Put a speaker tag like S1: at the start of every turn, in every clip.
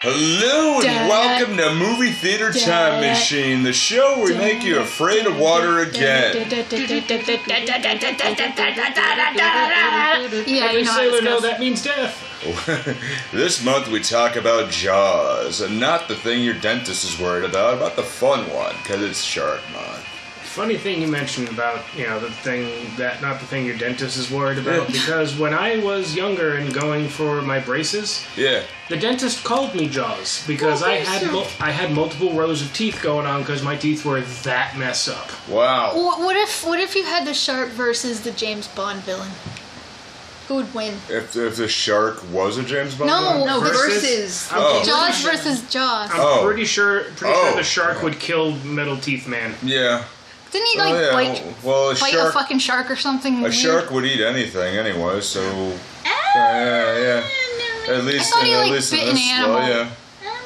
S1: Hello and
S2: Da-
S1: welcome to Movie Theater
S2: da-
S1: Time Machine, the show where we make you afraid of water again.
S2: Yeah, you
S3: Every
S2: know how
S3: sailor
S2: this
S3: know
S2: goes.
S3: that means death.
S1: this month we talk about Jaws, and not the thing your dentist is worried about, about the fun one, because it's Shark Month.
S3: Funny thing you mentioned about you know the thing that not the thing your dentist is worried about
S1: Yeah.
S3: because when I was younger and going for my braces,
S1: Yeah,
S3: the dentist called me Jaws because I had mul- I had multiple rows of teeth going on because my teeth were that mess up.
S1: wow.
S2: Wh- What if what if you had the shark versus the James Bond villain? Who would win?
S1: If, if the shark was a James Bond
S2: No,
S1: villain?
S4: No, versus.
S3: I'm
S1: Oh.
S3: pretty
S2: Jaws
S3: sure-
S2: versus Jaws.
S3: I'm
S1: Oh.
S3: pretty sure pretty
S1: Oh.
S3: sure the shark would kill Metal Teeth Man.
S1: Yeah.
S2: Didn't he
S1: Oh,
S2: like
S1: yeah.
S2: bite,
S1: well, a
S2: bite a
S1: shark,
S2: fucking shark or something?
S1: a
S2: weird?
S1: shark would eat anything anyway, so. Yeah, yeah. At least,
S2: thought he,
S1: at
S2: like,
S1: least
S2: bit
S1: in
S2: an
S1: this, well,
S2: animal.
S1: yeah.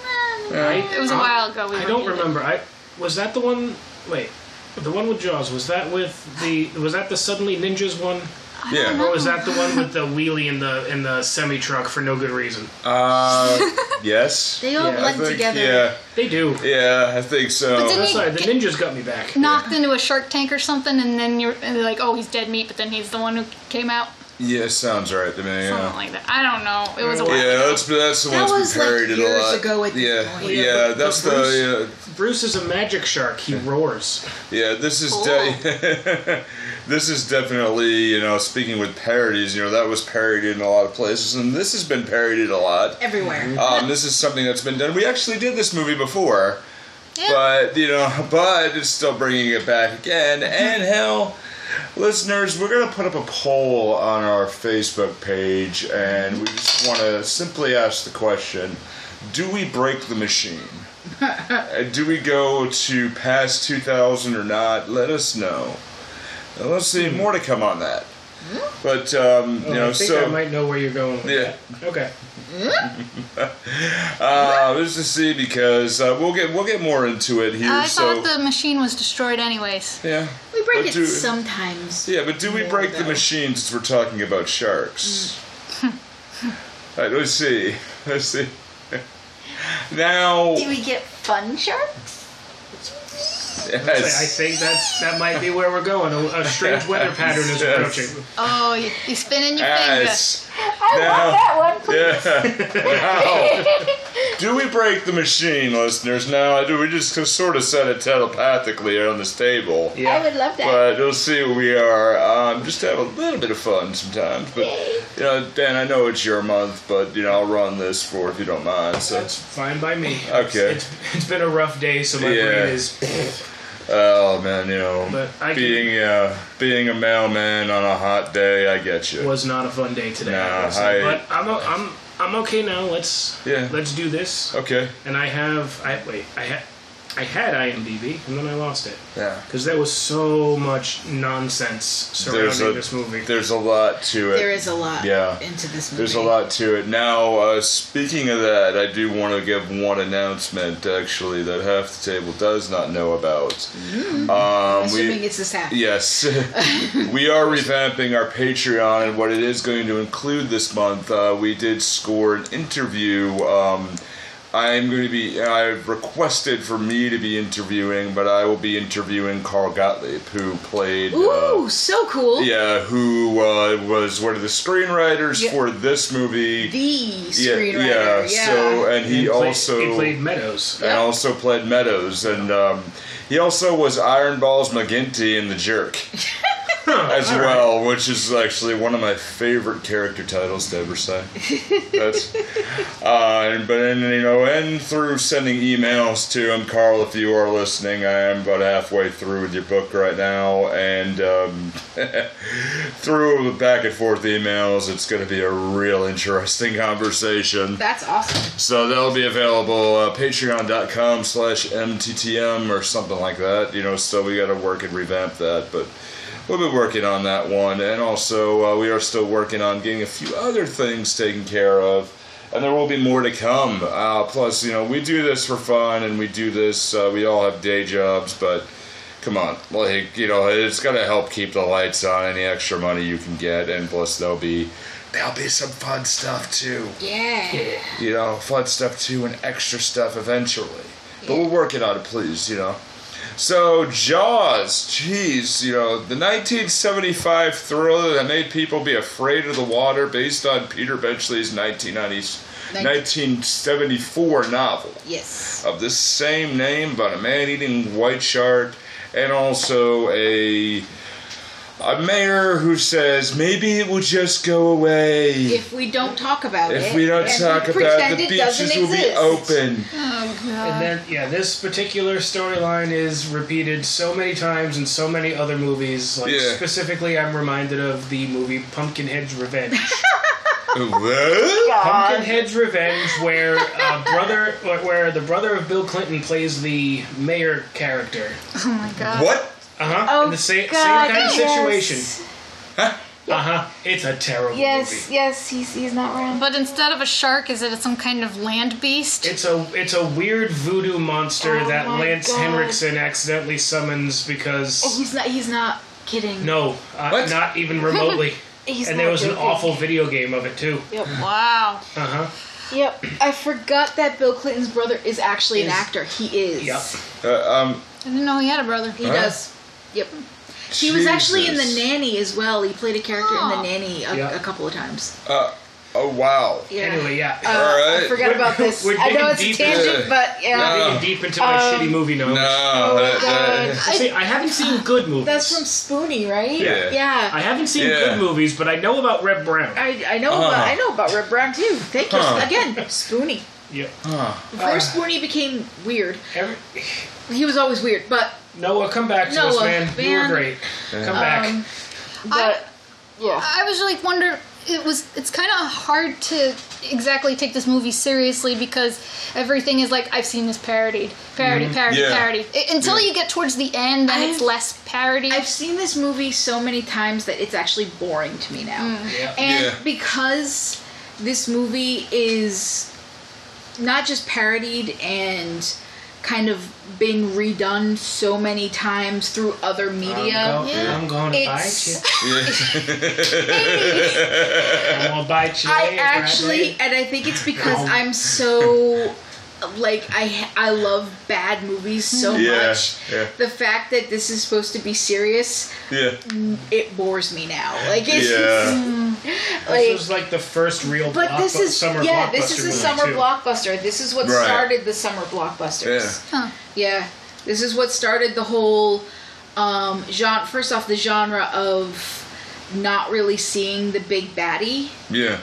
S3: I,
S2: It was a
S3: I-
S2: while ago we
S3: I don't
S2: reviewed it.
S3: remember. I was that the one. Wait, the one with Jaws was that with the was that the suddenly ninjas one?
S1: Yeah.
S3: Or was that the one with the wheelie in the in the semi truck for no good reason?
S1: Uh, yes.
S4: They all
S3: Yeah, I
S1: I
S4: blend
S1: think,
S4: together.
S1: yeah,
S3: They do.
S1: yeah, I think so.
S2: But didn't
S3: That's
S2: he-
S3: right. The ninjas got me back.
S2: Knocked into a shark tank or something, and then you're and they're like, oh, he's dead meat, but then he's the one who came out.
S1: Yeah, sounds right to me.
S2: Something
S1: Yeah,
S2: like that. I don't know. It was a while.
S1: yeah
S2: ago.
S1: that's that's the
S4: That
S1: one's
S4: was,
S1: been
S4: like,
S1: parodied a
S4: years
S1: lot.
S4: ago at this
S1: yeah,
S4: point.
S1: yeah,
S3: Yeah, but-
S1: that's
S3: but
S1: the
S3: Bruce is a magic shark. He roars.
S1: yeah, yeah. This is de- this is definitely you know speaking with parodies. You know that was parodied in a lot of places, and this has been parodied a lot.
S4: Everywhere.
S1: Um, this is something that's been done. We actually did this movie before.
S2: Yeah.
S1: But you know, but it's still bringing it back again. And
S4: Mm-hmm.
S1: hell, listeners, we're gonna put up a poll on our Facebook page, and we just want to simply ask the question: Do we break the machine? Uh, Do we go to past 2000 or not? Let us know. And let's see more to come on that. But um, you
S3: Oh,
S1: know,
S3: Hmm. I think
S1: so
S3: I might know where you're going. With
S1: Yeah.
S3: That. Okay.
S1: uh, let's just see because uh, we'll get we'll get more into it here.
S2: I
S1: so
S2: thought the machine was destroyed anyways.
S1: yeah.
S4: We break
S1: But
S4: it
S1: do-
S4: sometimes.
S1: Yeah, but do we
S4: More
S1: break the
S4: about-
S1: machine since we're talking about sharks? All right, let's see. Let's see. Now,
S4: Do we get fun sharks?
S3: I
S1: yes.
S3: think that's that might be where we're going. A, a strange weather pattern is
S1: Yes.
S3: approaching.
S2: Oh, you, you spinning
S1: Ah,
S2: your fingers.
S1: Yes.
S4: I
S1: Now-
S4: want that one, please.
S1: Yeah. Now, do we break the machine, listeners? Now, do we just sort of said it telepathically on this table?
S3: Yeah.
S4: I would love that.
S1: But you'll see where we are. Um, just to have a little bit of fun sometimes. But, you know, Dan, I know it's your month, but, you know, I'll run this for if you don't mind. So,
S3: That's fine by me.
S1: Okay.
S3: It's, it's been a rough day, so my
S1: Yeah.
S3: brain is.
S1: Oh man, you know,
S3: But I can-
S1: being uh, being a mailman on a hot day, I get you.
S3: was not a fun day today.
S1: Nah,
S3: So,
S1: I-
S3: but I'm, o- I'm I'm okay now. Let's
S1: Yeah.
S3: let's do this.
S1: Okay.
S3: And I have I wait I had I had IMDb and then I lost it
S1: Yeah.
S3: because there was so much nonsense
S1: There's
S3: surrounding
S1: a
S3: this movie.
S1: there's a lot to it.
S4: There is a lot
S1: Yeah.
S4: into this movie.
S1: There's a lot to it. Now, uh, speaking of that, I do want to give one announcement actually that half the table does not know about.
S4: Mm-hmm.
S1: Um, we-
S4: Assuming it's this half.
S1: Yes, we are revamping our Patreon, and what it is going to include this month, uh, we did score an interview. Um, I am going to be. I've requested for me to be interviewing, but I will be interviewing Carl Gottlieb, who played.
S4: Ooh,
S1: Uh,
S4: so cool.
S1: yeah, who uh, was one of the screenwriters
S4: Yeah.
S1: for this movie.
S4: The
S1: yeah,
S4: screenwriter.
S1: yeah,
S4: Yeah.
S1: So, and he,
S3: He played-
S1: also
S3: he played Meadows.
S1: and also played Meadows, and um, he also was Iron Balls McGinty in The Jerk as well, which is actually one of my favorite character titles to ever say. That's, uh, and- but and, you know, and through sending emails to him, Carl, if you are listening, I am about halfway through with your book right now, and um, through the back and forth emails, it's going to be a real interesting conversation.
S4: That's awesome.
S1: So that'll be available uh, patreon.com slash mttm or something like that. You know, so we got to work and revamp that, but we'll be working on that one. And also, uh, we are still working on getting a few other things taken care of. And there will be more to come. Uh, plus, you know, we do this for fun and we do this, uh, we all have day jobs, but come on, like you know, it's gonna help keep the lights on. Any extra money you can get, and plus there'll be there'll be some fun stuff too.
S4: Yeah.
S1: You know, fun stuff too, and extra stuff eventually. But we'll work it out, please. You know. So Jaws, jeez, you know, the 1975 thriller that made people be afraid of the water, based on Peter Benchley's 1990s,
S4: Nin-
S1: 1974 novel
S4: Yes.
S1: of this same name, but a man-eating white shark, and also a a mayor who says maybe it will just go away if,
S4: If we don't talk about it,
S1: we don't
S4: and
S1: talk about
S4: pretend
S1: the
S4: it doesn't
S1: beaches will be
S4: exist.
S1: open.
S2: Oh
S3: And
S2: god.
S3: then, yeah, this particular storyline is repeated so many times in so many other movies. Like
S1: Yeah.
S3: specifically, I'm reminded of the movie Pumpkinhead's Revenge.
S1: What?
S3: Pumpkinhead's Revenge, where uh, brother, where- where the brother of Bill Clinton plays the mayor character.
S2: Oh my god.
S1: what?
S3: Uh huh.
S4: Oh,
S3: in the same
S4: God,
S3: same kind of
S4: yes.
S3: situation. Uh huh. It's a terrible
S4: Yes,
S3: movie.
S4: yes, he's, he's not wrong.
S2: But instead of a shark, is it some kind of land beast?
S3: It's a it's a weird voodoo monster
S4: Oh
S3: that
S4: my
S3: Lance
S4: God.
S3: Henriksen accidentally summons
S4: Oh,
S3: because
S4: he's not. He's not kidding.
S3: no, uh,
S1: What?
S3: not even remotely.
S4: He's
S3: and
S4: not
S3: there was an
S4: joking.
S3: awful video game of it too.
S2: wow.
S3: Uh huh.
S4: Yep. I forgot that Bill Clinton's brother is actually an
S3: Is-
S4: actor. He is.
S3: Yep.
S1: Uh, um,
S2: I didn't know he had a brother.
S4: He does. Yep. He was actually in The Nanny as well. He played a character in
S2: Oh.
S4: The Nanny a,
S3: Yep.
S4: a couple of times.
S1: Uh, oh wow.
S4: Yeah.
S3: Anyway, yeah.
S4: Uh,
S1: Alright.
S4: I forgot about this.
S3: We're
S4: I know it's
S3: digging
S4: a
S3: deep into-
S4: tangent, but yeah.
S1: No.
S3: Digging deep into my
S4: um,
S3: shitty movie notes.
S1: uh, No,
S4: Oh,
S1: that- that-
S4: God.
S3: See, I haven't seen good movies.
S4: That's from Spoonie, right?
S1: Yeah.
S4: Yeah.
S3: I haven't seen
S1: Yeah.
S3: good movies, but I know about Red Brown.
S4: I, I know about
S1: Huh.
S4: I know about Red Brown too. Thank you
S1: Uh-huh. Huh.
S4: again, Spoonie.
S3: yeah.
S4: Before Spoonie became weird,
S3: Every,
S4: he was always weird. But
S3: Noah, come back to us,
S4: Noah,
S3: man. You were
S4: man.
S3: great. Come back.
S4: um, but
S2: I-
S4: yeah,
S2: I was like wonder it was it's kind of hard to exactly take this movie seriously because everything is like I've seen this parodied, parody, parody,
S1: Yeah.
S2: parody. I- until you get towards the end, then it's
S4: Mm-hmm. I've-
S2: less parody.
S4: I've seen this movie so many times that it's actually boring to me now.
S3: Yeah.
S4: And
S1: Yeah.
S4: because this movie is not just parodied and kind of been redone so many times through other media.
S3: I'm, go-
S2: Yeah.
S3: I'm going to
S4: It's-
S3: bite you. I'm going to bite you.
S4: I
S3: later,
S4: actually, and I think it's because I'm so like I I love bad movies so
S1: Yeah,
S4: much.
S1: yeah.
S4: The fact that this is supposed to be serious,
S1: yeah.
S4: it bores me now. Like it's
S1: Yeah.
S4: like
S3: This was like the first real
S4: But
S3: block-
S4: this is
S3: summer
S4: yeah,
S3: blockbuster
S4: this is a
S3: movie,
S4: summer
S3: too.
S4: blockbuster. This is what
S1: Right.
S4: started the summer blockbusters.
S2: Huh.
S4: Yeah. this is what started the whole um, genre. First off, the genre of not really seeing the big baddie.
S1: Yeah.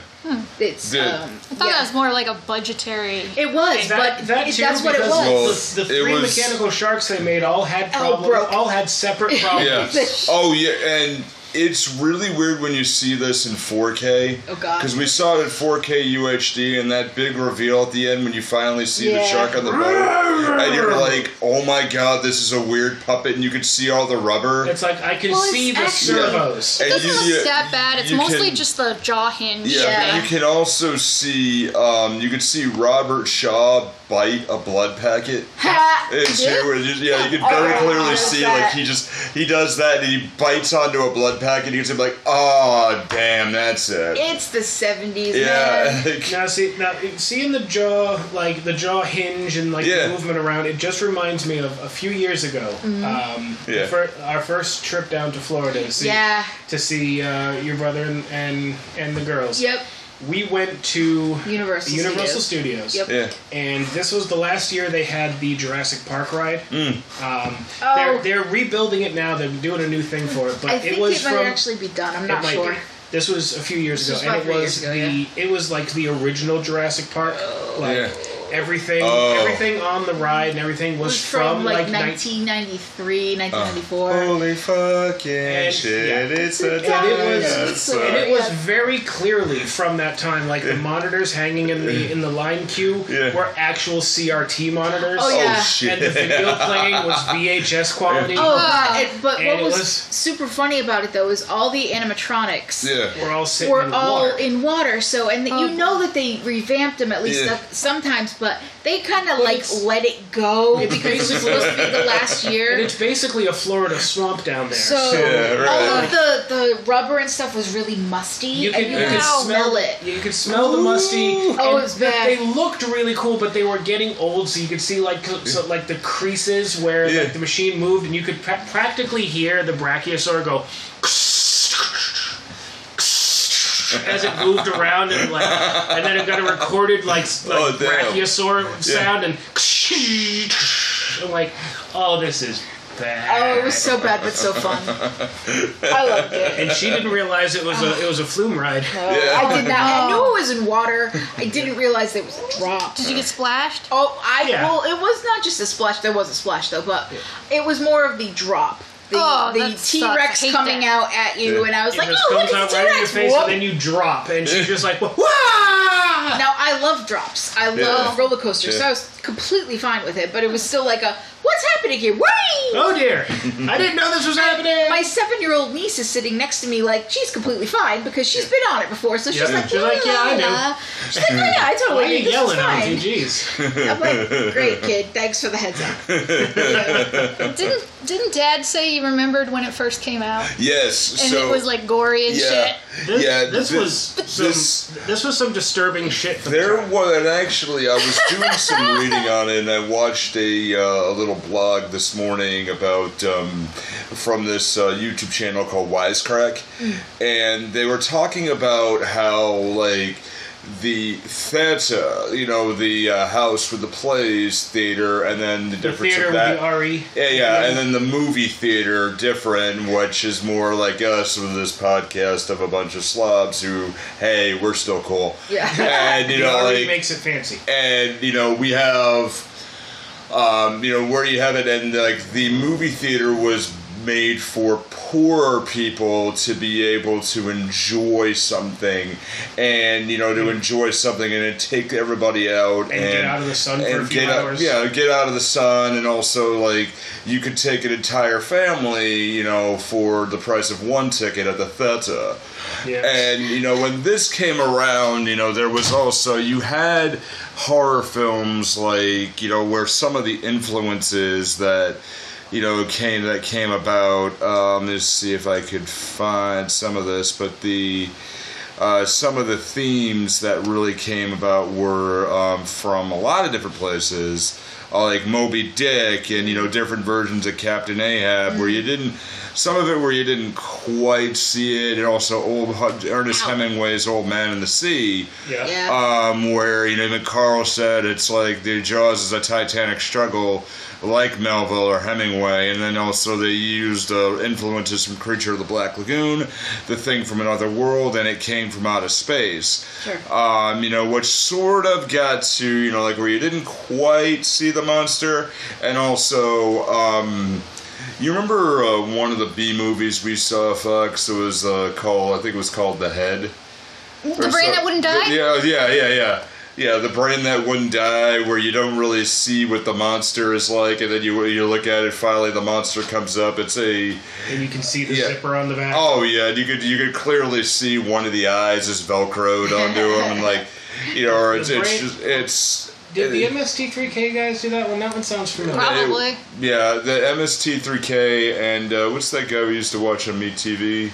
S4: It's
S1: Yeah.
S4: um,
S2: I thought that was more like a budgetary.
S4: It was,
S3: That,
S4: but
S3: that
S4: it-
S3: too,
S4: that's what it was.
S3: because
S1: Well,
S3: the, the
S1: it
S3: three
S1: was-
S3: mechanical sharks they made all had
S4: All
S3: problems.
S4: broke.
S3: all had separate problems.
S1: Yeah. Oh yeah, and it's really weird when you see this in 4K.
S4: Oh, God.
S1: Because we saw it at 4K UHD, and that big reveal at the end when you finally see the
S4: Yeah.
S1: shark on the boat, and you're like, "Oh my God, this is a weird puppet," and you can see all the rubber.
S3: It's like I can
S4: Well, it's
S3: see the
S4: actually-
S3: servos.
S1: And
S2: It doesn't
S1: you-
S2: look that bad. It's
S1: you
S2: mostly
S1: can-
S2: just the jaw hinge.
S1: Yeah,
S4: Yeah.
S1: but you can also see um, you can see Robert Shaw bite a blood packet.
S4: Ha!
S1: It's
S4: Yeah.
S1: here, you, yeah, you can very
S4: Oh,
S1: clearly
S4: there's
S1: see
S4: that.
S1: like he just he does that and he bites onto a blood packet. He's like, oh damn, that's it.
S4: It's the seventies,
S1: yeah,
S4: man.
S1: like,
S3: Now see now seeing the jaw like the jaw hinge and like
S1: Yeah.
S3: the movement around it just reminds me of a few years ago.
S4: Mm-hmm.
S3: Um,
S1: Yeah.
S3: fir- our first trip down to Florida to see
S4: Yeah.
S3: to see uh, your brother and, and and the girls.
S4: Yep.
S3: We went to
S4: Universal
S3: Universal
S4: Studios.
S3: Studios.
S4: Yep.
S1: yeah.
S3: And this was the last year they had the Jurassic Park ride.
S1: Mm.
S3: Um,
S4: Oh.
S3: they're, they're rebuilding it now. They're doing a new thing for it, but
S4: I think
S3: it was
S4: it might
S3: from
S4: actually be done. I'm
S3: it
S4: not
S3: might be.
S4: sure.
S3: This was a few years
S4: This
S3: ago,
S4: was
S3: and it
S4: about three
S3: was
S4: years ago, Oh.
S3: the it was like the original Jurassic Park, like
S1: Yeah.
S3: everything
S1: Oh.
S3: everything on the ride and everything
S4: It
S3: was,
S4: was from, like,
S3: nine-
S4: 1993, 1994.
S1: Holy fucking shit!
S3: yeah.
S1: It's a
S4: Yeah,
S3: it was-
S1: dinosaur.
S3: and it was
S4: Yeah.
S3: very clearly from that time, like the monitors hanging in the in the line queue
S1: Yeah.
S3: were actual CRT monitors.
S4: Oh, yeah.
S1: Oh
S3: And the
S1: shit!
S3: video playing was VHS quality.
S4: Oh, God. It- but
S3: And
S4: what
S3: it
S4: was,
S3: was-
S4: super funny about it though is all the animatronics
S1: Yeah.
S3: We're all sitting
S4: were
S3: in
S4: all
S3: water.
S4: in water. So and
S2: Oh,
S4: you know that they revamped them at least
S1: Yeah.
S4: that- sometimes, past, but they kind of like
S3: it's-
S4: let it go
S3: It's
S4: because it was
S3: basically-
S4: supposed to be the last
S3: And
S4: year.
S3: it's basically a Florida swamp down there.
S4: So
S1: Yeah, right.
S4: all of the, the rubber and stuff was really musty,
S3: you
S4: and
S3: could,
S4: you
S3: you
S4: could
S3: could
S4: smell it.
S3: You could smell the musty.
S4: Oh,
S3: and
S4: it's bad.
S3: They looked really cool, but they were getting old, so you could see like co- so, like the creases where
S1: Yeah.
S3: like, the machine moved, and you could pra- practically hear the brachiosaur go as it moved around, and like and then it got a recorded like s- like
S1: Oh, damn.
S3: brachiosaur sound and I'm like, oh, this is
S4: Oh,
S3: bad.
S4: it was so bad but so fun. I loved it.
S3: and she didn't realize it was a it was a flume ride.
S4: No, I did not. I knew it was in water. I didn't realize it was a drop.
S2: Did you get splashed?
S4: Oh, I
S3: Yeah.
S4: well, it was not just a splash. There was a splash though, but it was more of the drop. The,
S2: Oh,
S4: the
S2: that sucks.
S4: T Rex
S2: Hate
S4: coming
S2: that.
S4: out at you, and I was
S3: It
S4: like,
S3: just
S4: "Oh, look
S3: comes
S4: at
S3: out
S4: the
S3: right in your
S4: T
S3: face,
S4: Rex!"
S3: and then you drop, and she's just like, "Wah!"
S4: Now I love drops. I love
S1: Yeah.
S4: roller coasters, so
S1: Yeah.
S4: I was completely fine with it. But it was still like a, "What's happening here?" Whee!
S3: Oh dear! I didn't know this was happening.
S4: My seven-year-old niece is sitting next to me, like she's completely fine because she's been on it before. So she's
S3: Yeah.
S4: like,
S3: She's like, "Yeah, I
S4: "La, la, la." She's like, "Oh yeah, I
S3: Why
S4: totally
S3: are
S4: did.
S3: you
S4: This is
S3: yelling at
S4: fine."
S3: me? Jeez.
S4: I'm like, "Great kid, thanks for the heads up."
S2: Didn't didn't Dad say you remembered when it first came out
S1: Yes.
S2: and
S1: so
S2: it was like gory and
S1: yeah,
S2: shit?
S3: This,
S1: yeah.
S3: this,
S1: thi-
S3: was some,
S1: this-
S3: this, was some disturbing shit. For
S1: There
S3: the
S1: was and actually, I was doing some reading on it, and I watched a, uh, a little blog this morning about um, from this uh, YouTube channel called Wisecrack, and they were talking about how like the theater, you know, the uh, house with the plays, theater, and then the
S3: the
S1: difference
S3: theater
S1: of that.
S3: with the E. RE.
S1: Yeah, yeah, and then the movie theater different, which is more like us with this podcast of a bunch of slobs who, hey, we're still cool.
S4: Yeah.
S1: and you
S3: the
S1: know,
S3: RE
S1: like,
S3: makes it fancy.
S1: and you know, we have, um, you know, where you have it, and like the movie theater was made for poor people to be able to enjoy something, and you know, to enjoy something, and it take everybody out and,
S3: Mm-hmm. And get out of the sun for a few
S1: get out-
S3: hours.
S1: yeah, uh, get out of the sun and also like you could take an entire family you know for the price of one ticket at the theater
S3: Yeah.
S1: and you know when this came around you know there was also you had horror films like you know where some of the influences that you know came that came about um, let's see if i could find some of this but the uh, some of the themes that really came about were um, from a lot of different places, uh, like Moby Dick and you know different versions of Captain Ahab, where you didn't some of it where you didn't quite see it, and also old Hu- Ernest
S4: Ow.
S1: Hemingway's Old Man in the Sea,
S3: yeah.
S4: Yeah.
S1: um, where you know even Carl said it's like the Jaws is a Titanic struggle, like Melville or Hemingway, and then also they used uh, influences from Creature of the Black Lagoon, The Thing from Another World, and it came from out of space.
S4: Sure.
S1: Um, you know, which sort of got to you know like where you didn't quite see the monster, and also. Um, you remember uh, one of the B movies we saw, Fox? It was uh, called, I think it was called The Head.
S2: The brain that wouldn't die?
S1: Yeah, yeah, yeah, yeah. Yeah, the brain that wouldn't die, where you don't really see what the monster is like, and then you you look at it. Finally, the monster comes up. It's a
S3: And you can see the
S1: Yeah.
S3: zipper on the back.
S1: oh yeah, and you could you could clearly see one of the eyes is velcroed onto him, and like you know, or it's
S3: The
S1: it's
S3: brain-
S1: just, it's
S3: Did the MST3K guys do that one? That one sounds familiar.
S2: Probably. Probably.
S1: yeah, the MST3K and uh, what's that guy we used to watch on E MeTV?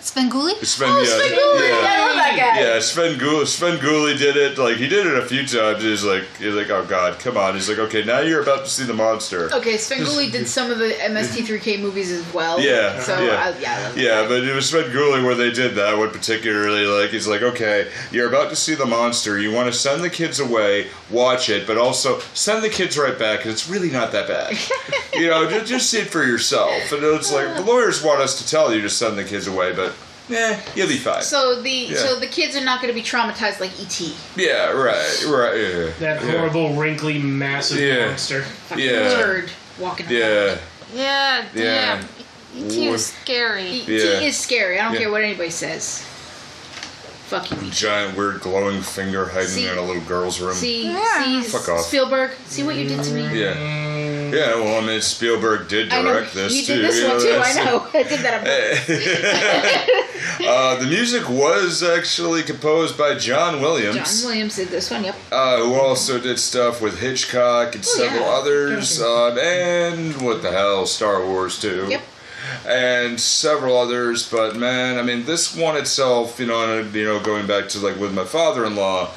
S2: Spenguli?
S1: Sven,
S4: Oh, Sven Gulli, I love that guy.
S1: Yeah, Sven Gulli, Sven Gulli did it. Like he did it a few times. He's like, he's like, oh god, come on. He's like, okay, now you're about to see the monster.
S2: Oh,
S4: Okay, Svengoolie did some of the MST3K movies as well.
S1: Yeah,
S4: So
S1: yeah.
S4: I, yeah, I love
S1: Yeah, but it was Sven Gulli where they did that one particularly. Like he's like, okay, you're about to see the monster. You want to send the kids away, watch it, but also send the kids right back. And it's really not that bad. you know, just, just see it for yourself. And it's like the lawyers want us to tell you to send the kids away, but eh, you'll be fine.
S4: that. So the
S1: Yeah.
S4: so the kids are not going to be traumatized like E ET.
S1: yeah, right, right. Yeah,
S3: That
S1: yeah.
S3: horrible, wrinkly, massive
S1: Yeah.
S3: monster.
S4: Fucking
S1: Yeah.
S4: turd walking. around.
S1: Yeah.
S2: Yeah,
S1: Yeah.
S2: damn. E.T. was scary.
S4: ET
S1: Yeah.
S4: E is scary. I don't
S1: Yeah.
S4: care what anybody says. Fuck you.
S1: giant weird glowing finger hiding
S4: See-
S1: in
S3: Um,
S1: a little girl's room.
S4: See,
S2: Yeah.
S4: see
S1: Fuck off.
S4: Spielberg. See what you did to me.
S1: Yeah. Yeah, well, I mean, Spielberg did
S4: I know.
S1: direct this
S4: you
S1: too.
S4: did this
S1: you
S4: one
S1: know,
S4: too. I
S1: that's-
S4: know. I did that. on purpose.
S1: Uh, the music was actually composed by John Williams,
S4: John Williams did this one. Yep.
S1: Uh, who also did stuff with Hitchcock and several
S4: Oh, yeah.
S1: others, um, and what the hell, Star Wars too.
S4: Yep.
S1: And several others, but man, I mean, this one itself, you know, and uh, you know, going back to like with my father-in-law,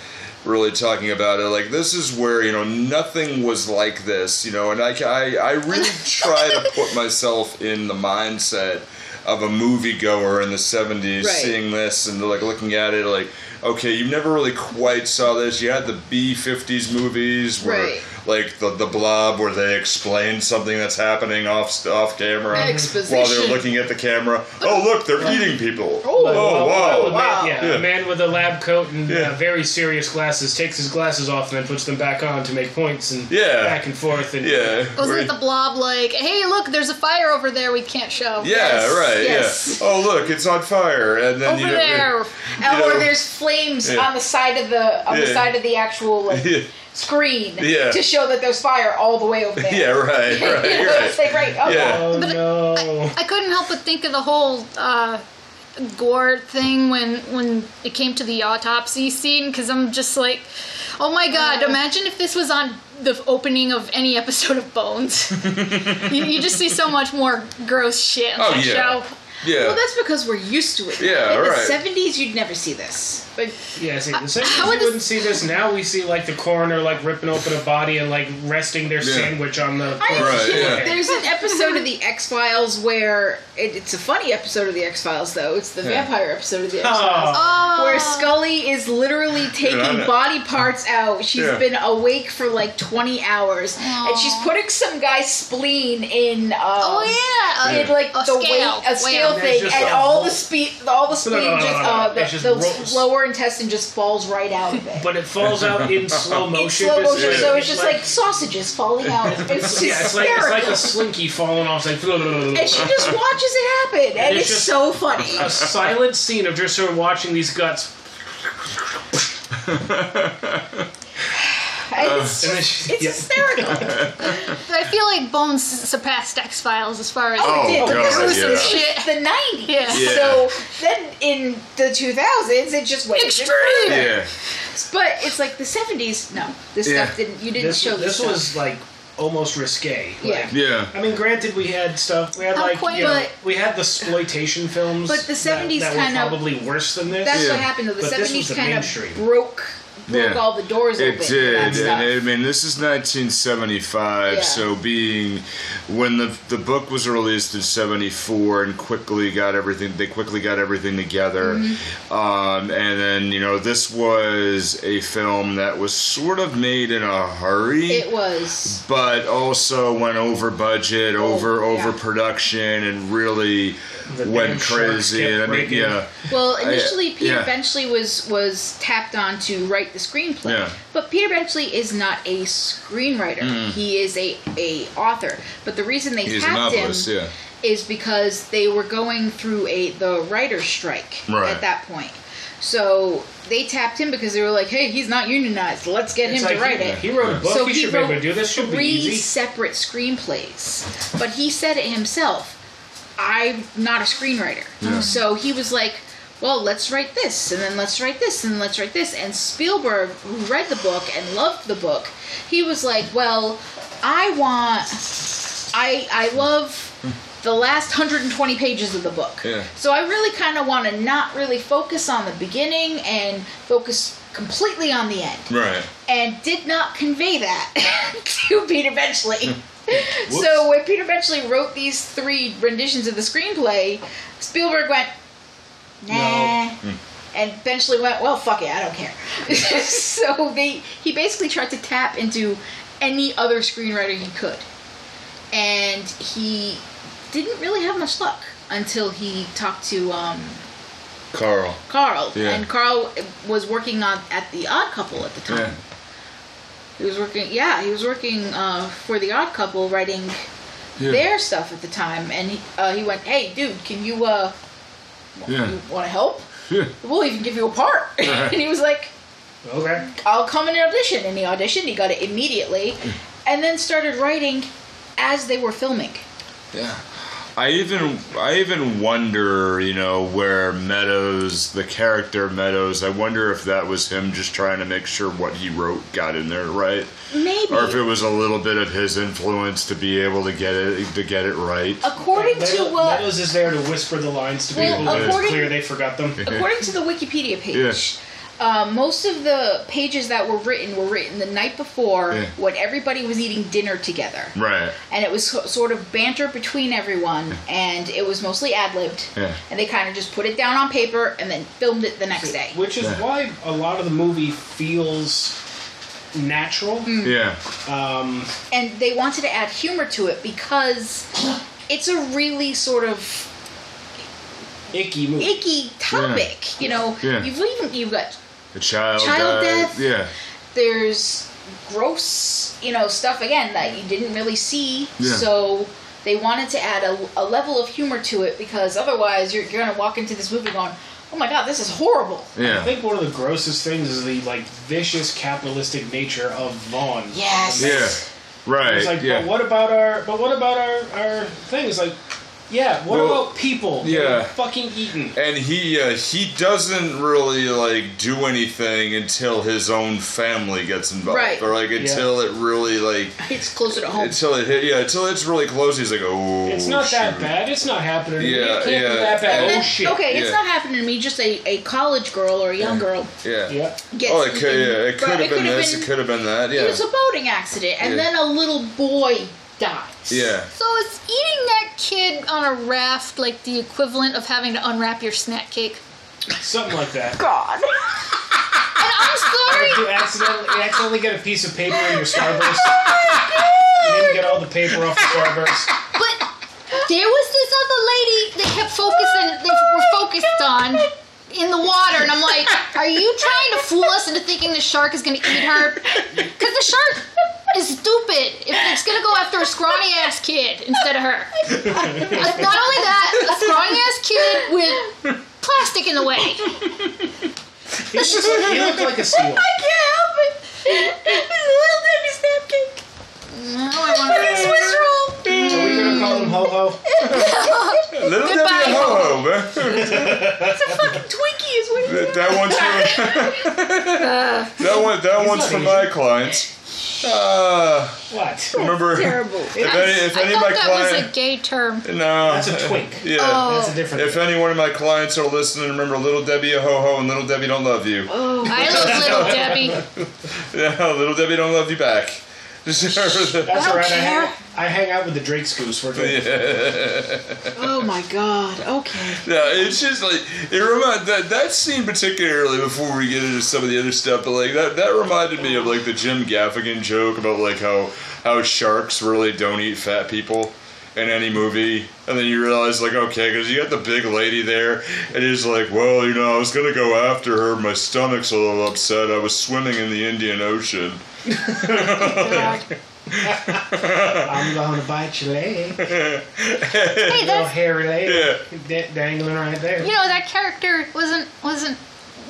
S1: really talking about it, like this is where you know nothing was like this, you know, and I, ca- I, I really try to put myself in the mindset of a moviegoer in the '70s,
S4: Right.
S1: seeing this and like looking at it, like okay, you never really quite saw this. You had the B '50s movies where.
S4: Right.
S1: Like the, the blob, where they explain something that's happening off off camera while they're
S4: Exposition.
S1: looking at the camera. Oh, look, they're eating people. Oh,
S3: Like, well, well,
S1: wow.
S3: a man- yeah,
S1: Yeah.
S3: a man with a lab coat and
S1: Yeah.
S3: uh, very serious glasses takes his glasses off and then puts them back on to make points and
S1: Yeah.
S3: back and forth. And
S1: Yeah.
S2: Wasn't
S1: where-
S2: it the blob like, hey, look, there's a fire over there we can't show?
S1: yeah, right.
S4: yes.
S1: Yeah. Oh, look, it's on fire, and then
S2: Over
S1: you
S2: there.
S1: You know.
S4: or there's flames
S1: Yeah.
S4: on the side of the on the
S1: Yeah.
S4: side of the actual like,
S1: Yeah.
S4: screen
S1: Yeah.
S4: to show that there's fire all the way over there.
S1: Yeah, right,
S4: You
S1: right,
S4: know, it's
S1: right.
S4: like right. Oh,
S1: Yeah.
S3: Oh
S2: But
S3: no.
S2: I couldn't help but think of the whole uh, gore thing when when it came to the autopsy scene because I'm just like, oh my god! Imagine if this was on the opening of any episode of Bones. you, you just see so much more gross shit.
S1: Oh,
S2: on that
S1: yeah.
S2: Show.
S1: Yeah.
S4: Well, that's because we're used to it.
S1: Yeah,
S4: In the
S1: right.
S4: '70s, you'd never see this. But
S3: Yeah, see, the same
S2: how
S3: we
S2: would this-
S3: wouldn't see this now. We see like the coroner like ripping open a body and like resting their
S1: Yeah.
S3: sandwich on the.
S4: Are you
S1: Right,
S4: kidding?
S1: yeah.
S4: There's an episode of the X Files where it, it's a funny episode of the X Files though. It's the
S1: Yeah.
S4: vampire episode of the X Files.
S3: Oh,
S2: Oh,
S4: Where Scully is literally taking
S1: I know.
S4: body parts out. She's
S1: Yeah.
S4: been awake for like 20 hours, and she's putting some guy's spleen in. Um,
S2: oh yeah.
S4: in like
S2: A
S4: the
S2: scale.
S4: weight, a scale
S2: Wow.
S4: thing,
S3: It's just
S4: and
S3: a
S4: all
S3: whole-
S4: the speed, all the spleen,
S3: no, no,
S4: just,
S3: no, no,
S4: uh,
S3: no. It
S4: the,
S3: just
S4: the
S3: rolls.
S4: lower intestine just falls right out of it.
S3: but it falls out in slow
S4: in
S3: motion.
S4: slow motion,
S1: yeah,
S4: so it's just like, sausages falling out. It's just
S3: yeah, it's like it's like a slinky falling off. It's like
S4: and she just watches it happen, and
S3: it's
S4: it's,
S3: just-
S4: so funny.
S3: a silent scene of just her watching these guts.
S4: And it's
S3: uh, And then
S4: just-
S3: she,
S4: it's
S3: yeah.
S4: hysterical.
S2: I feel like Bones surpassed X Files as far as
S1: Oh,
S2: like,
S4: It did, but
S1: God,
S4: this was
S1: yeah.
S2: Shit.
S4: the '90s.
S2: Yeah.
S1: Yeah.
S4: So then in the 2000s, it just went
S2: Extreme.
S4: further.
S1: Yeah.
S4: But it's like the 70s. No, this
S1: Yeah.
S4: stuff didn't. You didn't
S3: This,
S4: show this.
S3: this
S4: stuff.
S3: was like almost risque. Like,
S4: yeah.
S1: Yeah.
S3: I mean, granted, we had stuff. We had
S2: Not
S3: like
S2: quite,
S3: you know,
S4: but-
S3: we had the exploitation films.
S4: But the
S3: that-
S4: 70s
S3: that,
S4: kinda-
S3: were probably worse than this.
S4: That's
S1: Yeah.
S4: what happened though. The
S3: But this was
S4: seventies
S3: the
S4: kind
S3: mainstream.
S4: of broke broke
S1: Yeah.
S4: all the doors
S1: It
S4: open. for
S1: did,
S4: that stuff.
S1: and I mean, this is 1975,
S4: Yeah.
S1: so being when the the book was released in 74, and quickly got everything, they quickly got everything together,
S4: Mm-hmm.
S1: um, and then you know this was a film that was sort of made in a hurry.
S4: it was
S1: but also went over budget, over
S4: Oh, yeah.
S1: overproduction, and really
S3: The damn
S1: went
S3: sharks
S1: crazy.
S3: kept
S1: And I mean,
S3: breaking.
S1: yeah,
S4: well
S1: I-
S4: initially Peter
S1: yeah.
S4: Benchley was was tapped on to write the screenplay.
S1: Yeah. Mm.
S4: But Peter Benchley is not a screenwriter. He is a, a author. But the reason they
S1: he's a
S4: tapped him
S1: novelist. Yeah,
S4: is because they were going through a the writer's strike
S1: Right.
S4: at that point. So they tapped him because they were like, "Hey, he's not unionized. Let's get
S3: It's
S4: him
S3: like
S4: to write
S3: he,
S4: it."
S3: He wrote a book.
S4: so
S3: he,
S4: he,
S3: should be
S4: wrote
S3: able to do this. Should be
S4: three
S3: easy.
S4: separate screenplays, but he said it himself. I'm not a screenwriter, so he was like, "Well, let's write this, and then let's write this, and let's write this." And Spielberg, who read the book and loved the book, he was like, "Well, I want, I I love." The last 120 pages of the book.
S1: Yeah.
S4: So I really kind of want to not really focus on the beginning and focus completely on the end
S1: right.
S4: and did not convey that to Peter Benchley. so when Peter Benchley wrote these three renditions of the screenplay, Spielberg went, nah.
S1: Hmm.
S4: And Benchley went, well, fuck it, I don't care. so they he basically tried to tap into any other screenwriter he could. And he didn't really have much luck until he talked to um,
S1: Carl.
S4: Carl,
S1: Yeah.
S4: and Carl was working on at the Odd Couple at the time.
S1: Yeah.
S4: He was working, yeah, he was working uh, for the Odd Couple, writing
S1: Yeah.
S4: their stuff at the time, and he, uh, he went, "Hey, dude, can you uh,
S1: Yeah.
S4: you want to help?
S1: Yeah.
S4: We'll even give you a part." and he was like,
S3: Okay.
S4: "I'll come in and audition," and he auditioned. He got it immediately, and then started writing as they were filming.
S1: Yeah. I even I even wonder, you know, where Meadows, the character Meadows, I wonder if that was him just trying to make sure what he wrote got in there right,
S4: Maybe.
S1: or if it was a little bit of his influence to be able to get it to get it right.
S4: according to what
S3: Meadows is there to whisper the lines to
S4: Well,
S3: people, but it's
S4: according-
S3: clear they forgot them.
S4: according to the Wikipedia page,
S1: Yes.
S4: uh, most of the pages that were written were written the night before
S1: Yeah.
S4: when everybody was eating dinner together.
S1: Right.
S4: And it was so- sort of banter between everyone, and it was mostly ad libbed.
S1: Yeah.
S4: And they kind of just put it down on paper and then filmed it the next day.
S3: Which is
S1: Yeah.
S3: why a lot of the movie feels natural.
S4: Hmm.
S1: Yeah.
S3: Um,
S4: and they wanted to add humor to it because it's a really sort of
S3: icky movie.
S4: icky topic. You know,
S1: Yeah.
S4: you've even you've got
S1: The child.
S4: Child
S1: died.
S4: death.
S1: Yeah.
S4: there's gross, you know, stuff again that you didn't really see.
S1: Yeah.
S4: So they wanted to add a, a level of humor to it because otherwise you're, you're going to walk into this movie going, "Oh my god, this is horrible."
S3: I
S1: Yeah.
S3: think one of the grossest things is the like vicious capitalistic nature of Vaughn.
S4: Yes.
S1: Yeah. Right.
S3: It's like,
S1: yeah.
S3: but what about our? But what about our our things? Like, yeah, what
S1: Well,
S3: about people?
S1: yeah.
S3: fucking eaten.
S1: and he uh, he doesn't really like do anything until his own family gets involved,
S4: Right.
S1: or like until it really like
S4: It's closer to home.
S1: until it hit, yeah until it's really close. He's like, oh,
S3: It's not that
S1: shoot."
S3: bad. It's not happening. to me.
S1: Yeah,
S3: it can't
S1: yeah.
S3: be that bad.
S4: And
S3: oh
S4: then-
S3: shit.
S4: Okay, it's
S1: Yeah.
S4: not happening to me. Just a, a college girl or a young girl
S1: Yeah.
S3: Yeah.
S4: gets.
S1: Oh, it could,
S4: eaten,
S1: yeah, it
S4: but
S1: could have been
S4: could've
S1: this, it could have been that, yeah.
S4: It was a boating accident, and
S1: Yeah.
S4: then a little boy dies.
S1: yeah.
S2: So is eating that kid on a raft like the equivalent of having to unwrap your snack cake?
S3: Something like that.
S4: God.
S2: And I'm
S3: If
S2: sorry.
S3: you accidentally, you accidentally get a piece of paper in your Starburst. you didn't get all the paper off the Starburst.
S2: But there was this other lady they kept focusing, they were focused on in the water, and I'm like, are you trying to fool us into thinking the shark is gonna eat her? Because the shark is stupid if it's gonna go after a scrawny ass kid instead of her. Uh, Not only that, a scrawny ass kid with plastic in the way.
S3: He looks like, he looked like a seal.
S4: I can't help it. It's a little baby snap cake.
S2: Now I wanna-
S4: Swiss roll.
S3: Are we gonna call him Ho Ho?
S1: Little Debbie
S2: Goodbye.
S1: and Ho-Ho, man.
S4: Twinkie is what
S1: that, that one's for that one. That one's
S3: not
S1: for
S3: Asian.
S1: my clients. Uh,
S3: What?
S1: remember,
S4: Terrible.
S1: if any, if
S2: I
S1: any of
S2: thought
S1: my
S2: that was a
S1: clients,
S2: gay term.
S1: no,
S3: That's a twink.
S1: Yeah.
S2: Oh.
S3: That's a different.
S1: uh, If any one of my clients are listening, remember Little Debbie a ho ho and Little Debbie don't love you.
S4: Oh.
S2: I love little Debbie.
S1: Yeah, Little Debbie don't love you back.
S3: That's
S4: I don't
S3: alright. I,
S4: care.
S3: hang- I hang out with the Drake's goose. We're good.
S4: Oh my god. Okay.
S1: Yeah, it's just like it remind that that scene particularly before we get into some of the other stuff, but like that that reminded me of like the Jim Gaffigan joke about like how how sharks really don't eat fat people in any movie, and then you realize like okay, because you got the big lady there, and he's like, well, you know, I was gonna go after her, my stomach's a little upset, I was swimming in the Indian Ocean.
S3: I'm gonna bite your leg.
S2: Hey,
S3: Little
S2: that's
S3: hairy leg.
S1: Yeah.
S3: da- Dangling right there.
S2: you know that character wasn't wasn't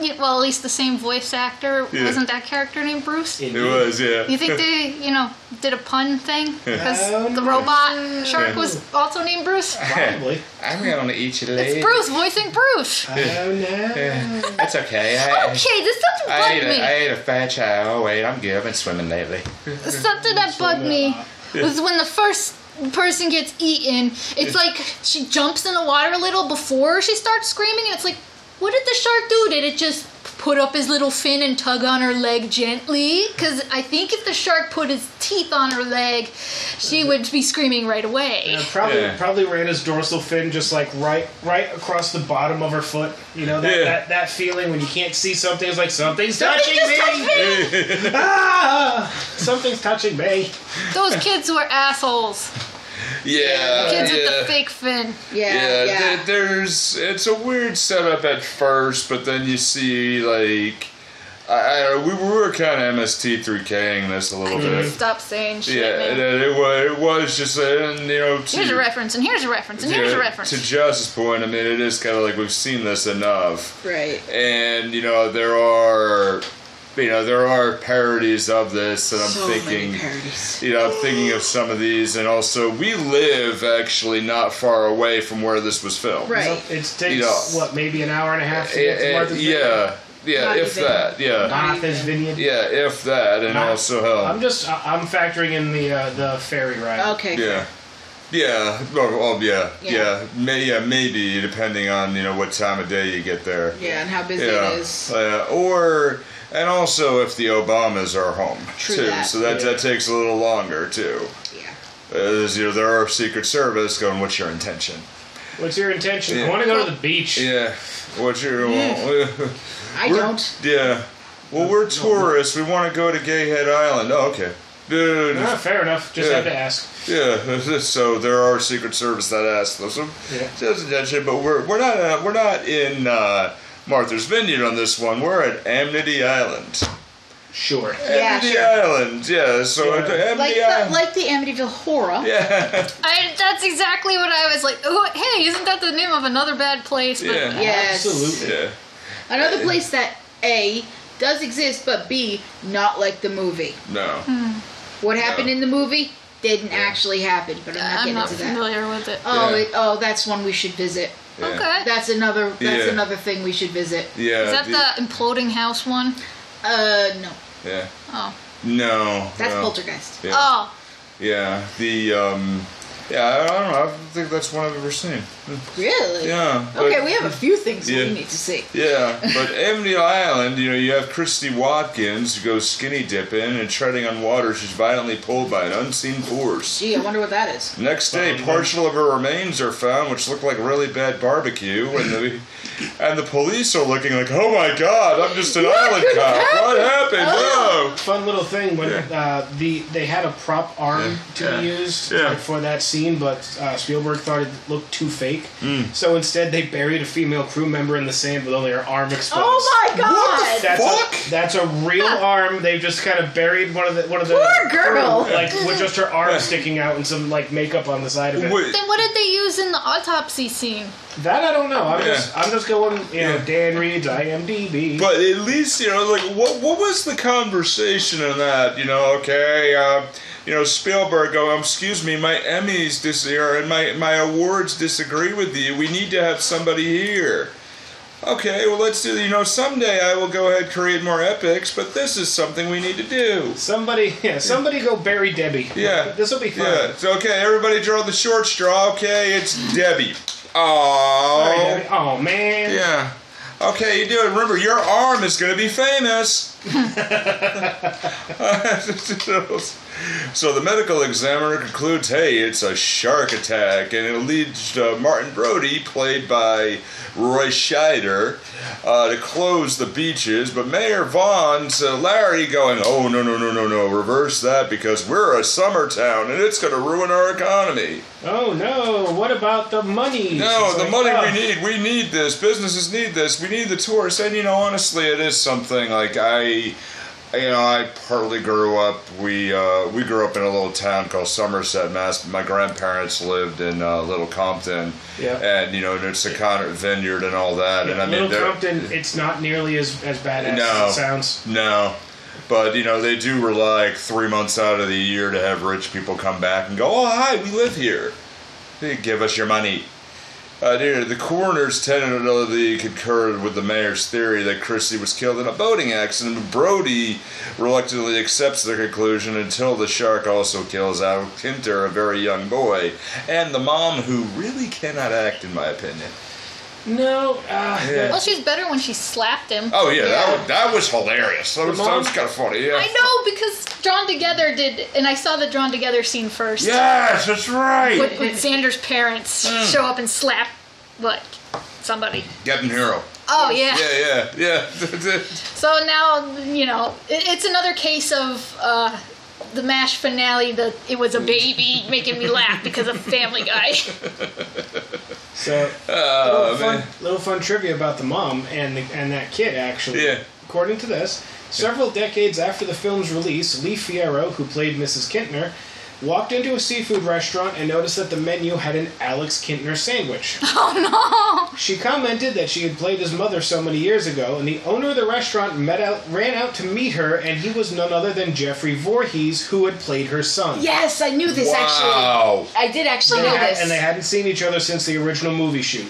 S2: you- well at least the same voice actor
S1: Yeah.
S2: wasn't that character named Bruce.
S1: It was, yeah.
S2: You think they you know did a pun thing because
S3: Oh,
S2: the
S3: no.
S2: robot shark
S1: Yeah.
S2: was also named Bruce.
S3: Probably.
S1: I'm gonna eat your leg.
S2: It's Bruce voicing Bruce.
S3: Oh no.
S1: That's okay.
S2: Okay, there's something bugged me.
S1: ate a fair share. Oh wait, I'm good. I've been swimming lately.
S2: Something that bugged me was when the first person gets eaten, it's like she jumps in the water a little before she starts screaming, and it's like, what did the shark do? Did it just put up his little fin and tug on her leg gently? Because I think if the shark put his teeth on her leg, she would be screaming right away.
S3: Yeah, probably
S1: Yeah.
S3: probably ran his dorsal fin just like right right across the bottom of her foot. You know that,
S1: Yeah.
S3: that, that feeling when you can't see something. It's like something's touching
S4: just
S3: me.
S4: touched me!
S3: Ah, something's touching me.
S2: Those kids were assholes.
S1: Yeah.
S2: Kids
S1: yeah.
S2: with the fake fin.
S4: Yeah.
S1: Yeah,
S4: Yeah.
S1: th- there's it's a weird setup at first, but then you see like I, I we were kind of MST3King this a little bit.
S2: Stop saying shit.
S1: Yeah,
S2: man.
S1: and then it was it was just and you know to,
S2: Mm-hmm. Here's a reference, and here's a reference, and
S1: yeah,
S2: here's a reference.
S1: to Joss's point. I mean, it is kind of like we've seen this enough.
S4: Right.
S1: and you know there are you know, there are parodies of this, and I'm
S4: so
S1: thinking,
S4: many parodies.
S1: you know, I'm thinking of some of these, and also we live actually not far away from where this was filmed.
S4: Right.
S3: It takes
S1: You know,
S3: what maybe an hour and a half to
S1: Eh,
S3: get to
S1: eh,
S3: Martha's Vineyard.
S1: yeah, yeah,
S4: Not
S1: if
S4: even.
S1: that, yeah,
S3: Martha's Vineyard.
S1: yeah, if that, and
S3: Not-
S1: also hell,
S3: I'm just I- I'm factoring in the uh, the ferry ride.
S4: Okay.
S1: yeah. Yeah, well, well, yeah,
S4: Yeah.
S1: yeah, may, yeah, maybe depending on you know what time of day you get there.
S4: Yeah, and how busy
S1: Yeah, Uh,
S4: it is.
S1: yeah, or and also if the Obamas are home
S4: True
S1: too,
S4: that.
S1: so that that takes a little longer too.
S4: Yeah.
S1: Uh, there's, you know, there are Secret Service going, "What's your intention?"
S3: What's your intention?
S1: Yeah.
S3: I want to go to the beach.
S1: Yeah, what's your?
S4: Hmm.
S1: well,
S4: I
S1: we're-
S4: don't.
S1: Yeah, well, we're tourists. We want to go to Gay Head Island. Oh, okay. Dude,
S3: Ah, fair enough. Just
S1: Yeah.
S3: had to ask.
S1: yeah. So there are Secret Service that asked us. So
S3: Yeah.
S1: just attention, but we're we're not uh, we're not in uh, Martha's Vineyard on this one. We're at Amity Island.
S3: Sure.
S4: Yeah,
S1: Amity
S4: sure.
S1: Island. Yeah. So
S3: Yeah.
S1: at Amity
S4: Like the,
S1: Island.
S4: like the Amityville horror.
S1: um, yeah.
S2: I, that's exactly what I was like. Oh, hey, isn't that the name of another bad place? But
S1: Yeah.
S4: Yes.
S3: Absolutely.
S1: Yeah.
S4: Another place that A does exist, but B not like the movie.
S1: No.
S4: Hmm. What happened
S1: No.
S4: in the movie didn't actually happen, but I'm not
S2: I'm
S4: getting
S2: not
S4: into that.
S2: familiar with it.
S4: Oh,
S1: Yeah.
S4: it, oh, that's one we should visit.
S1: Yeah.
S2: Okay.
S4: That's another. That's
S1: Yeah.
S4: another thing we should visit.
S1: Yeah.
S2: Is that
S1: the-
S2: the imploding house one?
S4: Uh, no,
S1: Yeah.
S2: Oh.
S1: No.
S4: that's
S1: no.
S4: Poltergeist.
S1: Yeah.
S2: Oh.
S1: Yeah. The um. Yeah, I I don't know. I don't think that's one I've ever seen.
S4: Really?
S1: Yeah. but-
S4: Okay, we have a few things
S1: Yeah.
S4: we need to see.
S1: Yeah, but Amity Island, you know, you have Christy Watkins who goes skinny dipping and treading on water. She's violently pulled by an unseen force.
S4: Gee, I wonder what that is.
S1: Next day, partial of her remains are found, which look like really bad barbecue, and the and the police are looking like, "Oh my God, I'm just an island cop. What happened? Oh, No."
S3: Fun little thing when uh, the they had a prop arm
S1: Yeah.
S3: to
S1: Yeah.
S3: be used
S1: Yeah.
S3: like, for that scene, but uh, Spielberg thought it looked too fake.
S1: Hmm.
S3: So instead, they buried a female crew member in the sand with only her arm exposed.
S4: Oh my
S1: What the
S4: God!
S3: That's
S1: Fuck!
S3: A, that's a real arm. They've just kind of buried one of the one of the
S4: Poor girl.
S3: like with just her arm sticking out and some like makeup on the side of it.
S1: Wait,
S2: Then what did they use in the autopsy scene?
S3: That I don't know. I'm
S1: Yeah.
S3: just I'm just going. You know,
S1: Yeah.
S3: Dan Reed's IMDb.
S1: But at least you know, like, what what was the conversation in that? You know, okay, uh, you know, Spielberg. Oh, um, excuse me, my Emmys dis or my my awards disagree with you. We need to have somebody here. Okay, well, let's do. You know, someday I will go ahead and create more epics, but this is something we need to do.
S3: somebody, yeah, somebody go bury Debbie.
S1: Yeah,
S3: this will be fun.
S1: Yeah, it's okay. Everybody draw the short straw. Okay, it's Debbie. Oh,
S3: Sorry, Debbie. Oh man.
S1: Yeah. Okay, you do it. Remember, your arm is going to be famous. so the medical examiner concludes, "Hey, it's a shark attack," and it leads to Martin Brody, played by Roy Scheider, uh, to close the beaches. But Mayor Vaughn's uh, Larry going, "Oh no, no, no, no, no! Reverse that because we're a summer town and it's going to ruin our economy."
S3: Oh no! What about the money?
S1: No,
S3: It's
S1: the
S3: like,
S1: money
S3: oh,
S1: we need. We need this. Businesses need this. We need the tourists. And you know, honestly, it is something like I. You know, I partly grew up. We uh, we grew up in a little town called Somerset, Mass. My grandparents lived in uh, Little Compton,
S3: Yeah.
S1: and you know, it's a Conner Vineyard and all that. and I mean,
S3: Little
S1: they're-
S3: Compton, it's not nearly as as badass
S1: No.
S3: as it sounds.
S1: no, but you know, they do rely like three months out of the year to have rich people come back and go, "Oh, hi, we live here. Hey, give us your money." Uh, dear, the coroner's tentatively concurred with the mayor's theory that Christie was killed in a boating accident. but Brody reluctantly accepts their conclusion until the shark also kills Al Kinter, a very young boy, and the mom, who really cannot act, in my opinion.
S3: No, uh,
S2: Well, she's better when she slapped him.
S1: Oh yeah, that was, that was hilarious. That was, that
S3: mom-
S1: was kind of funny. Yeah.
S2: I know because Drawn Together did, and I saw the Drawn Together scene first.
S1: Yes, that's right.
S2: With, with Xander's parents
S1: Mm.
S2: show up and slap, like, somebody.
S1: Captain Hero.
S2: Oh, yeah.
S1: Yeah, yeah, yeah.
S2: So now, you know, it, it's another case of uh, the MASH finale that it was a baby making me laugh because of Family Guy.
S3: So,
S1: Oh,
S3: little, fun, little fun trivia about the mom and the, and that kid actually.
S1: Yeah.
S3: According to this, several decades after the film's release, Lee Fierro, who played Mrs. Kintner, walked into a seafood restaurant and noticed that the menu had an Alex Kintner sandwich.
S2: Oh no!
S3: She commented that she had played his mother so many years ago, and the owner of the restaurant met out, ran out to meet her, and he was none other than Jeffrey Voorhees, who had played her son.
S4: Yes, I knew this
S1: Wow.
S4: actually. I did actually
S3: They
S4: know
S3: had-
S4: this.
S3: and they hadn't seen each other since the original movie shoot.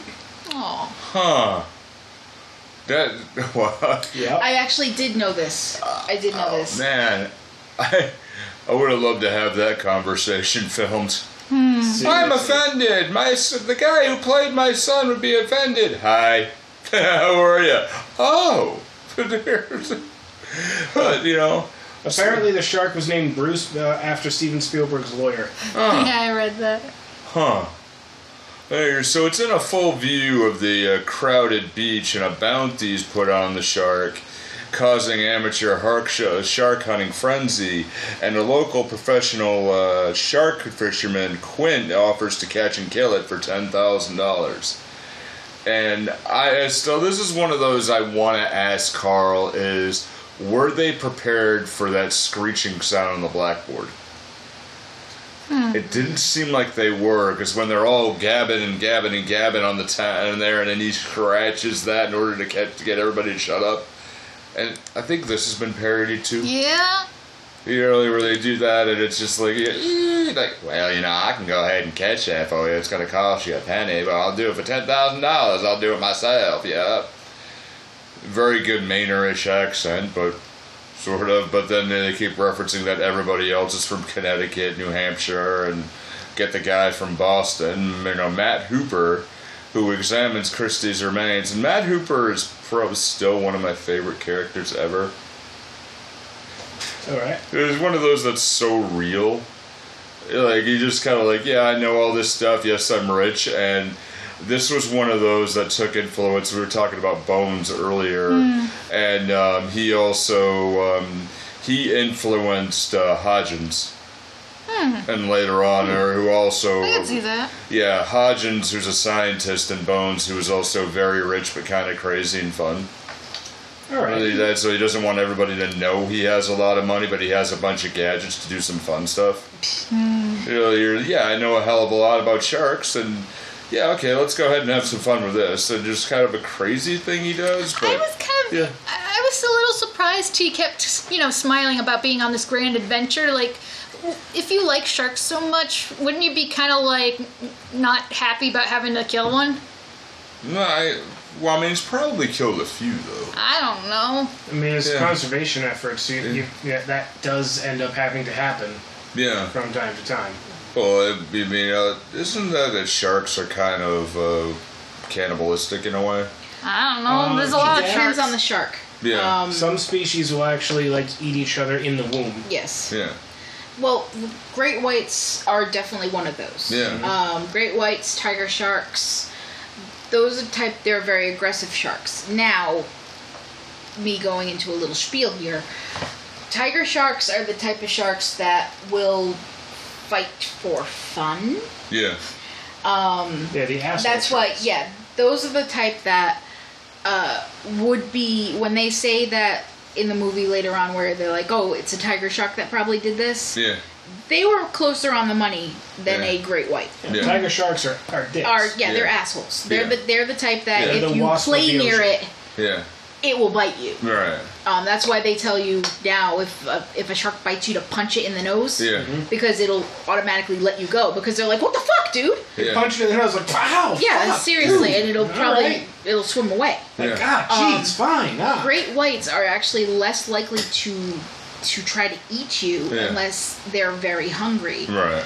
S2: Oh.
S1: Huh. That. Wow.
S3: Yep.
S4: I actually did know this. I did know this.
S1: Oh, Man, I, I would have loved to have that conversation filmed. I'm offended. My s- the guy who played my son would be offended. Hi, how are you? Oh, but you know,
S3: Apparently, the shark was named Bruce uh, after Steven Spielberg's lawyer.
S1: Oh.
S2: Yeah, I read that.
S1: huh? There, So it's in a full view of the uh, crowded beach, and a bounty is put on the shark, causing amateur hark sh- uh, shark hunting frenzy. And a local professional uh, shark fisherman, Quint, offers to catch and kill it for ten thousand dollars. And I uh, so this is one of those I want to ask Carl is were they prepared for that screeching sound on the blackboard? It didn't seem like they were because when they're all gabbing and gabbing and gabbing on the town there, and then he scratches that in order to catch to get everybody to shut up. And I think this has been parodied too.
S2: Yeah.
S1: You know, where they do that, and it's just like, eh, like, well, you know, I can go ahead and catch that for you. It's going to cost you a penny, but I'll do it for ten thousand dollars. I'll do it myself. Yeah. Very good Mainerish accent, but sort of. But then they keep referencing that everybody else is from Connecticut, New Hampshire, and get the guy from Boston. You know, Matt Hooper, who examines Christie's remains, and Matt Hooper is probably still one of my favorite characters ever.
S3: All right.
S1: It was one of those that's so real. Like you just kind of like, yeah, I know all this stuff. Yes, I'm rich, and this was one of those that took influence. We were talking about Bones earlier,
S2: Hmm.
S1: and um, he also um, he influenced uh, Hodgins, and later on, or who also
S2: Hmm. I could see that.
S1: yeah, Hodgins, who's a scientist, and Bones, who was also very rich but kind of crazy and fun.
S3: All right.
S1: Really that so he doesn't want everybody to know he has a lot of money, but he has a bunch of gadgets to do some fun stuff. You know, you're, yeah, I know a hell of a lot about sharks, and yeah, okay, let's go ahead and have some fun with this. And just kind of a crazy thing he does, but
S2: I was kind of.
S1: yeah.
S2: I I was a little surprised he kept, you know, smiling about being on this grand adventure. Like, if you like sharks so much, wouldn't you be kind of like not happy about having to kill one?
S1: no, I, well, I mean, he's probably killed a few though.
S2: I don't know.
S3: I mean, it's
S1: Yeah.
S3: conservation efforts. You, you, yeah, that does end up having to happen
S1: Yeah.
S3: from time to time.
S1: Well, I mean, uh, isn't that that sharks are kind of uh, cannibalistic in a way?
S2: I don't know.
S3: Um,
S2: There's a lot of
S3: yeah.
S2: sharks
S4: Depends on the shark.
S1: Yeah.
S4: Um,
S3: Some species will actually like eat each other in the womb.
S4: yes.
S1: Yeah.
S4: Well, great whites are definitely one of those.
S1: Yeah.
S4: Um, great whites, tiger sharks, those are type. They're very aggressive sharks. Now, me going into a little spiel here. Tiger sharks are the type of sharks that will fight for fun.
S1: Yeah.
S3: Yeah, the asshole.
S4: Mm-hmm. That's what, yeah. Those are the type that uh, would be when they say that in the movie later on, where they're like, "Oh, it's a tiger shark that probably did this."
S1: Yeah.
S4: They were closer on the money than
S1: Yeah.
S4: a great white.
S1: Yeah.
S3: Tiger sharks are, are dicks.
S4: Are yeah, they're
S1: Yeah.
S4: assholes. They're
S1: Yeah.
S4: the they're the type that
S1: Yeah.
S4: if
S3: The
S4: you
S3: wasp of
S4: play
S3: the
S4: near
S3: ocean.
S4: it,
S1: Yeah.
S4: it will bite you.
S1: Right.
S4: Um, that's why they tell you now if a, if a shark bites you to punch it in the nose,
S1: Yeah.
S4: because it'll automatically let you go because they're like, "What the fuck, dude?"
S1: Yeah.
S3: Punch it in the nose like pow.
S4: Yeah,
S3: fuck,
S4: seriously,
S3: dude.
S4: and it'll
S3: All
S4: probably
S3: right.
S4: it'll swim away.
S3: Like,
S1: Yeah.
S3: God, jeez, fine. Ah.
S4: Um, Great whites are actually less likely to to try to eat you
S1: Yeah.
S4: unless they're very hungry.
S1: Right.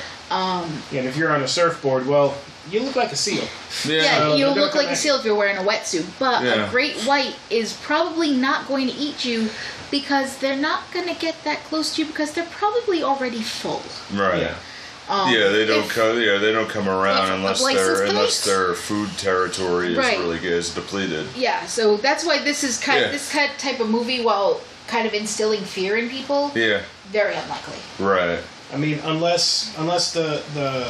S3: Yeah, and if you're on a surfboard, well, you look like a seal.
S4: Yeah,
S1: Yeah.
S3: Uh,
S4: you'll
S3: they're
S4: look like a
S3: connected.
S4: seal if you're wearing a wetsuit, but
S1: Yeah.
S4: a great white is probably not going to eat you because they're not going to get that close to you because they're probably already full.
S1: Right. Yeah.
S3: Yeah.
S1: they don't
S4: Um, if-
S1: come. Yeah, they don't come around
S2: If-
S1: unless
S2: like
S1: their
S2: since
S1: unless
S2: police-
S1: their food territory is
S4: Right.
S1: really is depleted.
S4: Yeah, so that's why this is kind
S1: Yeah.
S4: of, this kind type of movie, while kind of instilling fear in people,
S1: Yeah,
S4: very unlikely.
S1: right.
S3: I mean, unless unless the the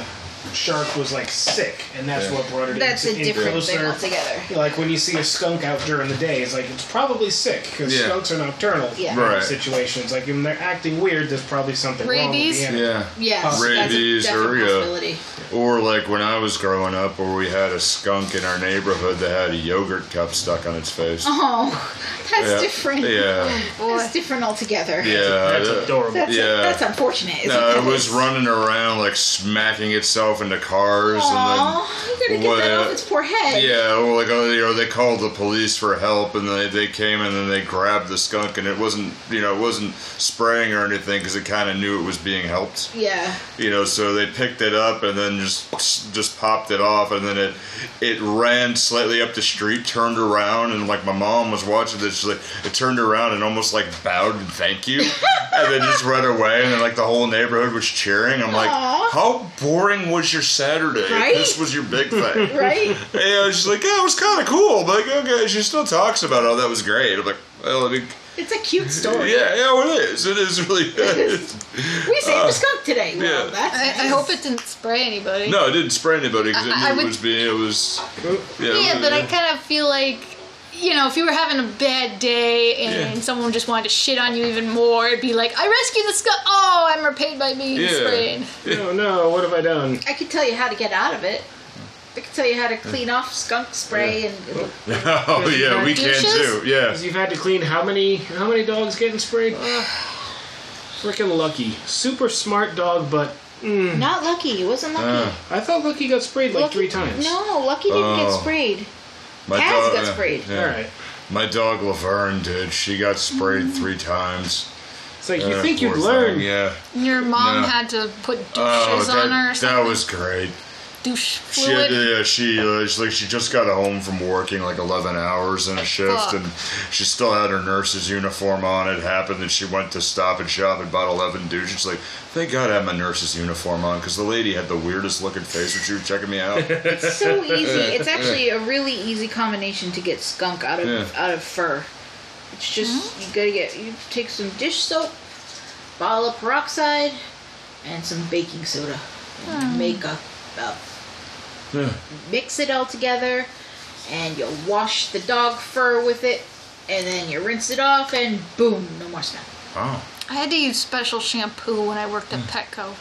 S3: shark was like sick, and that's
S1: Yeah.
S3: what brought it
S4: That's
S3: in,
S4: a
S3: in
S4: different
S3: closer.
S4: thing altogether.
S3: Like when you see a skunk out during the day, it's like it's probably sick because
S1: Yeah.
S3: skunks are nocturnal.
S4: Yeah.
S1: Right.
S3: Situations like when they're acting weird, there's probably something wrong with
S2: Rabies?
S3: the animal.
S1: Yeah.
S4: Yes,
S1: Rabies
S4: that's a definite
S1: or, yeah.
S4: possibility.
S1: Or like when I was growing up, where we had a skunk in our neighborhood that had a yogurt cup stuck on its face.
S4: Oh, that's
S1: Yeah.
S4: different.
S1: Yeah.
S4: That's different altogether.
S1: Yeah.
S3: That's
S1: that-
S3: adorable.
S4: That's,
S1: Yeah.
S4: that's unfortunate. isn't
S1: No,
S4: it?
S1: it was running around like smacking itself into cars
S4: Aw, you gotta get
S1: what,
S4: that
S1: uh,
S4: off its poor
S1: and
S4: head.
S1: then yeah, or like oh, you know, they called the police for help and they they came and then they grabbed the skunk and it wasn't you know it wasn't spraying or anything because it kind of knew it was being helped
S4: Yeah.
S1: you know so they picked it up and then just just popped it off and then it it ran slightly up the street turned around and like my mom was watching this she's like it turned around and almost like bowed and thank you and then just ran away and then like the whole neighborhood was cheering i'm like
S4: Aw.
S1: how boring was your saturday if
S4: Right?
S1: this was your big thing
S4: Right?
S1: and she's like yeah it was kind of cool but like okay she still talks about oh that was great i'm like well I mean,
S4: it's a cute
S2: Oh,
S4: story.
S1: yeah yeah it is it is really good
S4: We saved a skunk today. Well,
S1: Uh, yeah.
S4: that's
S2: I, I hope it didn't spray anybody.
S1: No, it didn't spray anybody because it
S2: I-
S1: knew
S2: I
S1: it
S2: would-
S1: was being. It was. Yeah,
S2: Yeah, but I kind of feel like, you know, if you were having a bad day and
S1: Yeah.
S2: someone just wanted to shit on you even more, it'd be like, I rescued the skunk. Oh, I'm repaid by being
S1: Yeah.
S2: sprayed.
S3: Oh no, what have I done?
S4: I could tell you how to get out of it. I could tell you how to clean off skunk spray and
S1: Oh yeah, we can
S2: Douches?
S1: too. Yeah.
S3: Because you've had to clean how many how many dogs getting sprayed? Uh, Freaking lucky, super smart dog, but
S1: Oh.
S4: not lucky. It wasn't
S1: Uh,
S4: lucky.
S3: I thought Lucky got sprayed like
S4: Lucky-
S3: three times.
S4: No, lucky didn't
S1: Oh.
S4: get sprayed.
S1: My
S4: Kaz
S1: dog.
S4: got
S1: yeah,
S4: sprayed.
S1: yeah.
S3: All right.
S1: My dog Laverne did. She got sprayed three times.
S3: It's like you
S1: Uh,
S3: think you'd
S1: poor
S3: learn.
S1: thing, Yeah.
S2: Your mom
S1: No.
S2: had to put douches
S1: Oh,
S2: on her or
S1: that,
S2: something.
S1: that was great.
S2: douche
S1: She had,
S2: fluid.
S1: yeah, she uh, she's like she just got home from working like eleven hours in a shift,
S2: Fuck.
S1: and she still had her nurse's uniform on. It happened that she went to Stop and Shop and bought eleven douches. She's like, thank God I had my nurse's uniform on because the lady had the weirdest looking face when she was checking me out.
S4: It's so easy. It's actually a really easy combination to get skunk out of
S1: Yeah.
S4: out of fur. It's just you gotta get you take some dish soap, bottle of peroxide, and some baking soda. And make a, a mix it all together, and you wash the dog fur with it, and then you rinse it off, and boom, no more smell.
S1: oh,
S2: I had to use special shampoo when I worked
S1: Mm.
S2: at Petco.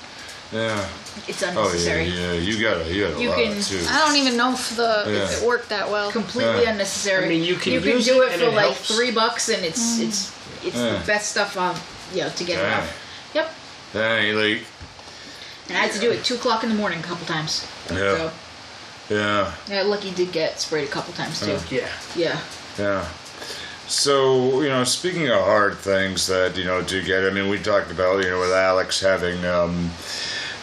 S1: yeah.
S4: It's
S1: Oh yeah,
S4: unnecessary.
S1: yeah. You got a, you got a
S4: You
S1: lot
S4: can-
S1: too.
S2: I don't even know if the if
S1: Yeah.
S2: it worked that well.
S4: Completely
S1: Yeah.
S4: unnecessary.
S3: I mean, you can use
S4: do it,
S3: it and
S4: for
S3: it
S4: like
S3: helps.
S4: three bucks, and it's
S2: Mm.
S4: it's it's
S1: Yeah.
S4: the best stuff on you know to get it
S1: Dang.
S4: off. Yep.
S1: Dang, like
S4: And I had to do it two o'clock in the morning a couple times.
S1: yeah, yeah,
S4: So yeah, lucky did get sprayed a couple times too.
S3: Yeah.
S4: Yeah.
S1: yeah. So you know, speaking of hard things that you know do get, I mean, we talked about you know with Alex having um,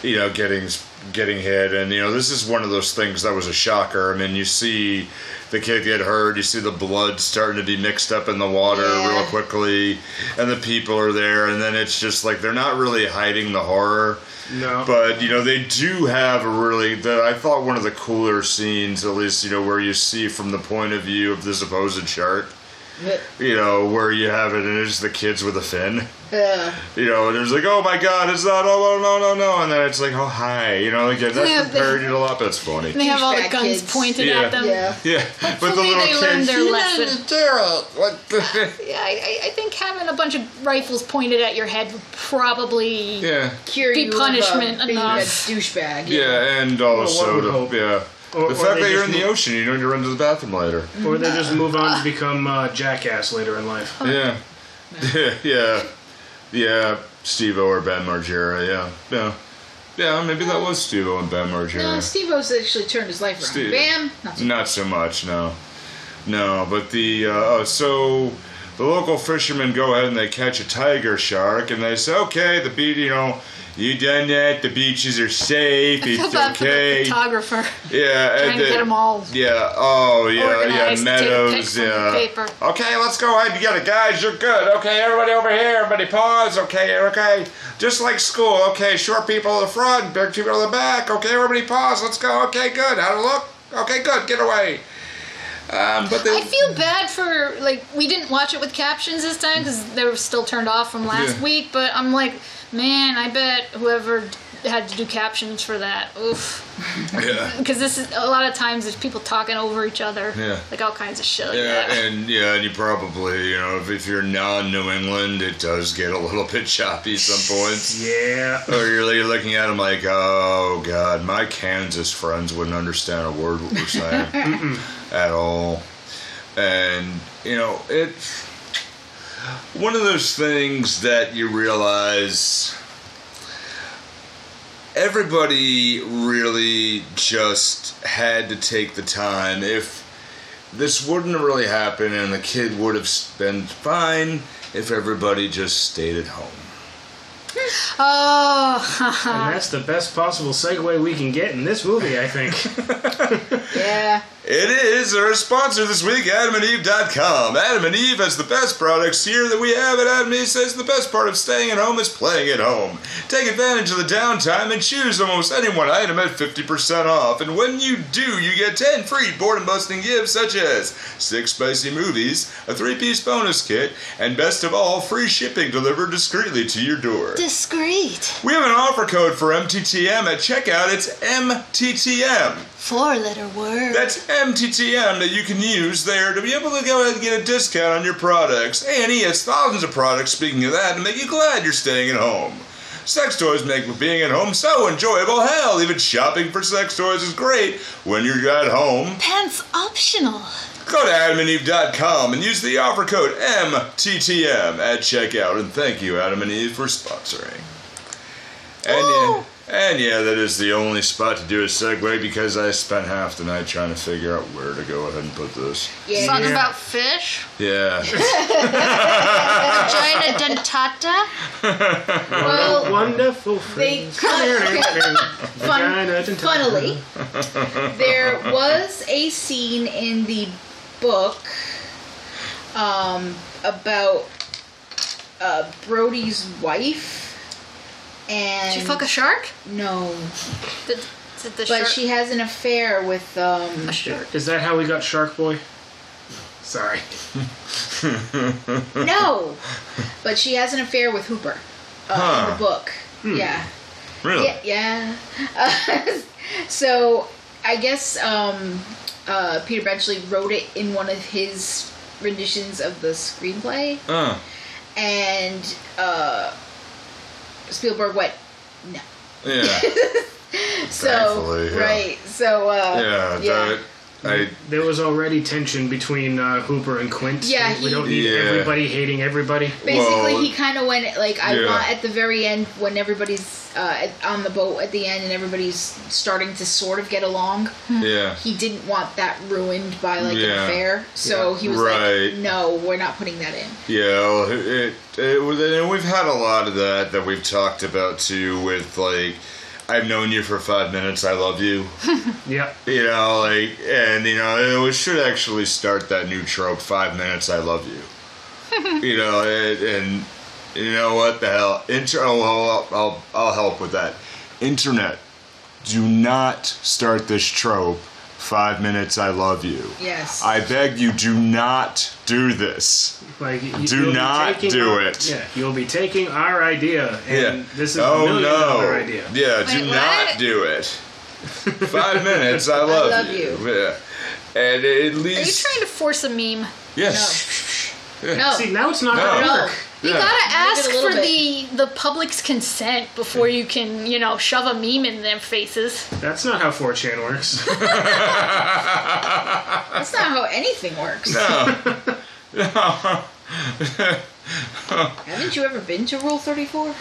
S1: you know getting getting hit, and you know this is one of those things that was a shocker. I mean, you see the kid get hurt, you see the blood starting to be mixed up in the water
S4: Yeah.
S1: real quickly, and the people are there, and then it's just like they're not really hiding the horror.
S3: No.
S1: But you know they do have a really that I thought one of the cooler scenes, at least you know where you see from the point of view of the supposed shark,
S4: But,
S1: you know where you have it and it's the kids with a fin,
S4: uh,
S1: you know, and it's like oh my god, it's not oh no no no no, and then it's like oh hi, you know, like yeah,
S2: Yeah,
S1: that's
S2: they-
S1: been parodied a lot. That's funny.
S2: They have all the
S4: douchebag
S2: guns
S4: kids.
S2: pointed
S1: Yeah.
S2: at them.
S4: yeah.
S1: Yeah, but the
S2: Hopefully
S1: little
S2: they learned
S1: kids.
S2: their
S1: "You
S2: lesson."
S1: didn't do it." What the-
S2: Yeah, I, I- I think having a bunch of rifles pointed at your head would probably.
S1: yeah,
S4: Cure
S2: Be
S4: you of, uh,
S2: punishment
S4: being
S2: enough.
S4: a douchebag.
S1: yeah, and
S3: one
S1: also
S3: would
S1: the,
S3: hope.
S1: yeah.
S3: Or-
S1: the
S3: or
S1: fact
S3: they
S1: that you're
S3: just
S1: in the
S3: move-
S1: ocean, you know, you run to the bathroom later.
S3: Or they just move on to become uh, jackass later in life.
S1: Yeah. Yeah. yeah. Yeah. Steve O or Ben Margera, yeah. Yeah. Yeah, maybe that was Steve O and Ben
S4: No,
S1: Margera.
S4: Steve O's actually turned his life around.
S1: Steve-
S4: Bam. Not so
S1: Not so much, no. No, but the uh, oh, so the local fishermen go ahead and they catch a tiger shark and they say, Okay, the beach you know, you done that, the beaches are safe,
S2: Feel
S1: it's
S2: bad for the
S1: okay.
S2: photographer.
S1: Yeah,
S2: Trying
S1: and
S2: to
S1: the-
S2: get 'em all
S1: Yeah. Oh, yeah. Yeah.
S2: organized, take a pic
S1: Meadows.
S2: from the
S1: Yeah.
S2: paper.
S1: Okay, let's go ahead and get it, guys. You're good. Okay, everybody over here. Everybody pause. Okay. Okay. Just like school. Okay, short people to the front, big people to the back. Okay, everybody pause. Let's go. Okay, good. How to look? Okay, good. Get away. Um, but they.
S2: I feel bad for like we didn't watch it with captions this time because they were still turned off from last
S1: Yeah.
S2: week. But I'm like, man, I bet whoever had to do captions for that. Oof,
S1: Yeah.
S2: because this is a lot of times there's people talking over each other,
S1: Yeah.
S2: like all kinds of shit like
S1: Yeah,
S2: that.
S1: and yeah, and you probably, you know, if, if you're non-New England, it does get a little bit choppy at some points.
S3: Yeah.
S1: Or Oh, you're really looking at him like, oh god, my Kansas friends wouldn't understand a word what we're saying at all. And you know, it's one of those things that you realize everybody really just had to take the time. If this wouldn't have really happened, and the kid would have been fine if everybody just stayed at home.
S2: Oh,
S4: Uh,
S3: And that's the best possible segue we can get in this movie, I think.
S4: Yeah.
S1: It is our sponsor this week, AdamandEve.com. Adam and Eve has the best products here that we have, and Adam and Eve says the best part of staying at home is playing at home. Take advantage of the downtime and choose almost any one item at 50% off. And when you do, you get 10 free boredom busting gifts such as 6 spicy movies, a 3 piece bonus kit, and best of all, free shipping delivered discreetly to your door.
S2: discreet
S1: We have an offer code for MTTM at checkout, it's MTTM.
S2: four-letter word.
S1: That's MTTM that you can use there to be able to go ahead and get a discount on your products. A&E has thousands of products, speaking of that, to make you glad you're staying at home. Sex toys make being at home so enjoyable. Hell, even shopping for sex toys is great when you're at home.
S2: Pants optional.
S1: Go to adamandeve.com and use the offer code MTTM at checkout. And thank you, Adam and Eve, for sponsoring. And yeah, and yeah, that is the only spot to do a segue because I spent half the night trying to figure out where to go ahead and put this.
S4: Yeah.
S2: Something
S3: Yeah.
S2: about fish.
S1: Yeah.
S2: Vagina dentata.
S4: Well,
S3: Wonderful.
S4: They
S3: friends.
S4: Fun- funnily, there was a scene in the book um, about uh, Brody's wife, and
S2: Did you fuck a shark?
S4: no,
S2: Did, did the
S4: but
S2: shark?
S4: she has an affair with um,
S2: a shark.
S3: Is that how we got Shark Boy? Sorry.
S4: no, but she has an affair with Hooper uh, in
S1: Huh.
S4: the book. Yeah.
S1: Really?
S4: Yeah. yeah. Uh, so I guess um, uh, Peter Benchley wrote it in one of his renditions of the screenplay,
S1: Uh,
S4: and uh, Spielberg went.
S1: yeah.
S4: So
S1: Thankfully, yeah.
S4: right. So uh,
S1: Yeah. That, I,
S3: There was already tension between uh, Hooper and Quint.
S4: Yeah,
S3: we
S4: he-
S3: don't need
S1: Yeah.
S3: everybody hating everybody.
S4: Basically,
S1: Well,
S4: he kind of went like I
S1: yeah.
S4: want at the very end when everybody's uh, at- on the boat at the end and everybody's starting to sort of get along.
S1: yeah.
S4: He didn't want that ruined by like
S1: Yeah.
S4: an affair, so
S3: Yeah.
S4: he was
S1: Right.
S4: like, "No, we're not putting that in."
S1: Yeah, well, it, it was, and we've had a lot of that that we've talked about too. With like, I've known you for five minutes. I love you.
S3: Yeah.
S1: You know, like, and you know, it should actually start that new trope: five minutes. I love you. you know, and, and you know what the hell? Inter- oh, I'll, I'll I'll help with that. Internet, do not start this trope. Five minutes. I love you.
S4: Yes.
S1: I beg you, do not do this.
S3: Like you,
S1: Do
S3: you'll be
S1: not
S3: taking
S1: do
S3: our-
S1: it.
S3: Yeah, you'll be taking our idea, and this is a
S1: oh
S3: million
S1: no.
S3: dollar idea.
S1: Yeah, do
S2: Wait,
S1: not
S2: what?
S1: do it. Five minutes. I love,
S4: love
S1: Yeah, and at
S2: Are you
S1: least
S2: trying to force a meme?
S1: yes.
S4: no.
S3: See, now it's not
S1: No.
S3: gonna
S4: No.
S3: work.
S2: You
S1: Yeah.
S2: gotta ask
S4: little
S2: for
S4: bit.
S2: the the public's consent before you can, you know, shove a meme in their faces.
S3: That's not how 4chan works.
S4: That's not how anything works. Haven't you ever been to Rule 34?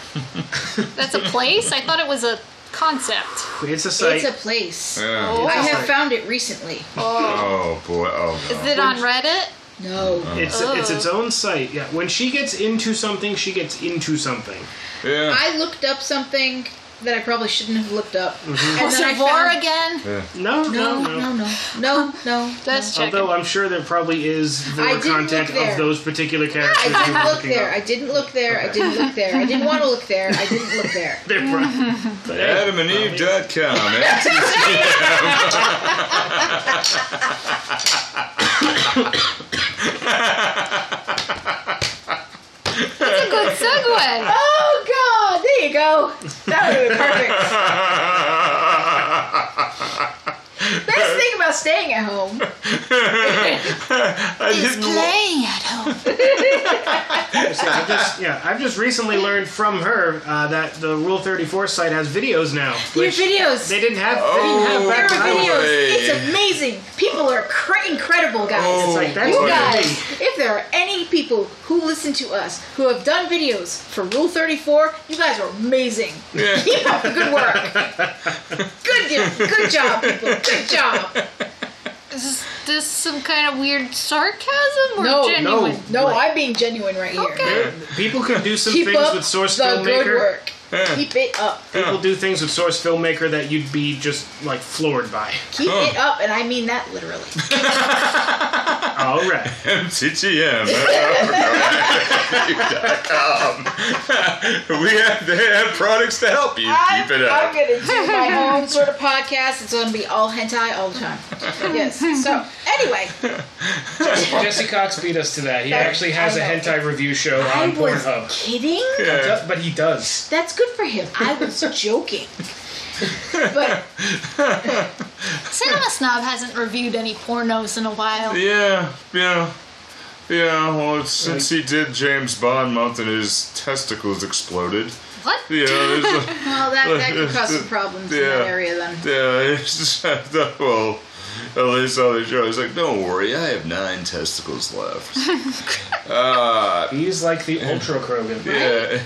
S2: That's a place. I thought it was a concept.
S3: it's a site.
S4: It's a place.
S1: Yeah.
S2: Oh,
S4: I have
S3: Right.
S4: found it recently.
S1: Oh boy. Oh
S2: is
S1: no.
S2: it on Reddit?
S1: Uh-huh.
S4: No.
S3: it's it's its own site. Yeah. When she gets into something, she gets into something.
S1: Yeah.
S4: I looked up something that I probably shouldn't have looked up.
S3: Mm-hmm.
S4: And
S2: Was
S4: then I
S2: it War
S4: found...
S2: again?
S3: No,
S4: No,
S3: no, no.
S4: no, no. No, no.
S2: Let's check.
S3: Although I'm sure there probably is
S4: I
S3: more
S4: didn't look
S3: content
S4: there.
S3: of those particular characters.
S4: I
S3: you
S4: didn't
S3: were
S4: look
S3: looking
S4: there.
S3: up.
S4: I didn't look there. I didn't look there. I didn't want to look there. I didn't look there.
S3: They're pro- but hey,
S1: AdamandEve.com. man.
S2: That's a good segue.
S4: Oh God! There you go. That would have Perfect. That's the thing about staying at home.
S1: I didn't. wa-
S2: Playing at home.
S3: So I just, yeah, I've just recently learned from her uh, that the Rule 34 site has videos now.
S4: Your
S3: which
S4: videos.
S3: They didn't have. They didn't have
S1: Oh.
S3: back
S4: There
S3: when
S4: are
S3: I was.
S4: videos.
S1: way.
S4: It's amazing. People are cra- incredible, guys.
S1: Oh,
S4: It's
S3: like, that's
S4: you
S3: what it
S4: guys,
S3: is.
S4: if there are any people who listen to us who have done videos for Rule 34, you guys are amazing.
S1: Yeah.
S4: Keep up the good work. good, gi- good job, people. Good job.
S2: Is this, this some kind of weird sarcasm or
S4: No, no,
S2: genuine?
S4: No,
S3: Like-
S4: I'm being genuine right here.
S2: Okay.
S3: People can do some
S4: Keep
S3: things
S4: up
S3: with Source
S4: the good
S3: Filmmaker.
S4: work. Keep it up.
S3: People do things with Source Filmmaker that you'd be just like floored by.
S4: Keep it up, and I mean that literally.
S3: All right.
S1: MTTM. we have they have products to help you
S4: I'm,
S1: keep it
S4: I'm
S1: up.
S4: gonna do my own sort of podcast. It's gonna be all hentai all the time. Yes. So anyway,
S3: Jesse Cox beat us to that. He actually has a
S4: I know.
S3: hentai review show
S4: I
S3: on
S4: was
S3: Pornhub.
S4: kidding.
S1: Yeah.
S3: But he does.
S4: That's good for him. I was joking. But
S2: Cinema Snob hasn't reviewed any pornos in a while.
S1: yeah, yeah, yeah. Well, it's, since he did James Bond month and his testicles exploded,
S2: What?
S1: yeah, there's a,
S4: well, that that could cause some problems in
S1: Yeah.
S4: that area then.
S1: yeah. It's just, well, at least on the show, he's like, "Don't worry, I have nine testicles left." uh,
S3: He's like the Ultra Krogan.
S1: yeah,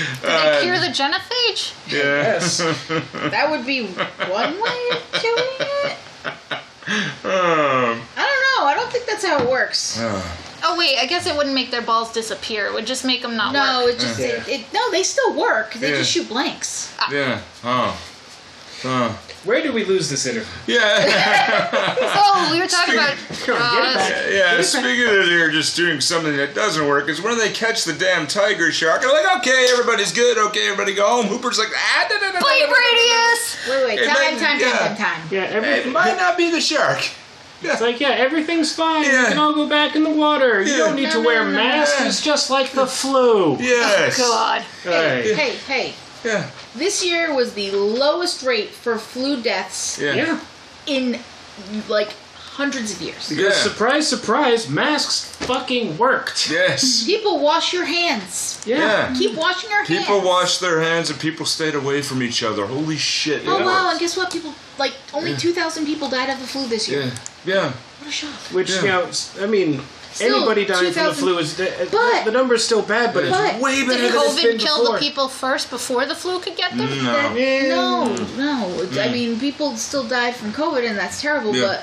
S2: Did they cure the genophage?
S1: yeah.
S3: Yes.
S4: That would be one way of doing it.
S1: Um,
S4: I don't know. I don't think that's how it works.
S2: Oh wait, I guess it wouldn't make their balls disappear. It would just make them not
S4: No,
S2: work.
S4: it just it,
S3: Yeah.
S4: it, no. They still work. They
S1: Yeah.
S4: just shoot blanks.
S1: Yeah. Oh. Oh.
S3: Where did we lose this interview?
S1: Yeah.
S2: Oh, we were talking about. Uh,
S1: yeah. Speaking of they're just doing something that doesn't work, is when they catch the damn tiger shark, and they're like, okay, everybody's good, okay, everybody go home. Hooper's like, ah, da, da, da, da,
S2: Blade
S1: da, da, da."
S2: radius.
S4: Wait, wait.
S1: It
S4: Time,
S1: might-
S4: time,
S1: yeah.
S4: time, time, time.
S3: Yeah,
S1: It
S3: everything.
S1: might not be the shark.
S3: It's like, yeah, everything's fine.
S1: Yeah.
S3: You can all go back in the water.
S1: Yeah.
S3: You don't need to wear masks.
S1: no.
S3: It's just like the flu.
S1: Yes.
S2: God.
S3: Right.
S4: Hey, hey.
S1: Yeah.
S4: This year was the lowest rate for flu deaths
S1: Yeah.
S3: Yeah.
S4: in like hundreds of years.
S1: Yeah.
S3: Surprise, surprise, masks fucking worked.
S1: Yes.
S4: People wash your hands.
S1: Yeah.
S4: Keep washing your hands.
S1: People wash their hands and people stayed away from each other. Holy shit. it
S4: Oh wow!
S1: works.
S4: And guess what? People like only two thousand people died of the flu this year.
S1: Yeah. Yeah.
S4: What a shock!
S3: Which,
S1: Yeah.
S3: you know, s- I mean, anybody dying from the
S4: 2000
S3: flu is. The,
S4: But-
S3: the number's still bad, but
S4: But-
S3: it's way better
S2: Did
S3: than it's been
S2: COVID kill
S3: before.
S2: the people first before the flu could get them?
S1: No.
S3: Yeah.
S4: No, no. It's- I mean, people still died from COVID, and that's terrible.
S1: Mm. Yeah.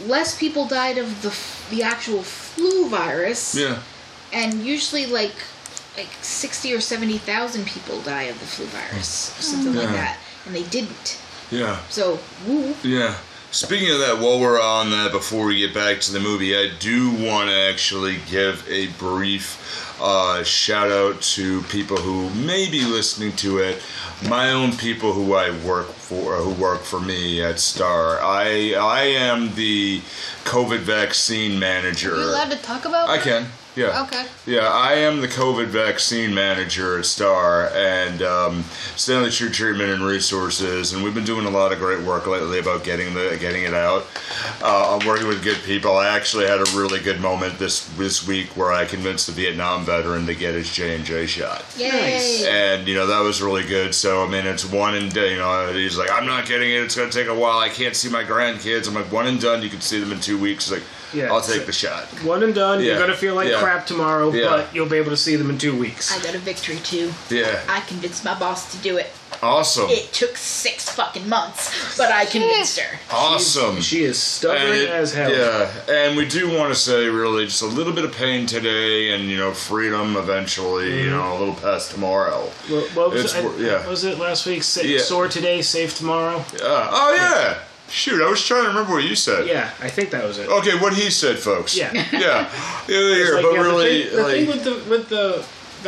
S4: But less people died of the f- the actual flu virus.
S1: Yeah.
S4: And usually, like like sixty or seventy thousand people die of the flu virus, or something like
S1: Yeah.
S3: Hmm.
S4: that. And they didn't.
S1: Yeah.
S4: So, woo.
S1: Yeah. Speaking of that, while we're on that, before we get back to the movie, I do want to actually give a brief uh, shout out to people who may be listening to it. My own people who I work for, who work for me at Star. I I am the COVID vaccine manager.
S2: Are you allowed to talk about?
S1: I
S2: that?
S1: can. Yeah.
S2: Okay.
S1: Yeah, I am the COVID vaccine manager at STAR and um, Stanley True Treatment and Resources, and we've been doing a lot of great work lately about getting the getting it out. Uh, I'm working with good people. I actually had a really good moment this this week where I convinced a Vietnam veteran to get his J and J shot
S4: Yay.
S1: and you know that was really good. So I mean, it's one and done. You know, he's like, I'm not getting it. It's gonna take a while. I can't see my grandkids. I'm like, one and done. You can see them in two weeks. He's like,
S3: Yeah,
S1: I'll take
S3: so-
S1: the shot.
S3: One and done.
S1: Yeah.
S3: You're going to feel like
S1: Yeah.
S3: crap tomorrow,
S1: Yeah.
S3: but you'll be able to see them in two weeks.
S4: I got a victory too.
S1: Yeah,
S4: I convinced my boss to do it.
S1: awesome,
S4: It took six fucking months, but I convinced her.
S1: awesome.
S3: She is stubborn
S1: And it-
S3: as hell.
S1: Yeah, and we do want to say really just a little bit of pain today, and you know freedom eventually. You
S3: Mm-hmm.
S1: know a little past tomorrow.
S3: Well, What was,
S1: It's
S3: it, I-
S1: wor- yeah.
S3: what was it last week? Sa-
S1: Yeah.
S3: Sore today, safe tomorrow.
S1: Uh, oh yeah, shoot, I was trying to remember what you said.
S3: Yeah, I think that was it.
S1: Okay, what he said, folks.
S3: Yeah.
S1: yeah, yeah. Oh, here,
S3: It's like,
S1: but
S3: yeah,
S1: really,
S3: the thing, the
S1: like,
S3: thing with the with the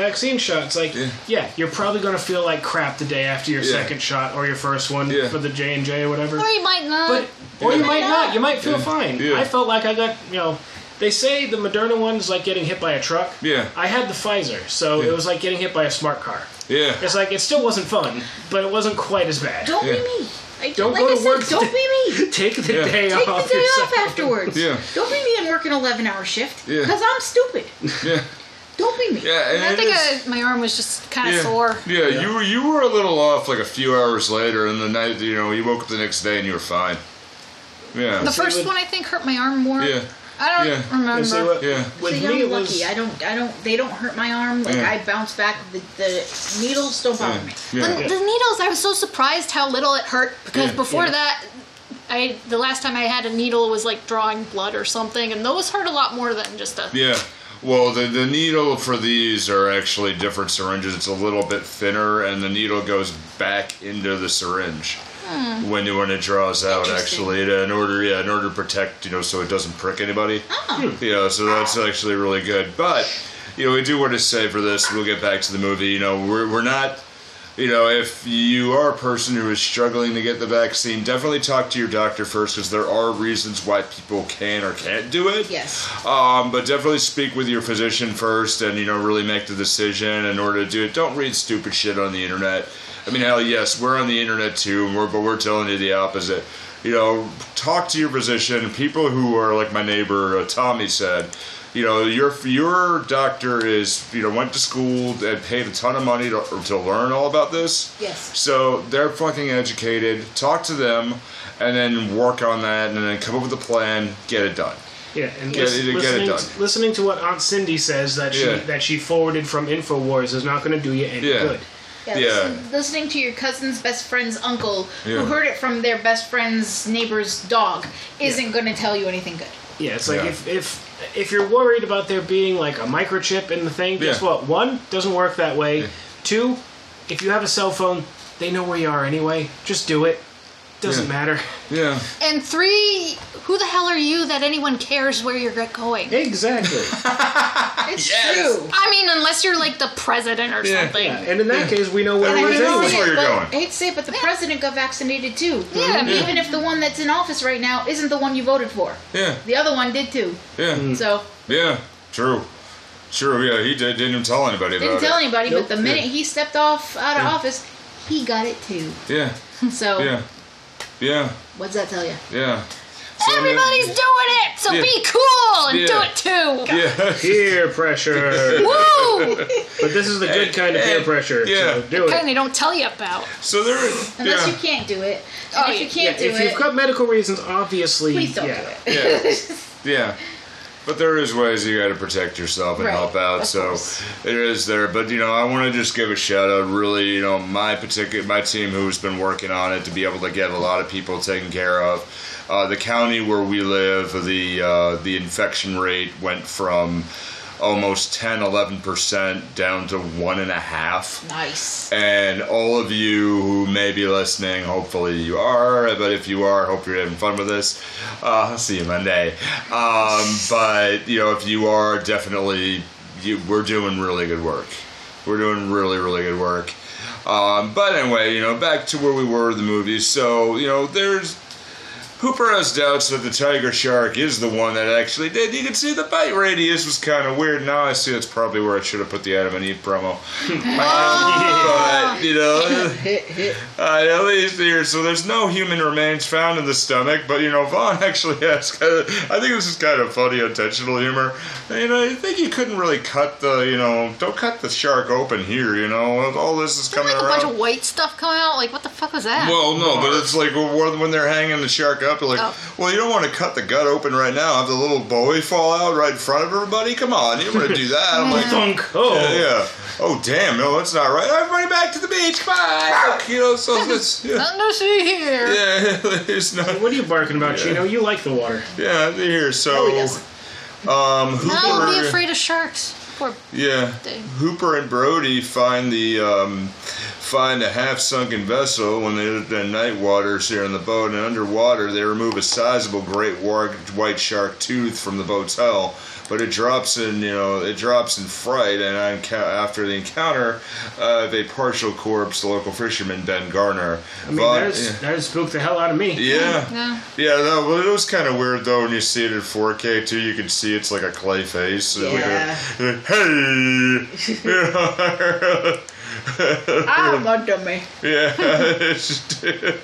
S3: vaccine shots, like, yeah, you're probably gonna feel like crap the day after your
S1: Yeah.
S3: second shot or your first one
S1: Yeah.
S3: for the J and J or whatever.
S2: Or you might not.
S3: But or you might not. You might feel fine.
S1: Yeah.
S3: I felt like I got you know. They say the Moderna one's like getting hit by a truck.
S1: Yeah.
S3: I had the Pfizer, so
S1: Yeah.
S3: it was like getting hit by a smart car.
S1: Yeah.
S3: It's like it still wasn't fun, but it wasn't quite as bad.
S4: Don't
S1: Yeah.
S4: be me. I,
S3: Don't
S4: like
S3: go
S4: I
S3: to
S4: said,
S3: work
S4: Don't be me.
S3: Take the
S1: Yeah.
S3: day
S4: Take
S3: off.
S4: the day
S3: yourself.
S4: off afterwards.
S1: Yeah.
S4: Don't be me and work an 11 hour shift.
S1: Yeah.
S4: Because I'm stupid.
S1: Yeah.
S4: Don't be me.
S1: Yeah. And
S2: I
S1: it
S2: think
S1: is-
S2: I, my arm was just kind of
S1: yeah,
S2: sore.
S1: Yeah, you were you were a little off like a few hours later, and the night you know you woke up the next day and you were fine. Yeah,
S2: The
S3: So
S2: first
S3: would-
S2: one I think hurt my arm more.
S1: Yeah.
S2: I don't
S1: Yeah.
S2: remember.
S3: And so, uh,
S1: Yeah.
S3: With
S4: See,
S3: me,
S4: I'm
S3: it
S4: lucky.
S3: was
S4: I don't. I don't. They don't hurt my arm. Like
S1: Yeah.
S4: I bounce back. The, the needles don't bother
S1: yeah,
S4: me.
S1: yeah.
S2: The, the needles, I was so surprised how little it hurt because
S1: Yeah.
S2: before
S3: Yeah.
S2: that, I the last time I had a needle was like drawing blood or something, and those hurt a lot more than just a.
S1: Yeah. Well, the, the needle for these are actually different syringes. It's a little bit thinner, and the needle goes back into the syringe when it- when it draws out.
S4: Hmm. Interesting.
S1: Actually, to, in order yeah, in order to protect you know so it doesn't prick anybody.
S4: Oh.
S1: You know, so that's actually really good. But you know, we do want to say for this, we'll get back to the movie. You know, we're we're not. You know, if you are a person who is struggling to get the vaccine, definitely talk to your doctor first because there are reasons why people can or can't do it.
S4: Yes.
S1: Um, but definitely speak with your physician first, and you know really make the decision in order to do it. Don't read stupid shit on the internet. I mean, hell, yes, we're on the internet too, and we're, but we're telling you the opposite. You know, talk to your physician. People who are like my neighbor uh, Tommy said. You know, your your doctor is you know went to school and paid a ton of money to, to learn all about this.
S4: Yes.
S1: So they're fucking educated. Talk to them, and then work on that, and then come up with a plan. Get it done.
S3: yeah, and
S1: Yeah,
S3: lis-
S1: you get it
S3: listening,
S1: done.
S3: listening to what Aunt Cindy says that she
S1: Yeah.
S3: that she forwarded from Infowars is not going to do you any
S1: Yeah.
S3: good.
S4: Yeah.
S1: Yeah.
S4: Listen, listening to your cousin's best friend's uncle,
S1: Yeah.
S4: who heard it from their best friend's neighbor's dog, isn't going to tell you anything good.
S3: Yeah, it's like
S1: Yeah.
S3: if if if you're worried about there being like a microchip in the thing, guess
S1: Yeah.
S3: what? One doesn't work that way. Two, if you have a cell phone, they know where you are anyway. Just do it. Doesn't
S1: Yeah.
S3: matter.
S1: Yeah.
S2: And three, who the hell are you that anyone cares where you're going?
S3: Exactly.
S4: It's
S1: Yes.
S4: true.
S2: I mean, unless you're like the president or
S1: Yeah.
S2: something. Yeah.
S3: and in that case, we know where
S4: And
S3: it
S4: I
S3: is
S4: hate, to
S1: Everyone's
S4: say
S1: where
S4: it,
S3: anyway.
S1: you're
S4: but,
S1: going.
S4: I hate to say it, but the president got vaccinated too.
S2: Yeah.
S4: And Even if the one that's in office right now isn't the one you voted for,
S1: Yeah.
S4: the other one did too.
S1: Yeah.
S4: So
S1: Yeah. True. True. Yeah. He did, didn't even tell anybody
S4: didn't
S1: about
S4: tell
S1: it.
S4: anybody,
S3: Nope.
S4: but the minute he stepped off out of office, he got it too.
S1: Yeah.
S4: So
S1: Yeah. Yeah.
S4: what's that tell you?
S1: Yeah. So, I mean,
S2: Everybody's doing it, so
S1: Yeah.
S2: be cool and
S1: Yeah.
S2: do it too.
S1: Yeah.
S3: Peer pressure.
S2: Woo!
S3: but this is the good kind of peer pressure.
S1: yeah.
S3: So do
S2: kind
S3: it.
S2: they don't tell you about.
S1: So there.
S4: Unless
S1: yeah.
S4: you can't do it. And
S2: Oh,
S4: if you
S2: yeah.
S3: Yeah,
S4: can't do
S3: if
S4: it,
S3: you've got medical reasons, obviously,
S4: please don't
S3: yeah.
S4: do it.
S1: yeah. yeah. But there is ways you got to protect yourself and
S4: Right,
S1: help out.
S4: of
S1: So
S4: course.
S1: it is there. But you know, I want to just give a shout out. Really, you know, my particular my team who's been working on it to be able to get a lot of people taken care of. Uh, the county where we live, the uh, the infection rate went from almost 10, 11 percent down to one and a half.
S4: Nice.
S1: And all of you who may be listening, hopefully you are, but if you are, hope you're having fun with this. Uh, I'll see you Monday. Um, but, you know, if you are, definitely, you, we're doing really good work. We're doing really, really good work. Um, but anyway, you know, back to where we were in the movie. So, you know, there's. Hooper has doubts that the tiger shark is the one that actually did. You can see the bite radius was kind of weird. Now I see that's probably where I should have put the Adam and Eve promo. But, you know, uh, at least here, so there's no human remains found in the stomach. But you know, Vaughn actually has. Kind of, I think this is kind of funny, intentional humor. You know, I think you couldn't really cut the. You know, don't cut the shark open here. You know, all this is
S2: There's
S1: coming
S2: like a
S1: around.
S2: bunch of white stuff coming out. Like, what the fuck was that?
S1: Well, no, but it's like well, when they're hanging the shark up, they're like,
S2: Oh.
S1: well, you don't want to cut the gut open right now. Have the little buoy fall out right in front of everybody. Come on, you don't want to do that. I'm like,
S3: Thunk. Oh.
S1: yeah, yeah. Oh, damn, no, that's not right. Everybody back to the beach. Bye. You know, so it's yeah,
S2: Nothing to see here.
S1: yeah, it's not.
S3: What are you barking about, Chino? You like the water.
S1: Yeah, here. So,
S4: No, he doesn't.
S1: um,
S2: Now I'll be
S1: Hooper,
S2: afraid of sharks. Poor
S1: yeah,
S2: thing.
S1: Hooper and Brody find the um, find a half sunken vessel when they the night waters here on the boat, and underwater they remove a sizable great war- white shark tooth from the boat's hull, but it drops in you know it drops in fright, and on ca- after the encounter of a partial corpse, the local fisherman Ben Garner.
S3: I mean, that, is, that has spooked the hell out of me.
S1: yeah.
S2: Yeah.
S1: Yeah, no, well, it was kind of weird though when you see it in 4K too. You can see it's like a clay face. It's like a-
S4: Yeah.
S1: hey, You know?
S4: I'm a dummy.
S1: Yeah.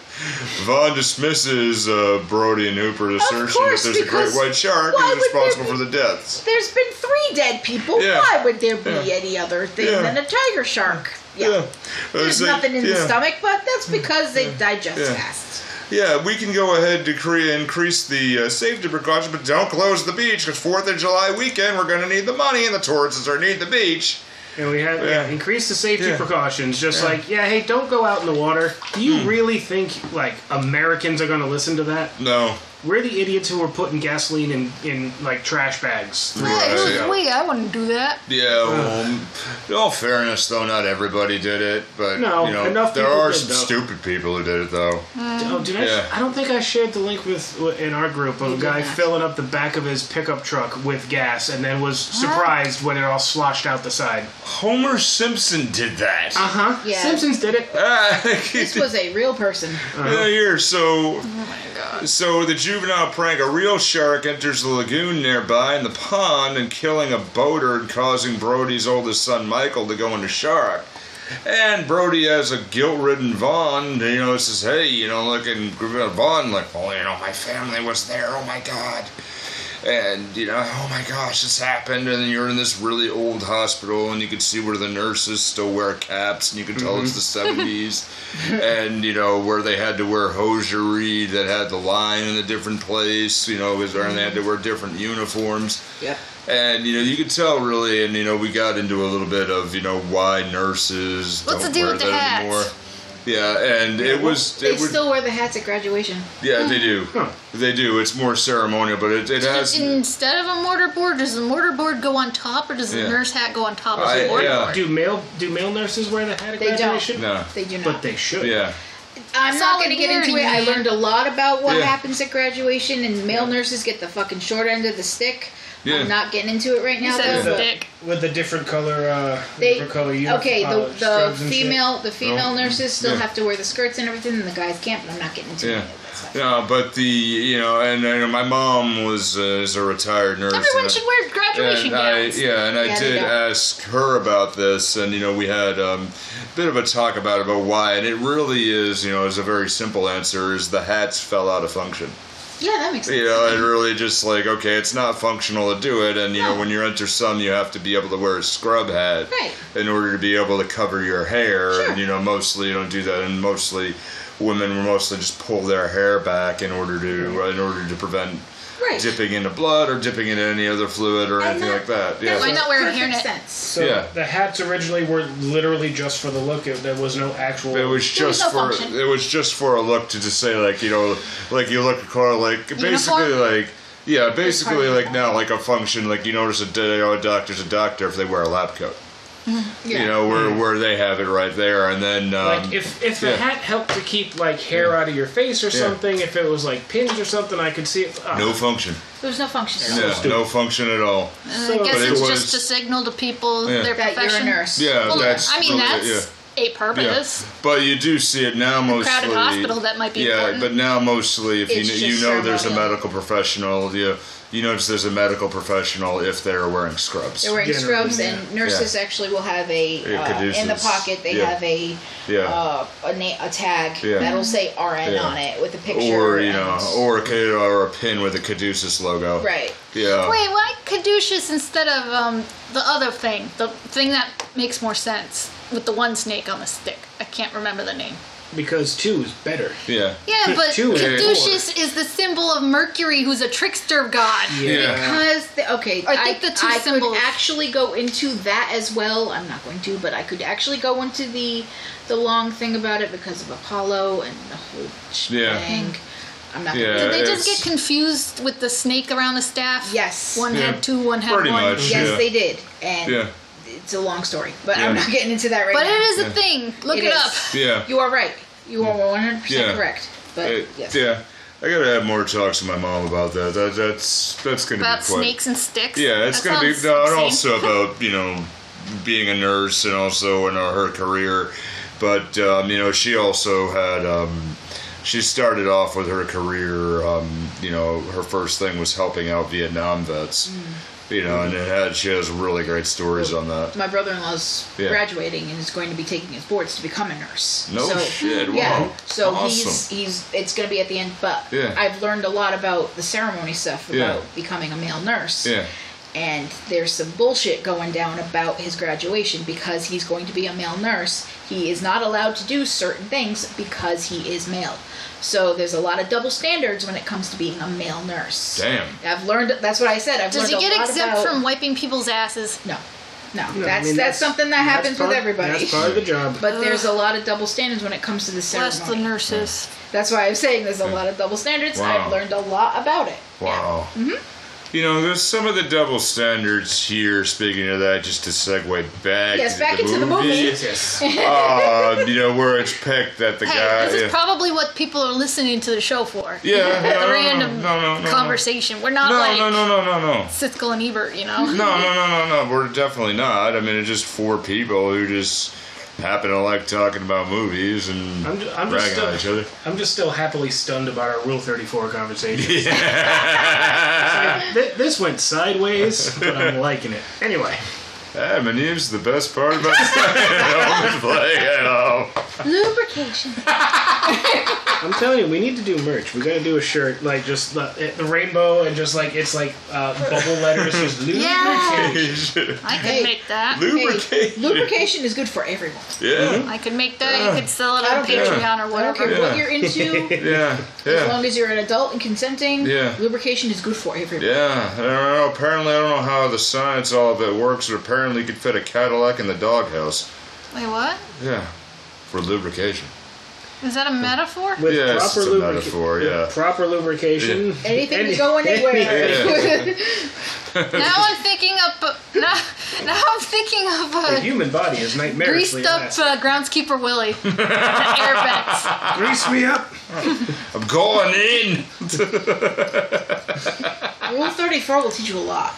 S1: Vaughn dismisses uh, Brody and Hooper's assertion
S4: course,
S1: that there's a great
S4: because
S1: white shark
S4: why
S1: and is
S4: would there
S1: responsible
S4: be-
S1: for the deaths.
S4: There's been three dead people.
S1: Yeah.
S4: Why would there be
S1: Yeah.
S4: any other thing
S1: Yeah.
S4: than a tiger shark? Yeah. There's
S1: Uh, so-
S4: nothing in the
S1: yeah. Mm.
S4: stomach, but that's because they digest
S1: Yeah.
S4: fast.
S1: Yeah, we can go ahead to cre- increase the uh, safety precautions, but don't close the beach because Fourth of July weekend we're going to need the money, and the tourists are need the beach.
S3: And we had
S1: Yeah.
S3: yeah. increase the safety
S1: Yeah. Hmm.
S3: precautions. Just like, yeah, hey, don't go out in the water. Do you really think like Americans are going to listen to that?
S1: No,
S3: We're the idiots who were putting gasoline in in like trash bags.
S1: Right,
S2: Hey, it was
S1: yeah.
S2: we. I wouldn't do that.
S1: yeah. Well, in all fairness, though, not everybody did it, but
S3: No,
S1: you know,
S3: enough
S1: there
S3: people
S1: are
S3: did,
S1: some
S3: though.
S1: stupid people who did it though.
S3: Oh, did I?
S1: Yeah.
S3: I don't think I shared the link with in our group of a guy filling up the back of his pickup truck with gas, and then was surprised when it all sloshed out the side.
S1: Homer Simpson did that.
S3: Uh huh.
S4: Uh-huh. Yeah.
S3: Simpsons did it.
S1: Ah,
S4: This was a real person.
S3: Uh-huh.
S1: Yeah, here. So, so the juvenile prank: a real shark enters the lagoon nearby in the pond and killing a boater and causing Brody's oldest son Michael to go into shock. And Brody has a guilt-ridden Vaughn. You know, says, "Hey, you know, look," and Vaughn like, "Oh, you know, my family was there. Oh my God." and you know, oh my gosh, this happened, and then you're in this really old hospital, and you can see where the nurses still wear caps, and you can tell it's the
S2: Mm-hmm.
S1: seventies, and you know where they had to wear hosiery that had the line in a different place, you know, because and they had to wear different uniforms.
S4: Yep.
S1: And you know you could tell really, and you know we got into a little bit of you know why nurses
S2: What's
S1: don't
S2: the deal
S1: wear
S2: with
S1: that
S2: the hats?
S1: anymore. Yeah, and it was
S4: They
S1: it was
S4: still wear the hats at graduation.
S1: yeah
S2: Hmm.
S1: they do
S3: Huh.
S1: they do it's more ceremonial, but it, it has
S2: Instead of a mortar board, does the mortar board go on top, or does the
S1: Yeah.
S2: nurse hat go on top of
S1: I-
S2: the mortar
S1: yeah.
S2: board?
S3: Do male do male nurses wear the hat at
S4: They don't.
S3: graduation?
S1: no
S4: They do not.
S3: But they should.
S1: yeah.
S4: I'm not going to get into it. I
S2: Solidarity, man.
S4: learned a lot about what
S1: Yeah.
S4: happens at graduation, and male nurses get the fucking short end of the stick.
S1: Yeah.
S4: I'm not getting into it right
S2: He
S4: now.
S2: said
S4: though,
S2: it's
S4: but
S2: dick.
S3: With a different color, uh,
S4: They,
S3: different color uniform.
S4: okay,
S3: uh,
S4: the, the
S3: scrubs and shit.
S4: female the female
S1: No.
S4: nurses still
S1: Oh. Yeah.
S4: have to wear the skirts and everything, and the guys can't. But I'm not getting into
S1: Yeah.
S4: any of that stuff.
S1: No, but the you know, and, and my mom was uh, is a retired nurse.
S2: Everyone
S1: and
S2: should
S1: I,
S2: wear graduation
S1: and I,
S2: gowns.
S1: uh, yeah, and I
S4: Yeah, they
S1: did
S4: don't.
S1: ask her about this, and you know, we had um, a bit of a talk about it, about why, and it really is, you know, is a very simple answer: is the hats fell out of function.
S4: Yeah, that makes sense.
S1: You know, it really just like okay, it's not functional to do it, and you know,
S4: No.
S1: when you enter some, you have to be able to wear a scrub hat
S4: Right.
S1: in order to be able to cover your hair.
S4: Sure.
S1: And you know, mostly you don't do that, and mostly women will mostly just pull their hair back in order to in order to prevent
S4: Right.
S1: dipping into blood or dipping into any other fluid or
S4: And
S1: anything
S4: that-
S1: like that.
S4: that
S1: Yeah.
S2: Why
S4: makes
S2: not wear a
S4: perfect
S2: hairnet?
S4: sense.
S3: So
S1: Yeah.
S3: the hats originally were literally just for the look. It, there was no actual.
S1: It was
S2: There was
S1: just
S2: no
S1: for
S2: function.
S1: it was just for a look to just say like you know like you look at Carl like basically
S2: Uniform?
S1: like yeah basically
S4: of
S1: like
S4: the
S1: now like a function like you notice a, d- you know, a doctor's a doctor if they wear a lab coat
S4: Yeah.
S1: you know where where they have it right there and then um,
S3: Like if if the
S1: yeah.
S3: hat helped to keep like hair out of your face or
S1: Yeah.
S3: something, if it was like pins or something, I could see it. Ah,
S1: no function
S4: There's no function at all.
S1: yeah, no function at all
S4: Uh,
S2: I
S3: so-
S2: guess
S1: But it
S2: it's
S1: was-
S2: just to signal to people
S1: Yeah.
S2: their
S4: That you're
S2: profession.
S4: a nurse.
S1: yeah
S2: Well,
S1: that's
S2: I mean,
S1: really-
S2: that's
S1: yeah.
S2: a
S1: Yeah,
S2: purpose.
S1: but you do see it now mostly.
S2: crowded hospital, that might be
S1: Yeah,
S2: important.
S1: but now mostly, if you
S4: It's
S1: kn-
S4: just
S1: you know there's a
S4: ceremonial.
S1: medical professional, you you notice there's a medical professional if they're wearing scrubs.
S4: They're wearing
S3: Generally,
S4: scrubs, and nurses actually will have a
S1: Yeah,
S4: uh, in the
S1: caduceus.
S4: pocket. They
S1: Yeah.
S4: have a
S1: yeah.
S4: uh, a, na- a tag
S1: Yeah.
S4: that'll say RN
S1: Yeah.
S4: on it with a picture.
S1: or you
S4: and-
S1: know, or a ca- or a pin with a caduceus logo.
S4: right.
S1: Yeah.
S2: Wait, why caduceus instead of um, the other thing? The thing that makes more sense with the one snake on the stick. I can't remember the name.
S3: because two is better.
S1: Yeah.
S2: Yeah, but
S3: Two and
S2: caduceus is the symbol of Mercury, who's a trickster god.
S1: Yeah.
S4: Because the, okay,
S2: I think the two
S4: I
S2: symbols-
S4: could actually go into that as well. I'm not going to, but I could actually go into the the long thing about it because of Apollo and the whole
S1: Yeah.
S4: thing. I'm not.
S1: Yeah.
S4: Going to.
S2: Did they just
S1: it's-
S2: get confused with the snake around the staff?
S4: Yes.
S2: One
S1: Yeah.
S2: had two, one had
S1: Pretty
S2: one.
S1: much.
S4: Yes,
S1: Yeah.
S4: they did, and
S1: Yeah.
S4: it's a long story, but
S1: Yeah.
S4: I'm not getting into that right
S2: But
S4: now.
S2: it is
S1: Yeah.
S2: a thing. Look
S4: It
S2: it,
S4: is.
S2: up.
S1: Yeah.
S4: You are right. You are 100
S1: Yeah.
S4: percent correct. But
S1: It-
S4: yes.
S1: Yeah. I gotta have more talks with my mom about that. That that's that's gonna
S2: About
S1: be quite.
S2: snakes and sticks.
S1: Yeah, it's
S2: That
S1: going to be
S2: sounds
S1: no, and
S2: obscene.
S1: also about you know being a nurse and also in her, her career, but um, you know she also had um, she started off with her career. Um, you know, her first thing was helping out Vietnam vets. You know, and it had she has really great stories on that.
S4: My brother-in-law's
S1: Yeah.
S4: graduating and is going to be taking his boards to become a nurse.
S1: No
S4: so,
S1: shit, wow.
S4: Yeah. So he's
S1: Awesome.
S4: he's it's going to be at the end, but
S1: Yeah.
S4: I've learned a lot about the ceremony stuff about
S1: Yeah.
S4: becoming a male nurse.
S1: Yeah.
S4: And there's some bullshit going down about his graduation because he's going to be a male nurse. He is not allowed to do certain things because he is male. So there's a lot of double standards when it comes to being a male nurse.
S1: Damn.
S4: I've learned. That's what I said. I've
S2: Does he
S4: learned a
S2: get
S4: lot
S2: exempt
S4: about-
S2: from wiping people's asses?
S4: no, no,
S3: No, I
S4: that's,
S3: mean,
S4: that's something that
S3: that's
S4: happens with
S3: part-
S4: everybody.
S3: That's part of the job.
S4: But there's a lot of double standards when it comes to the ceremony.
S2: Bless the nurses.
S4: That's why I'm saying there's a lot of double standards.
S1: Wow.
S4: I've learned a lot about it.
S1: Wow. You know, there's some of the double standards here. Speaking of that, just to segue back,
S4: Yes,
S1: to
S4: back into the movie.
S3: Yes.
S1: uh, you know, where it's picked that the
S2: Hey,
S1: guy.
S2: this is
S1: yeah.
S2: probably what people are listening to the show for.
S1: yeah, no, no,
S2: The
S1: no,
S2: random
S1: no, no, no, no.
S2: conversation. We're not
S1: No,
S2: like
S1: no, no, no, no, no.
S2: Siskel and Ebert, you know?
S1: No, no, no, no, no. We're definitely not. I mean, it's just four people who just happen to like talking about movies and
S3: I'm, ju- I'm
S1: ragging
S3: just still,
S1: on each other.
S3: I'm just still happily stunned about our Rule 34 conversation. Th- this went sideways, but I'm liking it. Anyway,
S1: Adam and Eve's the best part about the play at all.
S4: Lubrication.
S3: I'm telling you, we need to do merch. We gotta do a shirt like just the, it- the rainbow and just like it's like uh, bubble letters. Just lube.
S2: Yeah, I could
S4: Hey,
S2: make that.
S4: Hey,
S1: Lubricate.
S4: lubrication is good for everyone.
S1: Yeah.
S2: I could make that. You could sell it
S4: I
S2: on
S4: don't care.
S2: Patreon or
S4: I don't
S2: whatever.
S4: care
S1: Yeah.
S4: what you're into,
S1: Yeah.
S4: as
S1: Yeah.
S4: long as you're an adult and consenting.
S1: Yeah.
S4: Lubrication is good for everyone.
S1: Yeah, I don't know. Apparently, I don't know how the science all of it works, but apparently, you could fit a Cadillac in the doghouse.
S2: Wait, what?
S1: Yeah, for lubrication.
S2: Is that a metaphor?
S3: With
S1: Yes,
S3: proper
S1: it's a
S3: lubrica-
S1: metaphor,
S3: with
S1: yeah.
S3: Proper lubrication.
S4: Anything
S3: Any-
S4: Any, going anywhere.
S1: Yeah.
S2: now I'm thinking up. a- Now, now I'm thinking of
S3: The
S2: a
S3: human body is
S2: greased
S3: nightmarishly
S2: up
S3: elastic.
S2: uh, groundskeeper Willie. to airbags.
S3: Grease me up.
S1: I'm going in.
S4: Rule 34 will teach you a lot.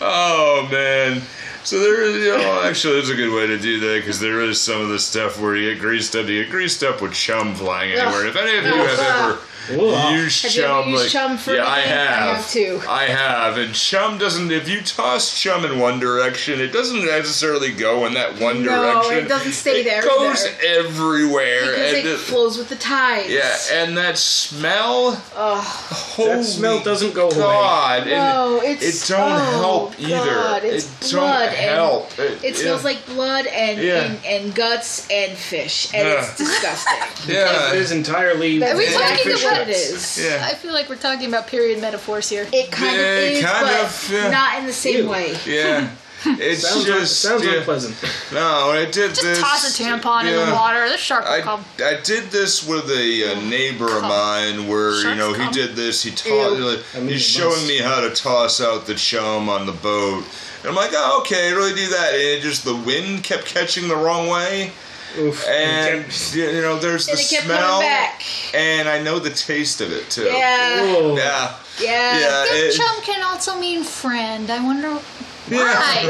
S1: Oh man. So there is, you know, actually, there's a good way to do that because there is some of the stuff where you get greased up. You get greased up with chum flying anywhere. If any of you have ever
S3: Ugh.
S1: used
S4: Have you ever
S1: chum,
S4: used
S1: like,
S4: chum for
S1: yeah, I
S4: anything? I
S1: have.
S4: have too.
S1: I have, and chum doesn't. If you toss chum in one direction, it doesn't necessarily go in that one
S4: No,
S1: direction.
S4: it doesn't stay
S1: It
S4: there
S1: Goes
S4: either.
S1: everywhere.
S4: Because
S1: and
S4: it flows with the tides.
S1: yeah, and that smell.
S4: Ugh.
S1: Holy
S3: That smell doesn't go away.
S1: God, and
S4: No,
S1: it-
S4: it's-
S1: it don't
S4: oh,
S1: help either.
S4: God, it's
S1: it
S4: blood
S1: don't
S4: and
S1: help. It,
S4: It smells
S1: yeah.
S4: like blood and,
S1: Yeah.
S4: and, and guts and fish, and
S1: Yeah.
S4: it's disgusting.
S1: yeah,
S3: It is entirely.
S4: That's
S2: we
S4: exactly
S2: talking
S4: what
S2: about-
S4: it is.
S1: yeah.
S2: I feel like we're talking about period metaphors here.
S4: It kind
S1: Yeah,
S4: of is,
S1: kind
S4: but
S1: of, yeah.
S4: not in the same
S3: Ew.
S4: way.
S1: Yeah. It's
S3: Sounds,
S1: just
S3: sounds
S1: yeah.
S3: unpleasant.
S1: No, I did
S2: Just
S1: this.
S2: toss a tampon in
S1: yeah.
S2: the water. The shark will
S1: I,
S2: come.
S1: I did this with a, uh neighbor of mine where you
S2: Sharks
S1: know he
S2: come.
S1: did this. He taught.
S4: Ew.
S1: Like,
S3: I mean,
S1: he's
S3: it
S1: showing
S3: must.
S1: me how to toss out the chum on the boat, and I'm like, oh okay, really do that. And it just the wind kept catching the wrong way,
S3: Oof.
S1: and you know there's
S4: And
S1: the
S4: it kept coming
S1: smell,
S4: back.
S1: and I know the taste of it too.
S4: Yeah. Uh,
S3: Whoa.
S1: Yeah.
S4: Yeah.
S1: Yeah.
S2: Good
S1: it-
S2: chum can also mean friend. I wonder why.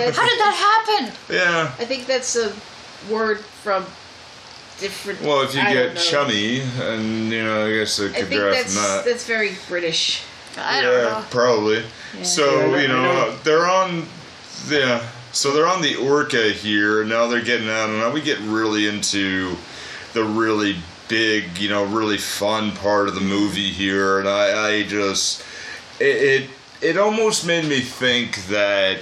S1: yeah.
S2: How did that happen?
S1: Yeah.
S4: I think that's a word from different.
S1: Well, if you
S4: I don't
S1: get
S4: know.
S1: chummy, and you know, I guess it
S4: I
S1: could
S4: think
S1: derive
S4: that's
S1: from that.
S4: that's very British.
S2: I don't
S1: yeah,
S2: know.
S1: probably. So
S3: Yeah, I
S1: you know,
S3: know.
S1: uh, they're on. Yeah. So they're on the Orca here. Now they're getting out, and now we get really into the really big, you know, really fun part of the movie here, and I, I just it, it it almost made me think that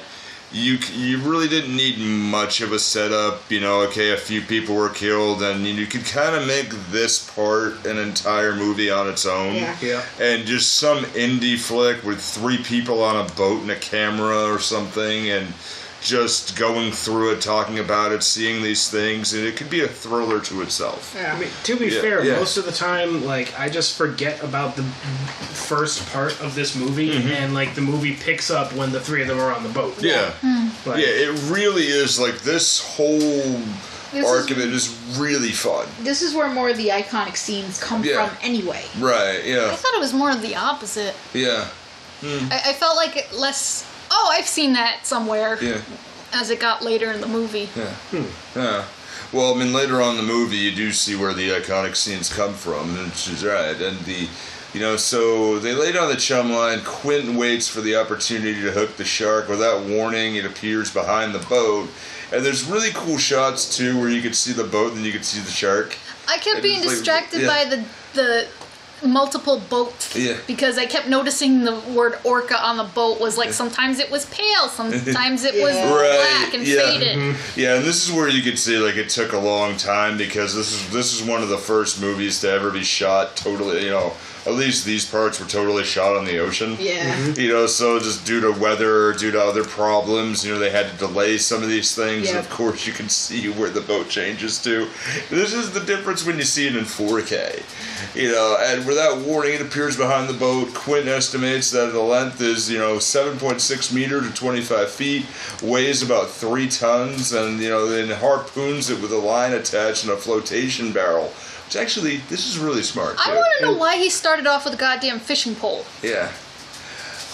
S1: you c- you really didn't need much of a setup. You know, okay, a few people were killed, and you could kind of make this part an entire movie on its own.
S4: Yeah.
S3: Yeah.
S1: And just some indie flick with three people on a boat and a camera or something, and just going through it, talking about it, seeing these things, and it could be a thriller to itself.
S3: I mean, to be
S1: Yeah,
S3: fair,
S1: yeah.
S3: most of the time, like I just forget about the first part of this movie,
S1: Mm-hmm.
S3: and like the movie picks up when the three of them are on the boat.
S1: Yeah.
S3: Like,
S1: Yeah, it really is like this whole arc of it is really fun.
S4: This is where more of the iconic scenes come
S1: Yeah.
S4: from, anyway.
S1: Right,
S2: I
S1: yeah.
S2: thought it was more of the opposite.
S1: Yeah.
S2: I, I felt like it less. Oh, I've seen that somewhere
S1: Yeah.
S2: as it got later in the movie.
S1: Yeah. Well, I mean, later on in the movie, you do see where the iconic scenes come from, and she's right. And the, you know, so they lay down the chum line. Quentin waits for the opportunity to hook the shark. Without warning, it appears behind the boat. And there's really cool shots too, where you can see the boat and you can see the shark.
S2: I kept
S1: It
S2: being
S1: is like-
S2: distracted
S1: yeah.
S2: by the the multiple boats
S1: Yeah.
S2: because I kept noticing the word orca on the boat was like sometimes it was pale, sometimes it was
S4: Yeah.
S1: Right,
S2: black and
S1: yeah. Mm-hmm.
S2: faded.
S1: Yeah, and this is where you could see like it took a long time because this is this is one of the first movies to ever be shot totally. You know, at least these parts were totally shot on the ocean.
S4: Yeah.
S1: You know, so just due to weather, due to other problems, you know, they had to delay some of these things. And of
S4: Yep.
S1: course, you can see where the boat changes to. This is the difference when you see it in 4K. You know, and without warning, it appears behind the boat. Quint estimates that the length is, you know, 7.6 meter to 25 feet, weighs about three tons, and, you know, then harpoons it with a line attached and a flotation barrel. Which actually, this is really smart.
S2: I
S1: too.
S2: want to know why he started off with a goddamn fishing pole.
S1: Yeah.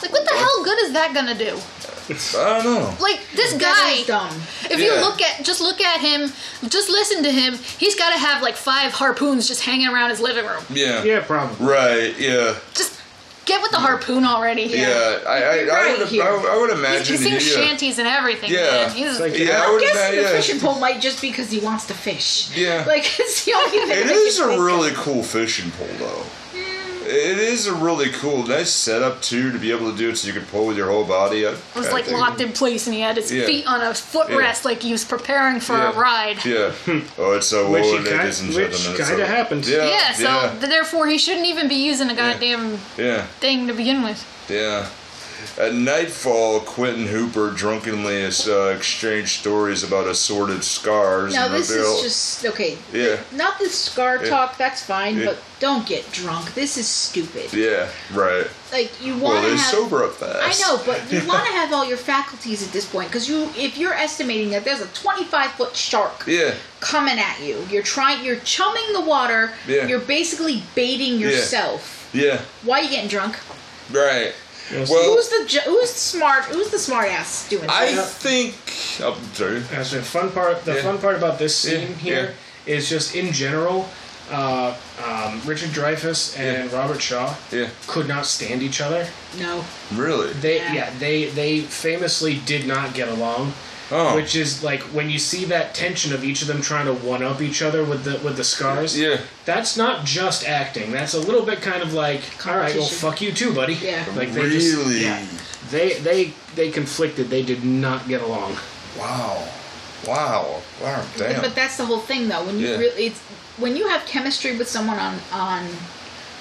S2: Like, what the hell good is that gonna do?
S1: I don't know.
S2: Like this
S4: That
S2: guy.
S4: is dumb.
S2: If
S1: Yeah.
S2: you look at just look at him, just listen to him. He's got to have like five harpoons just hanging around his living room.
S3: Yeah, probably.
S1: Right, yeah.
S2: Just get with the harpoon already.
S1: Mm. Yeah, I, I, I,
S4: Right
S1: would,
S4: here.
S1: I, would- I would
S2: He's,
S1: imagine.
S2: he's seen
S1: yeah.
S2: shanties and everything.
S1: Yeah.
S2: man. He's,
S3: Like,
S1: Yeah, I
S4: I
S1: would
S4: guess
S1: imagine.
S4: the
S1: Yeah.
S4: fishing pole might just because he wants to fish.
S1: Yeah.
S4: Like it's the only thing.
S1: It
S4: that
S1: is
S4: can
S1: a
S4: think
S1: really
S4: of.
S1: cool fishing pole, though. It is a really cool, nice setup too to be able to do it so you can pull with your whole body. It
S2: was like locked in place, and he had his
S1: Yeah.
S2: feet on a footrest, like he was preparing for a ride.
S1: Yeah. Oh, it's so
S3: Hmm. Which,
S1: well,
S3: it kind,
S1: ladies and
S3: which
S1: gentlemen. it's
S3: kind
S1: so-
S3: of happens.
S1: Yeah.
S2: Yeah, so
S1: yeah.
S2: th- therefore he shouldn't even be using a goddamn
S1: Yeah.
S2: thing to begin with.
S1: Yeah. At nightfall, Quentin Hooper drunkenly is, uh, exchanged stories about assorted scars.
S4: Now
S1: and
S4: this
S1: reveal-
S4: is just okay.
S1: Yeah.
S4: Not the scar
S1: Yeah.
S4: talk. That's fine,
S1: Yeah.
S4: but don't get drunk. This is stupid.
S1: Yeah, right.
S4: Like you
S1: Well,
S4: want to
S1: they
S4: have.
S1: sober up
S4: I
S1: fast.
S4: know, but you want to have all your faculties at this point because you, if you're estimating that there's a 25 foot shark
S1: Yeah.
S4: coming at you, you're trying, you're chumming the water,
S1: Yeah.
S4: you're basically baiting
S1: Yeah.
S4: yourself.
S1: Yeah.
S4: Why are you getting drunk?
S1: Right.
S3: Yes.
S1: Well,
S4: Who's the ju- who's the smart? Who's the smart ass doing
S1: I
S4: this?
S1: think. oh, I'm sorry.
S3: As the fun part, the
S1: Yeah.
S3: fun part about this
S1: Yeah,
S3: scene here is just in general, uh, um, Richard Dreyfuss and Robert Shaw
S1: Yeah.
S3: could not stand each other.
S4: No.
S1: Really?
S3: They
S4: Yeah.
S3: yeah, they they famously did not get along.
S1: Oh.
S3: Which is like when you see that tension of each of them trying to one up each other with the with the scars.
S1: Yeah.
S3: That's not just acting. That's a little bit kind of like, all right, well,
S4: Competition.
S3: fuck you too, buddy.
S4: Yeah.
S3: Like they
S1: really?
S3: just yeah. they they they conflicted. They did not get along.
S1: Wow. Wow. Wow. Damn.
S4: But that's the whole thing, though. When you
S1: Yeah.
S4: really, it's when you have chemistry with someone on on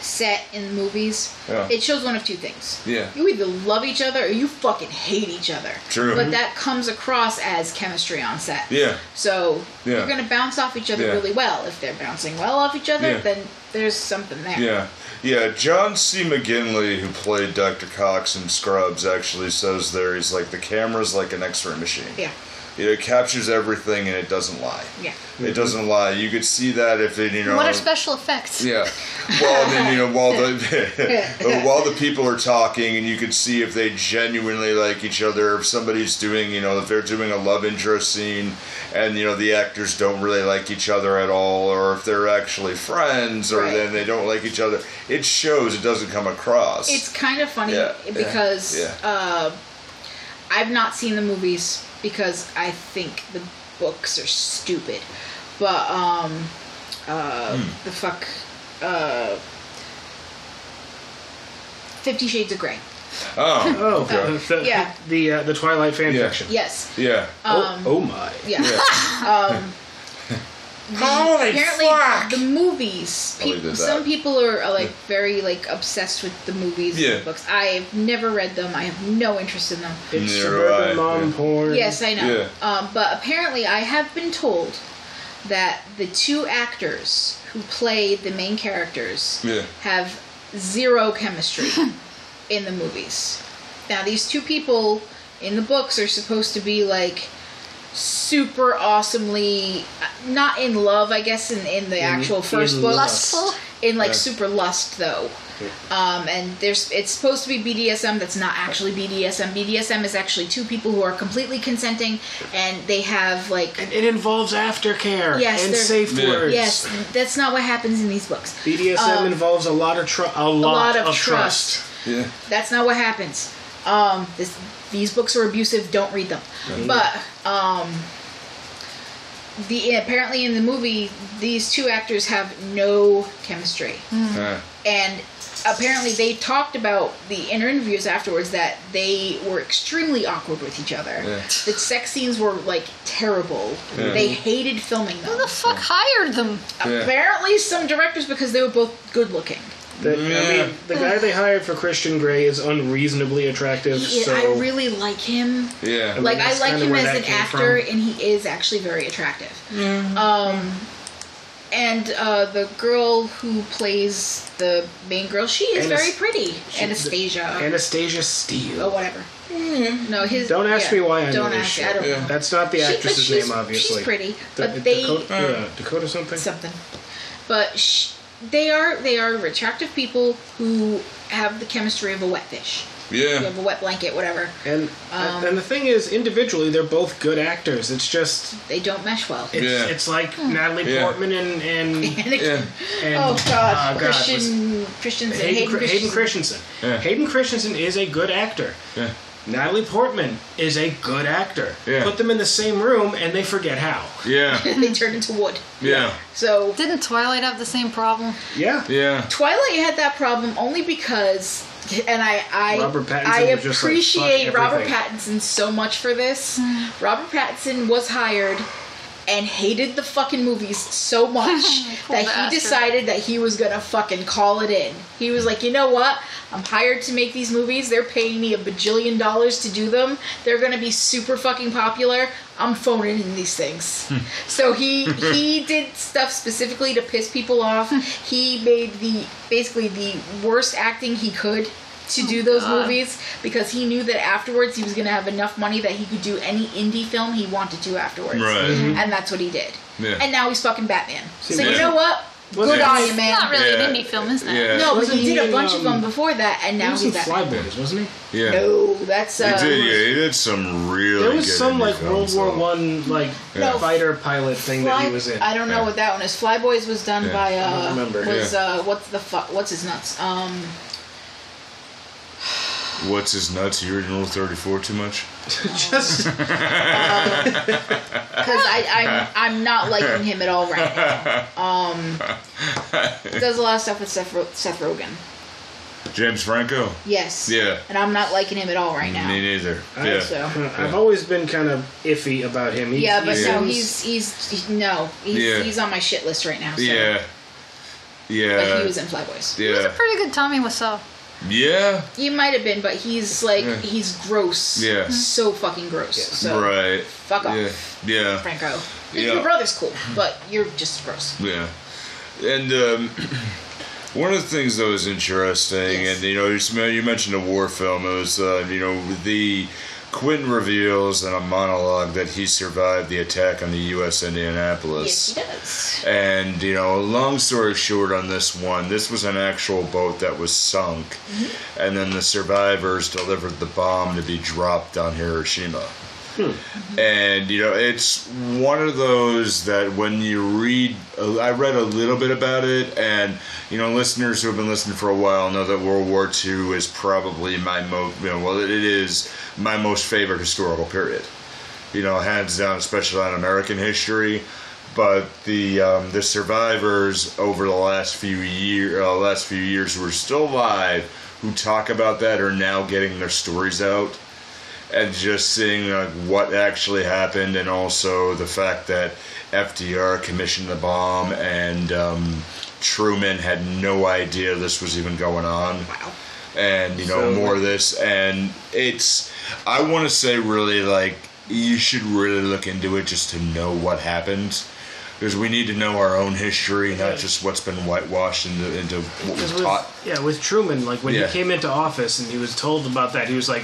S4: set in movies,
S1: Yeah.
S4: it shows one of two things.
S1: Yeah.
S4: You either love each other or you fucking hate each other.
S1: True.
S4: But that comes across as chemistry on set.
S1: yeah.
S4: So
S1: Yeah.
S4: you're gonna bounce off each other
S1: Yeah.
S4: really well. If they're bouncing well off each other,
S1: Yeah.
S4: then there's something there.
S1: Yeah. Yeah. John C. McGinley, who played Dr. Cox in Scrubs, actually says there he's like the camera's like an X-ray machine.
S4: Yeah.
S1: You know, It captures everything and it doesn't lie.
S4: Yeah.
S1: It doesn't lie. You could see that if it, you know.
S2: What are special effects?
S1: Yeah. Well, I mean, you know, while the while the people are talking, and you can see if they genuinely like each other. If somebody's doing, you know, if they're doing a love interest scene, and you know the actors don't really like each other at all, or if they're actually friends, or
S4: Right.
S1: then they don't like each other. It shows. It doesn't come across.
S4: It's kind of funny
S1: Yeah, yeah,
S4: because
S1: yeah.
S4: Uh, I've not seen the movies because I think the books are stupid. But um, uh,
S1: Hmm.
S4: the fuck, uh, Fifty Shades of Grey.
S1: oh
S3: Oh,
S1: Okay.
S3: the, the-
S4: Yeah.
S3: the uh, the Twilight fan
S1: Yeah.
S3: fiction.
S4: Yes.
S1: yeah.
S4: Um,
S3: Oh, oh my.
S4: Yeah.
S1: Yeah.
S4: Um, the-
S1: Holy
S4: apparently
S1: fuck.
S4: the movies.
S1: I'll leave
S4: peop-
S1: it at Oh, that.
S4: some people are, are like very like obsessed with the movies
S1: Yeah.
S4: and the books. I've never read them. I have no interest in them.
S3: It's
S1: Yeah,
S3: suburban
S1: right,
S3: mom
S1: yeah.
S3: porn.
S4: Yes, I know.
S1: Yeah.
S4: Um, but apparently, I have been told that the two actors who play the main characters
S1: Yeah.
S4: have zero chemistry in the movies. Now, these two people in the books are supposed to be like super awesomely uh, not in love, I guess, in, in the actual first
S3: in
S4: book.
S3: lust.
S2: Lustful?
S4: In like
S1: Yeah.
S4: super lust, though. Um, and there's it's supposed to be BDSM that's not actually BDSM. BDSM is actually two people who are completely consenting and they have like
S5: And it involves aftercare
S4: Yes,
S5: and
S4: they're-
S5: safe
S1: Yeah.
S5: words.
S4: yes, that's not what happens in these books.
S3: BDSM
S4: Um,
S3: involves a lot of tru- a, lot
S4: A lot
S3: of,
S4: of,
S3: trust.
S4: trust.
S1: Yeah.
S4: That's not what happens. Um, this, these books are abusive. Don't read them. But um, the apparently in the movie, these two actors have no chemistry,
S1: Uh,
S4: and apparently they talked about the inner interviews afterwards that they were extremely awkward with each other.
S1: Yeah.
S4: The sex scenes were like terrible. They hated filming them.
S2: Who the fuck hired them?
S1: yeah.
S4: Apparently, some directors because they were both good looking.
S3: The, I
S1: Yeah.
S3: mean, the guy they hired for Christian Grey is unreasonably attractive.
S4: Yeah,
S3: so
S4: I really like him.
S1: Yeah.
S4: like I
S3: that's
S4: like
S3: kinda
S4: him
S3: where
S4: as
S3: that
S4: an
S3: came
S4: actor,
S3: from.
S4: and he is actually very attractive. Um, and uh, the girl who plays the main girl, she is
S3: Anas-
S4: very pretty, Anastasia
S3: Anastasia Steele.
S4: or whatever. No, his.
S3: Don't ask
S4: Oh, yeah,
S3: me why I know
S4: Don't
S3: this
S4: ask.
S3: shit.
S4: I don't
S1: Yeah.
S4: know.
S3: That's not the
S4: She- but
S3: actress's
S4: she's-
S3: name, obviously.
S4: she's pretty,
S3: Da-
S4: but they-
S3: Dakota, uh, Dakota something.
S4: something. But sh- they are they are attractive people who have the chemistry of a wet fish. You
S1: Yeah.
S4: have a wet blanket, whatever.
S3: And
S4: um,
S3: and the thing is, individually, they're both good actors. It's just
S4: They don't mesh well.
S3: it's,
S1: Yeah.
S3: it's like Natalie
S1: Yeah.
S3: Portman and and, and
S1: Yeah.
S4: Hmm. Oh God,
S3: uh, God, was-
S4: Christian, Christiansen,
S3: Hayden,
S4: Hayden,
S3: Cr-
S4: Christensen.
S3: Hayden Christensen.
S1: Yeah.
S3: Hayden Christensen is a good actor.
S1: Yeah.
S3: Natalie Portman is a good actor.
S1: Yeah.
S3: Put them in the same room and they forget how.
S1: Yeah.
S4: They turned into wood.
S1: Yeah.
S4: So
S2: Didn't Twilight have the same problem?
S3: Yeah.
S1: Yeah.
S4: Twilight had that problem only because, and I, I,
S3: Robert Pattinson
S4: I
S3: was just like,
S4: appreciate
S3: "Fuck
S4: Robert
S3: everything."
S4: Pattinson so much for this.
S2: Hmm.
S4: Robert Pattinson was hired and hated the fucking movies so much
S2: Poor
S4: that
S2: bastard.
S4: he decided that he was gonna fucking call it in. He was like, you know what? I'm hired to make these movies. They're paying me a bajillion dollars to do them. They're gonna be super fucking popular. I'm phoning in these things.
S3: Hmm.
S4: so he he did stuff specifically to piss people off. he made the basically the worst acting he could to
S1: Oh
S4: do those
S2: God.
S4: movies because he knew that afterwards he was gonna have enough money that he could do any indie film he wanted to afterwards
S1: Right.
S3: Mm-hmm.
S4: and that's what he did.
S1: Yeah.
S4: And now he's fucking Batman. so you
S1: yeah.
S4: know what? Good
S3: Yeah.
S4: on you,
S2: It's
S4: man.
S2: not really
S1: Yeah.
S2: an indie film, is that?
S1: Yeah.
S4: No, but
S3: Wasn't
S4: he did
S3: he,
S4: a bunch of
S3: um,
S4: them before that, and
S3: He
S4: now
S3: was in
S4: he's Batman.
S3: Flyboys, wasn't he?
S1: Yeah.
S4: No, that's uh,
S1: He did. Yeah. He did some really.
S3: There was
S1: good
S3: some
S1: indie
S3: like World
S1: films,
S3: War
S1: though.
S3: One like
S4: Yeah.
S3: fighter pilot thing that he was in.
S4: I don't know what that one is. Flyboys was done
S1: Yeah.
S4: by uh,
S3: I don't remember.
S4: was
S1: Yeah.
S4: uh, what's the fuck? What's his nuts? Um,
S1: What's his nuts? You reading Rule Thirty Four too much?
S3: Just
S4: because I I'm, I'm not liking him at all right now. Um, does a lot of stuff with Seth, Ro- Seth Rogen.
S1: James Franco.
S4: Yes.
S1: Yeah.
S4: And I'm not liking him at all right now.
S1: Me neither.
S3: I-
S1: Yeah.
S4: So.
S3: I've always been kind of iffy about him. He-
S4: Yeah, but
S3: he
S4: no, he's
S3: seems-
S4: he's he, no, he's,
S1: Yeah.
S4: he's on my shit list right now. So.
S1: Yeah.
S4: But he
S1: Yeah.
S4: was in Flyboys.
S2: He was a
S1: Yeah.
S2: pretty good Tommy Wiseau.
S1: Yeah.
S4: He might have been, but he's like
S1: Yeah.
S4: he's gross.
S1: Yeah.
S4: So fucking gross. So
S1: Right.
S4: fuck off,
S1: Yeah. Yeah.
S4: Franco.
S1: Yeah.
S4: Your brother's cool, but you're just gross.
S1: Yeah, and um, one of the things that was interesting,
S4: Yes.
S1: and you know, you, sm- you mentioned a war film. It was uh, you know the Quentin reveals in a monologue that he survived the attack on the U.S. Indianapolis.
S4: Yes, he does.
S1: And you know, long story short on this one, this was an actual boat that was sunk, and then the survivors delivered the bomb to be dropped on Hiroshima. And you know, it's one of those that when you read, I read a little bit about it, and you know, listeners who have been listening for a while know that World War II is probably my most, you know, well, it is my most favorite historical period you know, hands down, especially on American history. But the um, the survivors over the last few year uh, last few years who are still alive, who talk about that, are now getting their stories out, and just seeing like what actually happened, and also the fact that FDR commissioned the bomb and um, Truman had no idea this was even going on
S4: Wow.
S1: and you know
S3: So-
S1: more of this and it's i want to say really like you should really look into it just to know what happened because we need to know our own history not just what's been whitewashed into, into what was
S3: Because with,
S1: taught
S3: yeah, with Truman, like when
S1: Yeah.
S3: he came into office and he was told about that, he was like,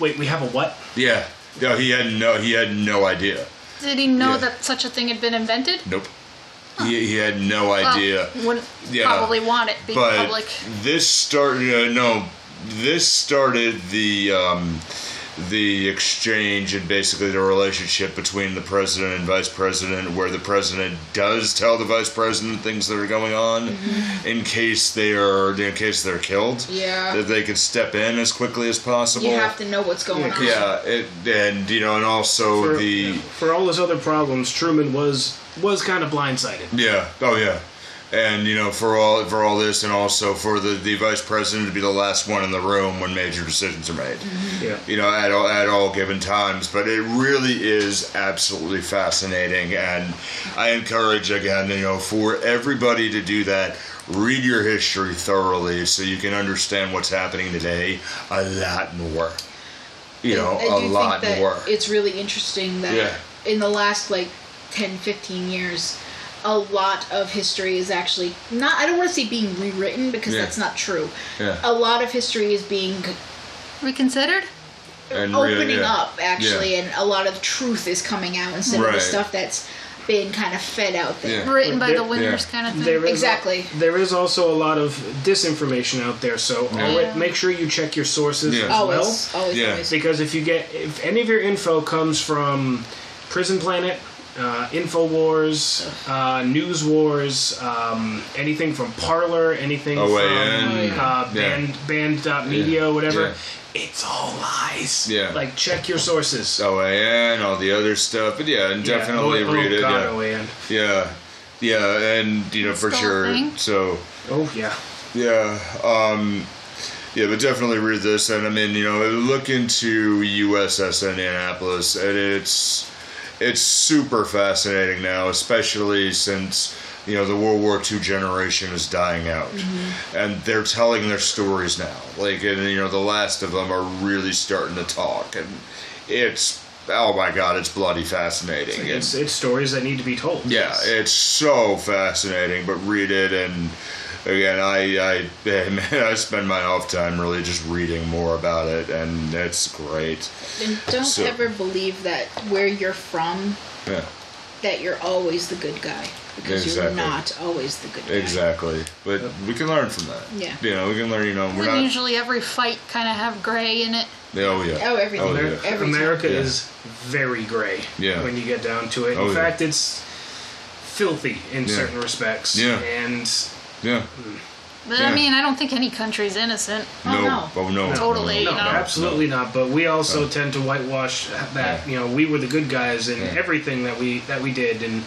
S3: "Wait, we have a what?"
S1: yeah no he had no he had no idea
S2: Did he know
S1: Yeah.
S2: that such a thing had been invented?
S1: nope He, he had no idea.
S2: Wouldn't
S1: Yeah.
S2: probably want it being
S1: but
S2: public.
S1: this started uh, no this started the um, the exchange and basically the relationship between the president and vice president where the president does tell the vice president things that are going on in case they are in case they're killed
S4: Mm-hmm. Yeah.
S1: that they can step in as quickly as possible
S4: You have to know what's going
S6: Yeah,
S4: on.
S1: yeah it, and you know and also
S3: For,
S1: the
S3: for all his other problems, Truman was was kind of blindsided.
S1: Yeah. Oh yeah. And you know, for all for all this, and also for the, the vice president to be the last one in the room when major decisions are made.
S4: Mm-hmm.
S3: Yeah.
S1: You know, at all at all given times. But it really is absolutely fascinating, and I encourage again, you know, for everybody to do that. Read your history thoroughly so you can understand what's happening today a lot more. You know,
S4: I
S1: a
S4: do
S1: lot
S4: think that
S1: more.
S4: It's really interesting that
S1: Yeah.
S4: in the last like 10, 15 years, a lot of history is actually not. I don't want to say being rewritten because
S1: Yeah.
S4: that's not true.
S1: Yeah.
S4: A lot of history is being
S2: Reconsidered?
S1: And really-
S4: opening
S1: yeah.
S4: up actually,
S1: Yeah.
S4: and a lot of truth is coming out instead of the
S1: Right.
S4: stuff that's been kind of fed out there.
S1: Yeah.
S2: Written by
S3: There-
S2: the winners kind of thing.
S3: Mm-hmm. There is al-
S4: Exactly.
S3: there is also a lot of disinformation out there, so alwa- make sure you check your sources
S1: Yeah.
S3: as
S4: Always,
S3: well.
S4: always,
S1: Yeah.
S4: always.
S3: Because if you get if any of your info comes from Prison Planet, uh, Infowars, uh, News Wars, um, anything from Parlor, anything
S1: OAN.
S3: from uh,
S1: Yeah.
S3: Band Band.media,
S1: Yeah.
S3: whatever,
S1: Yeah.
S3: it's all lies.
S1: Yeah.
S3: like check your sources.
S1: OAN, all the other stuff. But yeah, and
S3: Yeah.
S1: definitely
S3: oh,
S1: read
S3: oh,
S1: it.
S3: God,
S1: yeah.
S3: OAN.
S1: Yeah, yeah, and you know
S2: That's
S1: for
S2: the whole
S1: sure.
S2: thing.
S1: So
S3: Oh yeah,
S1: yeah, um, yeah, but definitely read this, and I mean you know look into USS Indianapolis, and it's it's super fascinating now, especially since you know the World War II generation is dying out, and they're telling their stories now. Like and you know the last of them are really starting to talk, and it's oh my god, it's bloody fascinating.
S3: it's it's stories that need to be told.
S1: Yeah, it's so fascinating. But read it, and again, I I man, I spend my off time really just reading more about it, and it's great.
S4: And don't
S1: So-
S4: ever believe that where you're from,
S1: Yeah,
S4: that you're always the good guy because you're
S1: Exactly.
S4: not always the good guy.
S1: exactly. But we can learn from that.
S4: Yeah.
S1: you know, we can learn. You know, we're
S2: Doesn't
S1: not.
S2: usually every fight kind of have gray in it.
S1: Oh yeah.
S4: Oh, everything.
S1: yeah.
S3: Amer-
S4: Every time.
S3: America
S1: Yeah.
S3: is very gray
S1: Yeah.
S3: when you get down to it.
S1: Oh,
S3: in
S1: yeah.
S3: fact, it's filthy in
S1: Yeah.
S3: certain respects.
S1: Yeah.
S3: And
S1: Yeah.
S2: But
S1: Yeah.
S2: I mean, I don't think any country's innocent.
S4: Oh,
S1: no.
S4: no.
S1: Oh no.
S2: Totally,
S3: no,
S2: No,
S3: absolutely not. But we also
S1: Oh.
S3: tend to whitewash that you know we were the good guys in everything that we that we did. And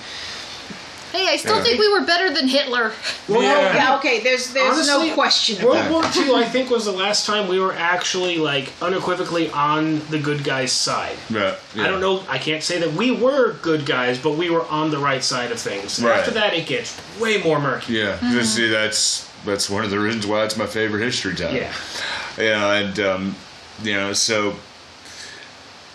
S2: Hey, I still
S1: Yeah.
S2: think we were better than Hitler.
S3: well,
S4: Oh, yeah, okay. There's there's
S3: Honestly,
S4: no question about
S3: World War II, I think, was the last time we were actually like unequivocally on the good guys' side.
S1: Yeah, yeah.
S3: I don't know. I can't say that we were good guys, but we were on the right side of things.
S1: Right.
S3: After that, it gets way more murky.
S1: Yeah. You See, that's that's one of the reasons why it's my favorite history time.
S3: Yeah.
S1: Yeah, and um, you know, so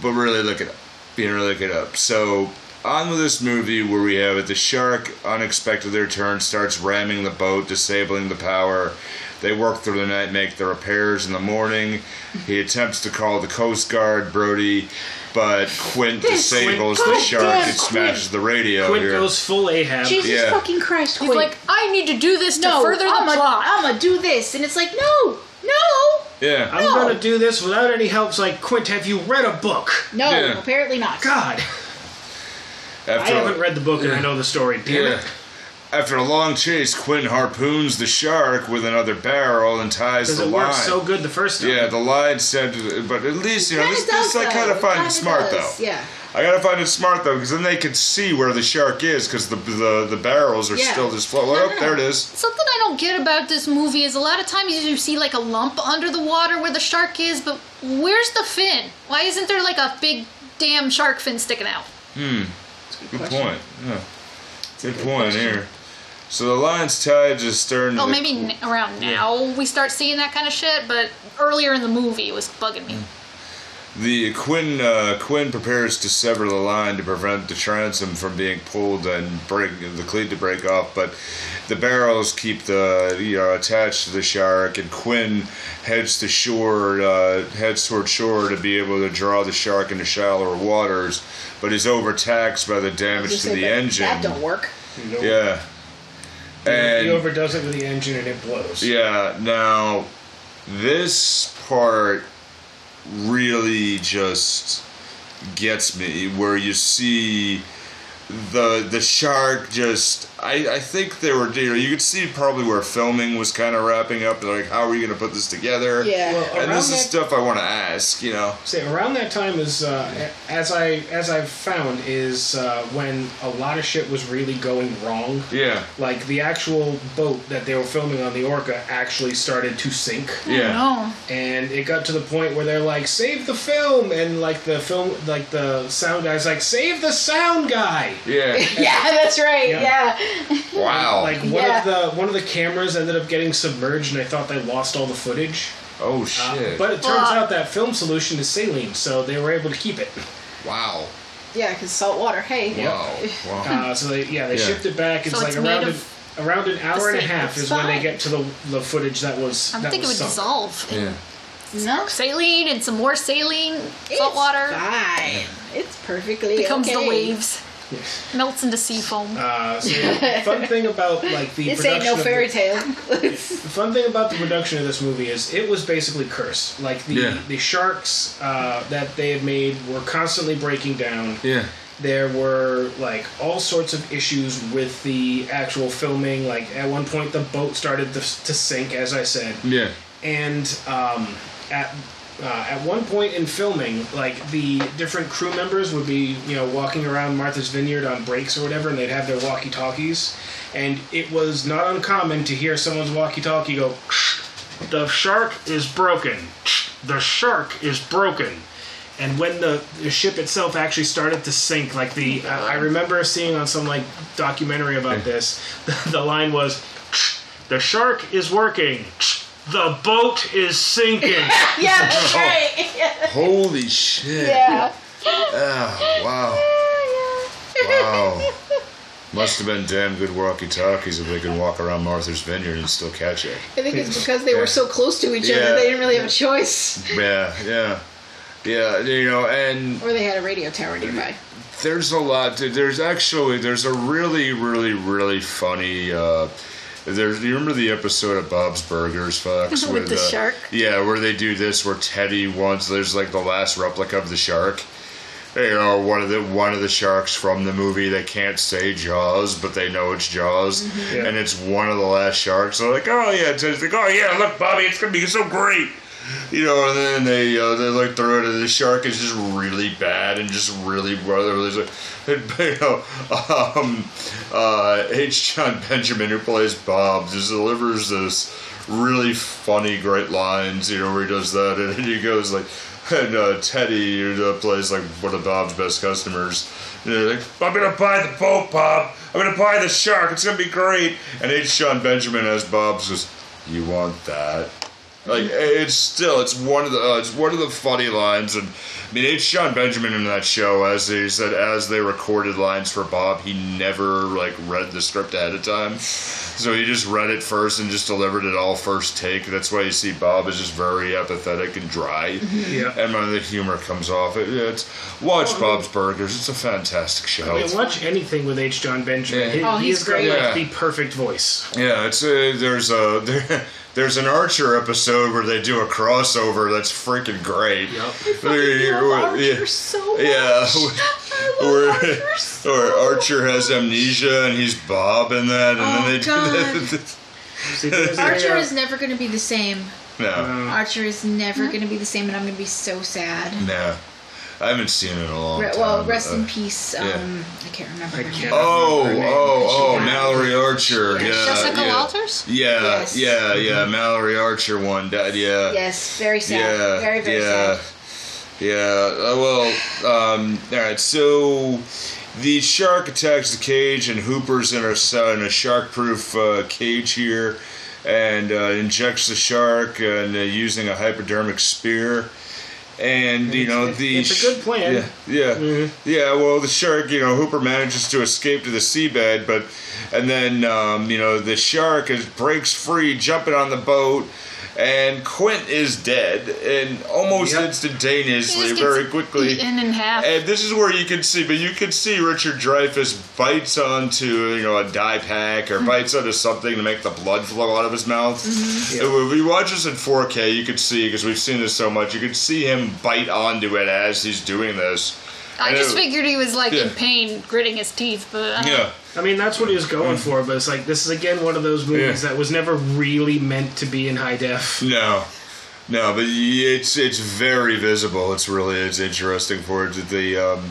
S1: but really look it up. You know, look it up. So on with this movie where we have it, the shark unexpectedly returns, starts ramming the boat, disabling the power. They work through the night, make the repairs in the morning. He attempts to call the Coast Guard, Brody, but Quint disables the
S4: Quint-
S1: shark
S4: goddamn
S1: and smashes the radio.
S3: Quint
S1: here.
S3: goes full Ahab.
S4: Jesus
S1: Yeah.
S4: fucking Christ,
S2: He's
S4: Quinn.
S2: like, I need to do this to
S4: no,
S2: further the
S4: I'm gonna
S2: plot.
S4: I'm gonna do this, and it's like, no, no,
S1: yeah.
S3: I'm
S4: No.
S3: gonna do this without any help. It's like, Quint, have you read a book?
S4: no.
S1: Yeah.
S4: Apparently not.
S3: God, I
S1: After-
S3: haven't read the book and I know the story. Damn
S1: Yeah.
S3: it.
S1: After a long chase, Quinn harpoons the shark with another barrel and ties
S3: Because
S1: the
S3: it
S1: line.
S3: worked so good the first time.
S1: yeah, the line said, but at least you know
S4: Kinda
S1: this. this
S4: does,
S1: I
S4: though.
S1: kind of find
S4: Kinda
S1: it smart
S4: does,
S1: though.
S4: Yeah.
S1: I gotta find it smart though, because then they could see where the shark is, because the, the the barrels are
S4: Yeah.
S1: still just floating. Oh,
S4: no.
S1: there it is.
S2: Something I don't get about this movie is a lot of times you see like a lump under the water where the shark is, but where's the fin? Why isn't there like a big damn shark fin sticking out?
S1: Good point. Yeah. Good point here. So the line's tied to the stern.
S2: Oh,
S1: of the-
S2: maybe n- around now we start seeing that kind of shit, but earlier in the movie it was bugging me.
S1: The Quinn uh, Quinn prepares to sever the line to prevent the transom from being pulled and break the cleat to break off, but the barrels keep the you know attached to the shark, and Quinn heads to shore, uh, heads toward shore to be able to draw the shark into shallower waters, but is overtaxed by the damage
S4: Just
S1: to
S4: say
S1: the
S4: that-
S1: engine.
S4: That don't work.
S3: Nope.
S1: Yeah.
S3: he
S1: And
S3: overdoes it with the engine and it blows.
S1: yeah, now this part really just gets me where you see the the shark just I, I think they were you, know, you could see probably where filming was kind of wrapping up like how are we gonna put this together
S4: Yeah.
S3: Well,
S1: and
S3: around
S1: this is
S3: that-
S1: stuff I want to ask you know
S3: Say around that time is uh, as I as I've found is uh, when a lot of shit was really going wrong.
S1: yeah
S3: Like the actual boat that they were filming on the Orca actually started to sink,
S1: yeah
S2: No.
S3: and it got to the point where they're like, "Save the film!" and like the film, like the sound guy's like, "Save the sound guy!"
S1: yeah
S4: yeah, that's right.
S3: Yeah.
S4: Yeah.
S1: wow
S3: Like one
S4: Yeah.
S3: of the one of the cameras ended up getting submerged, and I thought they lost all the footage.
S1: oh
S3: Uh,
S1: shit
S3: But it turns
S2: Fuck.
S3: out that film solution is saline, so they were able to keep it.
S1: wow
S4: Yeah, because salt water. Hey.
S1: wow wow
S3: Uh, so they, yeah, they
S1: Yeah.
S3: shipped it back. It's
S2: So
S3: like
S2: it's
S3: around
S2: made
S3: an,
S2: of
S3: around an hour and a
S2: same-
S3: half is
S2: it's
S3: when they
S2: fine.
S3: get to the the footage that
S2: I
S3: was. that
S2: don't think it would
S3: was sunk.
S2: dissolve. in
S1: yeah.
S4: No.
S2: Saline and some more saline, salt
S4: It's
S2: water
S4: Fine. It's perfectly
S2: becomes
S4: okay.
S2: the waves,
S3: Yes.
S2: melts into sea foam.
S3: Uh, so yeah, fun thing about like the
S4: This
S3: production
S4: ain't no
S3: of the-
S4: fairy tale.
S3: The fun thing about the production of this movie is it was basically cursed. Like the
S1: Yeah.
S3: the sharks uh, that they had made were constantly breaking down.
S1: yeah
S3: There were like all sorts of issues with the actual filming. Like at one point, the boat started to, to sink, as I said.
S1: yeah
S3: and um, at uh, at one point in filming, like the different crew members would be you know walking around Martha's Vineyard on breaks or whatever, and they'd have their walkie talkies, and it was not uncommon to hear someone's walkie talkie go.
S5: The shark is broken. The shark is broken.
S3: And when the, the ship itself actually started to sink, like the I I remember seeing on some like documentary about this, the, the line was,
S5: The shark is working. The boat is sinking.
S4: yeah, that's right. Yeah.
S1: holy shit Ah, wow Wow. Must have been damn good walkie talkies if they could walk around Martha's Vineyard and still catch it.
S4: I think it's because they were so close to each other,
S1: Yeah.
S4: they didn't really have a choice.
S1: Yeah, yeah. Yeah, you know, and
S4: Or they had a radio tower nearby.
S1: there's a lot. To, there's actually there's a really, really, really funny. Uh, there's you remember the episode of Bob's Burgers, Fox,
S2: With the shark?
S1: Yeah, where they do this, where Teddy wants there's like the last replica of the shark. You know, one of the one of the sharks from the movie. They can't say Jaws, but they know it's Jaws,
S2: Mm-hmm.
S3: Yeah.
S1: and it's one of the last sharks. They're like, oh yeah, Teddy's like, oh yeah, look, Bobby, it's gonna be so great. You know, and then they uh, they like throw it, and the shark is just really bad and just really brotherly. So, you know, um, uh, H. John Benjamin, who plays Bob, just delivers this really funny, great lines. You know, where he does that, and then he goes like, and uh, Teddy, who uh, plays like one of Bob's best customers, you know, like, I'm gonna buy the boat, Bob. I'm gonna buy the shark. It's gonna be great. And H. John Benjamin as Bob says, "You want that?" Like it's still it's one of the uh, it's one of the funny lines, and I mean it's Sean Benjamin in that show as they said as they recorded lines for Bob, he never like read the script ahead of time, so he just read it first and just delivered it all first take. That's why you see Bob is just very apathetic and dry,
S3: yeah.
S1: and none of the humor comes off. It, it's watch Bob's Burgers. It's a fantastic show.
S3: I mean, watch anything with H. John Benjamin.
S1: Yeah.
S3: He,
S4: Oh, he's
S3: he's got
S4: great.
S3: like
S1: Yeah.
S3: the perfect voice.
S1: Yeah, it's uh there's a there, there's an Archer episode where they do a crossover that's freaking great. They-
S4: love
S1: yeah,
S4: Archer so
S1: yeah,
S4: much. I love
S1: where,
S4: Archer so
S1: where Archer has amnesia and he's Bob in that, and
S4: Oh,
S1: then they
S4: God.
S1: do that.
S5: See, there's a-
S4: Archer is never going to be the same.
S1: no,
S4: Archer is never going to be the same, and I'm going to be so sad.
S1: no, I haven't seen it in a long
S4: Re-
S1: time.
S4: well,
S1: but,
S4: rest
S1: uh,
S4: in peace. Um,
S1: yeah.
S4: I can't remember. her
S3: I
S4: name.
S3: can't.
S1: Oh, oh, oh, Mallory Archer. Yeah,
S2: Jessica
S1: yeah.
S2: Walters?
S1: Yeah,
S4: Yes. Mm-hmm.
S1: yeah, yeah. Mallory Archer one died. Yeah.
S4: Yes, very sad.
S1: Oh. Yeah.
S4: very, very
S1: yeah.
S4: sad.
S1: Yeah. Uh, well, um, all right. So the shark attacks the cage, and Hooper's in a, sa- in a shark-proof uh, cage here, and uh, injects the shark and uh, using a hypodermic spear. And you know the
S3: it's a good plan.
S1: Yeah, yeah,
S3: Mhm.
S1: yeah. Well, the shark, you know, Hooper manages to escape to the seabed, but and then um, you know the shark is breaks free, jumping on the boat, and Quint is dead, and almost
S5: Yep.
S1: instantaneously,
S2: He just
S1: very
S2: gets
S1: quickly.
S2: eaten in half.
S1: And this is where you can see, but you can see Richard Dreyfuss bites onto you know a dye pack
S2: Mm-hmm.
S1: or bites onto something to make the blood flow out of his mouth.
S2: Mm-hmm.
S1: And When we watch this in 4K, you can see because we've seen this so much, you can see him bite onto it as he's doing this.
S2: I
S1: And
S2: just
S1: it-
S2: figured he was like in
S1: Yeah.
S2: pain, gritting his teeth, but uh, I don't
S1: yeah.
S5: I mean, that's what he was going for, but it's like this is again one of those movies
S1: Mm. Yeah.
S5: that was never really meant to be in high def.
S1: No, no, but y- it's it's very visible. It's really it's interesting for it. that The um,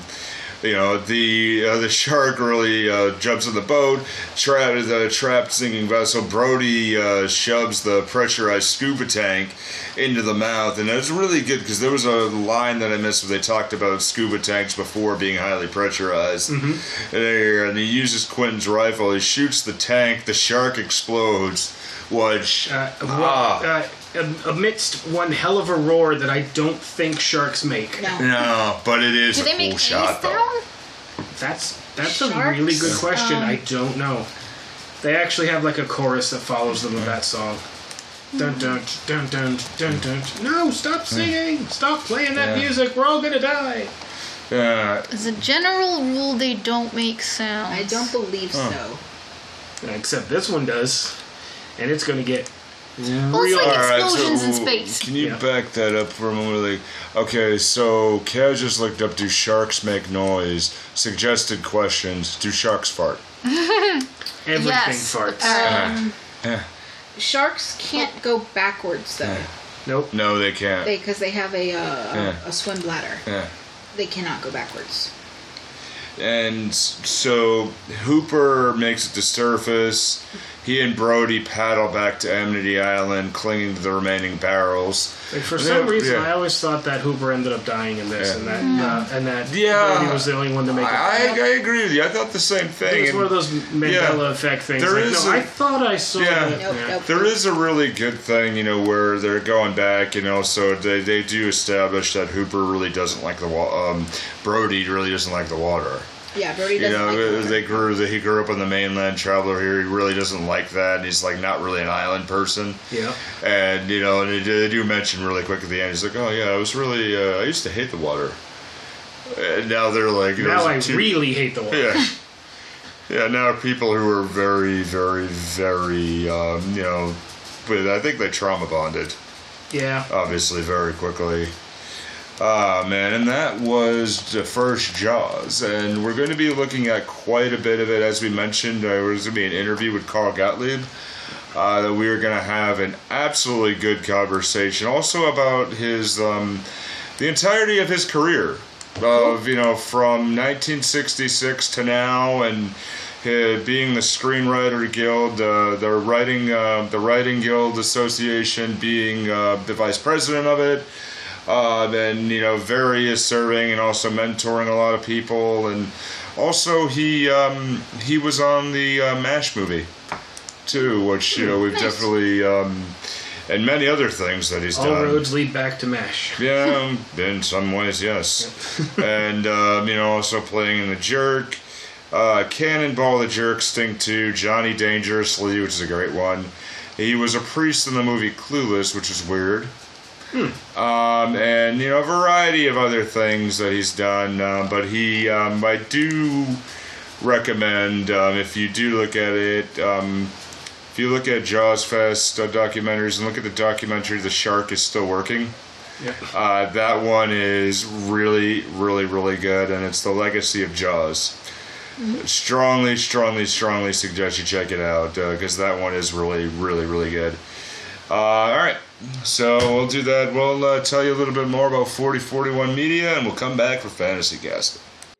S1: you know the uh, the shark really uh, jumps in the boat. Tra- the trapped sinking vessel. Brody uh, shoves the pressurized scuba tank into the mouth, and it's really good because there was a line that I missed where they talked about scuba tanks before being highly pressurized. And, he uses Quentin's rifle. He shoots the tank. The shark explodes, which
S5: Uh, what-
S1: ah.
S5: uh, am- amidst one hell of a roar that I don't think sharks make.
S4: No.
S1: No, but it is
S2: Do
S1: a
S2: they make
S1: cool
S2: any
S1: shot though.
S2: sound?
S5: That's that's a
S4: Sharks?
S5: really good question.
S4: Um,
S5: I don't know. They actually have like a chorus that follows them with that song.
S4: Hmm.
S5: Dun dun dun dun dun dun. No, stop singing! Stop playing that
S1: Hmm. Yeah.
S5: music. We're all gonna die.
S1: Yeah,
S2: As a general rule, they don't make sound.
S4: I don't believe so.
S5: Except this one does, and it's gonna get
S2: Well, it's
S5: real.
S2: like
S1: Alright,
S2: explosions in
S1: so
S2: space.
S1: Can you
S5: Yeah.
S1: back that up for a moment? Like, okay, so Kaz just looked up: Do sharks make noise? Suggested questions: Do sharks fart?
S5: Everything
S2: Yes.
S5: farts.
S4: Uh, Sharks can't go backwards though,
S5: nope.
S1: No, they can't.
S4: because they, have a uh,
S1: Yeah.
S4: a swim bladder.
S1: yeah.
S4: They cannot go backwards.
S1: And so Hooper makes it to surface. He and Brody paddle back to Amity Island, clinging to the remaining barrels.
S5: Like for
S1: Yeah,
S5: some reason,
S1: yeah.
S5: I always thought that Hooper ended up dying in this,
S1: Yeah.
S5: and that
S4: Hmm.
S5: uh, and that
S1: Yeah.
S5: Brody was the only one to make it.
S1: I, I, I agree with you. I thought the same thing.
S5: it was
S1: and-
S5: one of those Mandela effect things.
S1: There
S5: like,
S1: is
S5: no,
S1: a-
S5: I thought I saw
S1: Yeah.
S5: that.
S4: Nope,
S5: Yeah.
S4: nope.
S1: There is a really good thing, you know, where they're going back, you know, so they, they do establish that Hooper really doesn't like the water. Um, Brody really doesn't like the water.
S4: Yeah, Brody
S1: You
S4: doesn't
S1: know,
S4: like water.
S1: they grew that he grew up on the mainland, traveler here. He really doesn't like that. And he's like not really an island person.
S5: Yeah.
S1: And you know, and they do, they do mention really quick at the end. He's like, "Oh yeah, I was really uh, I used to hate the water." And now they're like, it was
S5: Now I
S1: too-
S5: really hate the water.
S1: yeah. Yeah, now people who are very, very, very, um, you know, but I think they trauma bonded,
S5: Yeah.
S1: obviously, very quickly. Ah, man, and that was the first Jaws, and we're going to be looking at quite a bit of it. As we mentioned, uh, there's going to be an interview with Carl Gottlieb uh, that we are going to have an absolutely good conversation, also about his um, the entirety of his career, of you know from 1966 to now, and uh, being the screenwriter guild, uh, the writing uh, the writing guild association, being uh, the vice president of it. Uh, and you know, very is serving and also mentoring a lot of people, and also he um, he was on the uh, Mash movie too, which you know we've definitely um, and many other things that he's
S5: All
S1: done.
S5: roads lead back to Mash.
S1: Yeah, um, in some ways, yes. and um, you know, also playing in the Jerk, uh, Cannonball, the Jerk, Sting Two, Johnny Dangerously, which is a great one. He was a priest in the movie Clueless, which is weird. Um, and you know, a variety of other things that he's done, um, but he, um, I do recommend um, if you do look at it. Um, if you look at Jaws Fest uh, documentaries and look at the documentary "The Shark Is Still Working,"
S5: Yeah.
S1: Uh, that one is really, really, really good, and it's the legacy of Jaws. Strongly, strongly, strongly suggest you check it out because that one is really, really, really good. Uh, all right, so we'll do that. We'll uh, tell you a little bit more about 4041 Media, and we'll come back for Fantasy Gasket.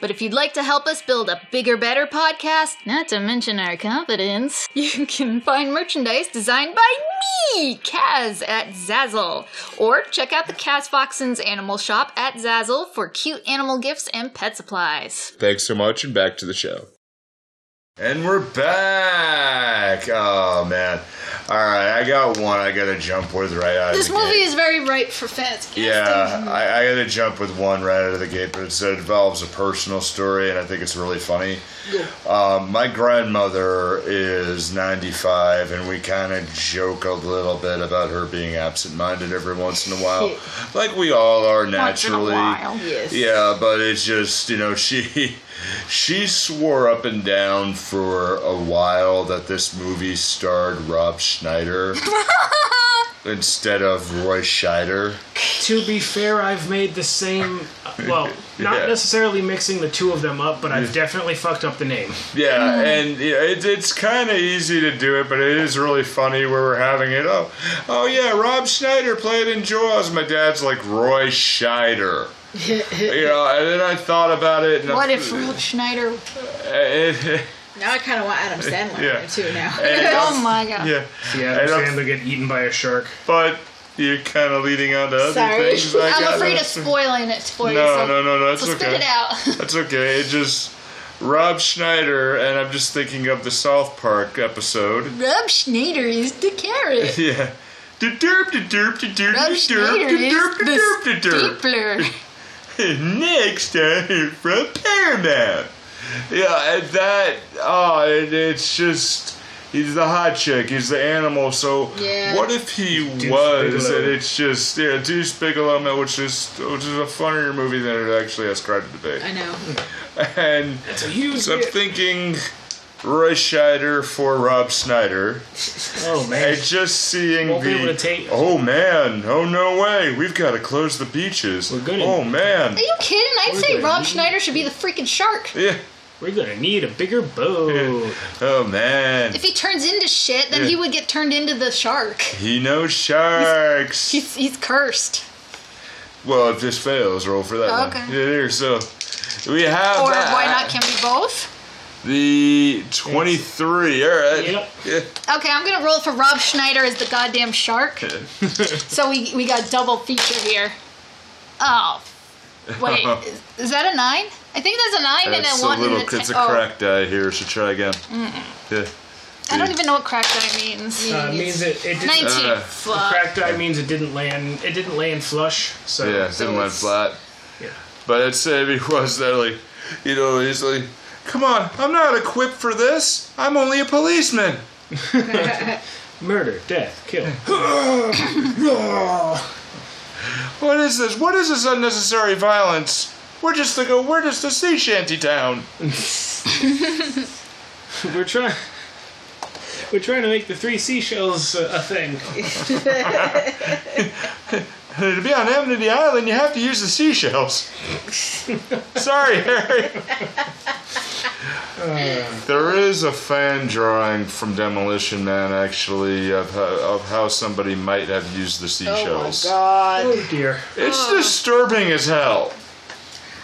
S7: But if you'd like to help us build a bigger, better podcast, not to mention our confidence, you can find merchandise designed by me, Kaz, at Zazzle. Or check out the Kaz Foxen's Animal Shop at Zazzle for cute animal gifts and pet supplies.
S8: Thanks so much, and back to the show.
S1: And we're back. Oh man. All right, I got one. I gotta jump with right out.
S2: This
S1: of the
S2: movie
S1: gate.
S2: is very ripe for fans.
S1: Yeah, I, I gotta jump with one right out of the gate, but it's, it involves a personal story, and I think it's really funny. Um, my grandmother is 95, and we kind of joke a little bit about her being absent-minded every once in a while, like we all are naturally.
S4: Yes.
S1: Yeah, but it's just you know she she swore up and down for a while that this movie starred Rob Schneider instead of Roy Scheider.
S5: To be fair, I've made the same. Well, not
S1: Yeah.
S5: necessarily mixing the two of them up, but I've definitely fucked up the name.
S1: Yeah, and yeah, it, it's kind of easy to do it, but it is really funny where we're having it. Oh, oh yeah, Rob Schneider played in Jaws. My dad's like Roy Scheider. you know, and then I thought about it. And
S2: What
S1: I,
S2: if Rob Schneider?
S1: and-
S4: Now I kind of want Adam Sandler
S1: Yeah.
S4: there, too. Now.
S1: and-
S2: Oh my god.
S1: yeah,
S5: Yeah,
S1: I don't-
S5: Adam Sandler get eaten by a shark.
S1: but you're kind of leading on to other
S4: Sorry.
S1: things. I
S2: I'm
S1: got
S2: afraid of
S1: this.
S2: spoiling it for you.
S1: No,
S2: so-
S1: no, no, no. That's
S2: So
S1: okay.
S2: spit it out.
S1: That's okay. It just Rob Schneider, and I'm just thinking of the South Park episode.
S2: Rob Schneider is the carrot.
S1: Yeah. Derp, derp, derp, derp,
S2: Rob Schneider is
S1: derp, derp,
S2: the
S1: derp, derp.
S2: stapler.
S1: Next time from Paramount. Yeah, and that, oh, it, it's just, he's the hot chick, he's the animal, so
S4: Yeah.
S1: what if he was,
S5: Bigelow.
S1: and it's just, yeah, Deuce Bigelow, man, which is, which is a funnier movie than it actually has credit to be.
S4: I know.
S1: And
S5: It's a huge.
S1: so I'm thinking Roy Scheider for Rob Snyder.
S5: oh man.
S1: And just seeing
S5: Won't be
S1: the
S5: able to take-
S1: oh man, oh no way, we've got to close the beaches.
S5: We're gonna-
S1: oh man,
S2: Are you kidding? I'd
S5: We're
S2: say
S5: gonna
S2: Rob
S5: need-
S2: Schneider should be the freaking shark.
S1: yeah,
S5: We're gonna need a bigger boat.
S1: oh man,
S2: If he turns into shit, then
S1: Yeah.
S2: he would get turned into the shark.
S1: he knows sharks.
S2: He's, he's cursed.
S1: well, if this fails, roll for
S5: Oh,
S1: that
S2: Okay.
S1: one. Yeah, there. So we have
S2: Or
S1: that.
S2: why not? Can we both?
S1: the twenty-three. All right.
S5: Yep.
S1: Yeah.
S2: Okay, I'm gonna roll for Rob Schneider as the goddamn shark. so we we got double feature here. Oh, wait, is, is that a nine? I think that's a nine and
S1: It's
S2: a
S1: a
S2: one
S1: little,
S2: and a ten.
S1: it's a
S2: oh,
S1: crack die here. So try again. Yeah.
S2: I don't even know what crack die means.
S5: Uh, it means it, it didn't.
S2: Nineteen.
S1: Uh,
S2: Fuck.
S5: Cracked eye means it didn't land. It didn't land flush. So
S1: Yeah, it didn't land
S2: it's-
S1: flat.
S5: Yeah.
S1: But I'd say if he was that like, you know, he's like, come on, I'm not equipped for this. I'm only a policeman.
S5: murder, death, kill.
S1: What is this? What is this unnecessary violence? We're just like a we're just a sea shanty town.
S5: We're trying. We're trying to make the three seashells uh, a, a thing.
S1: to be on Amity Island, you have to use the seashells. Sorry, Harry. there is a fan drawing from Demolition Man, actually, of how, of how somebody might have used the seashells.
S4: God.
S5: Oh dear.
S1: It's disturbing as hell.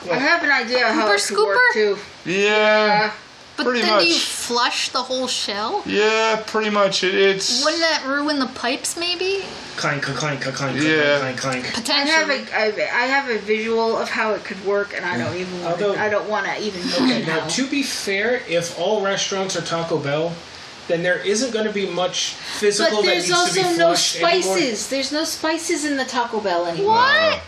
S4: I have an idea how it could
S2: Scooper?
S4: work too.
S1: Yeah,
S2: But
S1: pretty
S2: then you
S1: much.
S2: flush the whole shell.
S1: yeah, pretty much. It, it's
S2: Wouldn't that ruin the pipes? Maybe
S5: Clank, clank, clank, clank,
S1: Yeah.
S5: clank, clank, clank.
S4: I
S2: potentially.
S4: have a, I, I have a visual of how it could work, and I don't even want.
S5: Although-
S4: to I don't want to even look at
S5: Now,
S4: how.
S5: to be fair, if all restaurants are Taco Bell, then there isn't going to be much physical
S4: But
S5: that
S4: there's
S5: needs to be
S4: also no
S5: flushed anymore.
S4: spices. There's no spices in the Taco Bell anymore.
S2: what?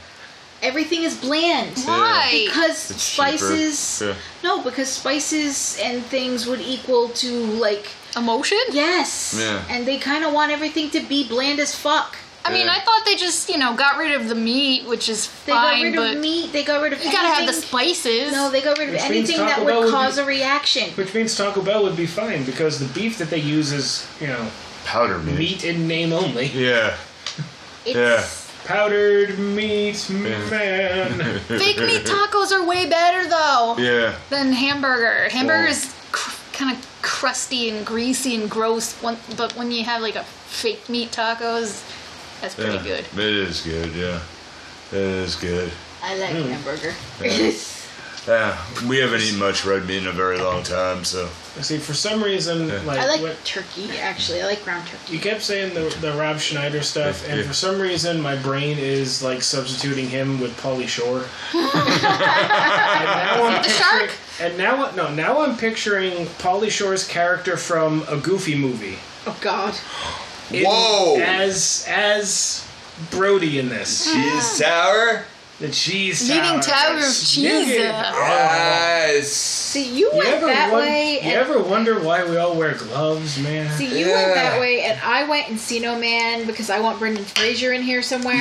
S4: Everything is bland.
S2: Why?
S4: Because
S1: It's cheaper.
S4: spices.
S1: Yeah.
S4: No, because spices and things would equal to like
S2: Emotion?
S4: yes,
S1: Yeah.
S4: and they kind of want everything to be bland as fuck.
S2: I mean,
S1: Yeah.
S2: I thought they just, you know, got rid of the meat, which is
S4: They
S2: fine,
S4: got rid
S2: but
S4: of meat. They got rid of.
S2: you gotta have the
S4: anything-
S2: spices.
S4: No, they got rid of
S5: Which means
S4: anything that
S5: Taco Bell
S4: would
S5: would
S4: cause
S5: be-
S4: a reaction.
S5: Which means Taco Bell would be fine because the beef that they use is, you know,
S1: powder meat.
S5: meat in name only.
S1: Yeah,
S4: It's,
S5: Powdered meat, man.
S2: Fake meat tacos are way better though
S1: yeah.
S2: than hamburger. Hamburger's cr- kind of crusty and greasy and gross, one, but when you have like a fake meat tacos, that's pretty
S1: yeah.
S2: good.
S1: It is good. Yeah, it is good.
S3: Hmm.
S4: I like hamburger.
S1: Yeah, we haven't eaten much red meat in a very long time, so
S3: See, for some reason, like,
S4: I like
S3: what,
S4: turkey, actually. I like ground turkey.
S3: you kept saying the, the Rob Schneider stuff, and for some reason, my brain is like substituting him with Pauly Shore. and now I'm
S2: The shark?
S3: picturing- And now, no, now I'm picturing Pauly Shore's character from a Goofy movie.
S4: Oh, God.
S3: in-
S1: Whoa!
S3: As as Brody in this,
S1: cheese tower.
S3: the cheese tower.
S2: Leaning tower of cheese. uh,
S1: Yes.
S4: See, you
S3: You
S4: went
S3: ever,
S4: that
S3: won-
S4: way,
S3: you
S4: and
S3: ever wonder why we all wear gloves, man?
S4: see, you went that
S1: Yeah.
S4: way, and I went Encino Man because I want Brendan Fraser in here somewhere.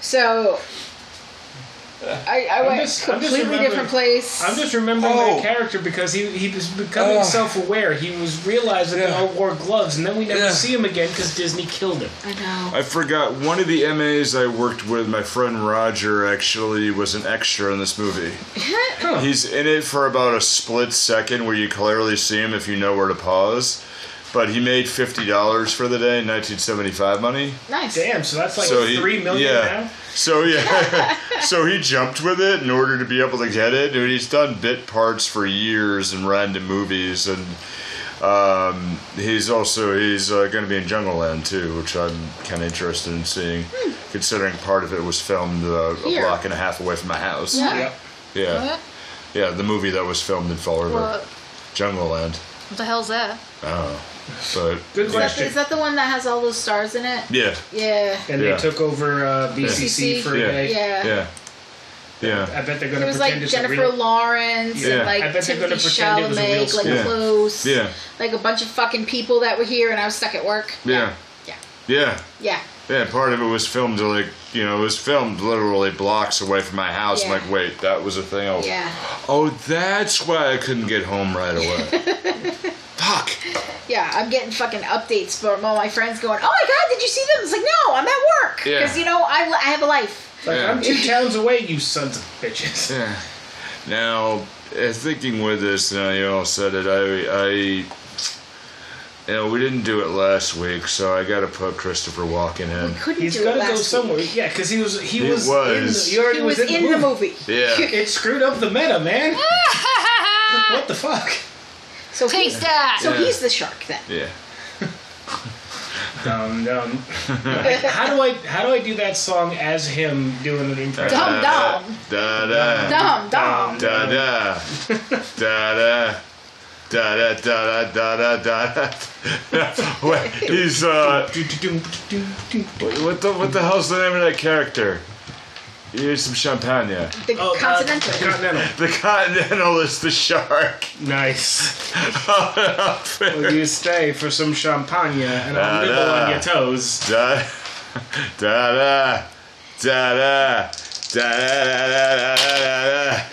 S4: so, I, I went
S3: just- I'm just
S4: completely
S3: remembering-
S4: different place.
S3: I'm just remembering
S1: Oh.
S3: that character because he, he was becoming
S1: Ugh.
S3: self-aware. He was realizing
S1: Yeah.
S3: that he wore gloves, and then we never
S1: Yeah.
S3: see him again because Disney killed him.
S4: I know.
S1: I forgot one of the MAs I worked with, my friend Roger, actually was an extra in this movie. He's in it for about a split second where you clearly see him if you know where to pause. But he made fifty dollars for the day, in nineteen seventy five money.
S4: Nice.
S3: Damn, so that's like
S1: so he,
S3: three million
S1: yeah. So yeah, so he jumped with it in order to be able to get it. Dude, he's done bit parts for years in random movies, and um, he's also he's uh, going to be in Jungle Land too, which I'm kind of interested in seeing, considering part of it was filmed uh, a
S4: Here.
S1: block and a half away from my house.
S3: now. Yep.
S1: yeah,
S2: What?
S1: Yeah, The movie that was filmed in Fall River,
S2: What?
S1: Jungle Land.
S2: What the hell's that?
S1: Oh, but
S3: Good
S1: yeah.
S3: question.
S4: Is that the one that has all those stars in it?
S1: Yeah,
S4: Yeah.
S3: And
S1: Yeah.
S3: they took over uh, BCC
S4: BCC.
S3: for
S1: Yeah.
S3: a day.
S4: Yeah.
S1: yeah, yeah.
S3: I bet they're going
S4: It
S3: to
S4: was
S3: pretend
S4: like
S3: it's
S4: Jennifer
S3: a real.
S4: Lawrence
S1: Yeah.
S4: and like
S3: I bet they're
S4: Timothy
S3: gonna pretend it was a real
S4: Chalamet, like
S3: story.
S1: Yeah.
S4: Close,
S1: Yeah.
S4: like a bunch of fucking people that were here, and I was stuck at work.
S1: Yeah.
S4: Yeah.
S1: Yeah.
S4: Yeah.
S1: Yeah, part of it was filmed like you know, it was filmed literally blocks away from my house.
S4: Yeah.
S1: I'm like, wait, that was a thing. I was,
S4: Yeah.
S1: Oh, that's why I couldn't get home right away. Fuck.
S4: Yeah, I'm getting fucking updates from all my friends going, "Oh my god, did you see them?" It's like, no, I'm at work
S1: Yeah.
S4: because you know I, I have a life.
S3: Like,
S1: Yeah.
S3: I'm two towns away, you sons of bitches.
S1: Yeah. Now, uh, thinking with this, and you all said it. I, I, you know, we didn't do it last week, so I got to put Christopher Walken in.
S4: Couldn't
S3: He's
S4: do it
S3: got to
S4: last
S3: go
S4: week.
S3: somewhere. Yeah, because he was he
S1: He
S3: was,
S1: was.
S3: In the, he already
S4: He was in the movie, Ah!
S1: Yeah.
S3: It screwed up the meta, man. what the fuck?
S4: so he's
S2: Taste that!
S4: so
S1: Yeah.
S4: he's the shark then.
S1: Yeah.
S3: Dumb dumb. how do I how do I do that song as him doing an impression?
S4: Dumb dumb,
S1: Da da.
S3: Um,
S4: dumb dumb.
S1: da da da da da da da da da da da. Wait, he's uh, what the what the hell's the name of that character? You need some champagne.
S4: The
S3: Oh, uh,
S4: continental.
S3: Continental.
S1: The Continental is the shark.
S3: Nice.
S1: da,
S3: Will you stay for some champagne and I'll nibble
S1: Da-da.
S3: on your toes?
S1: da da da da da da da da da da.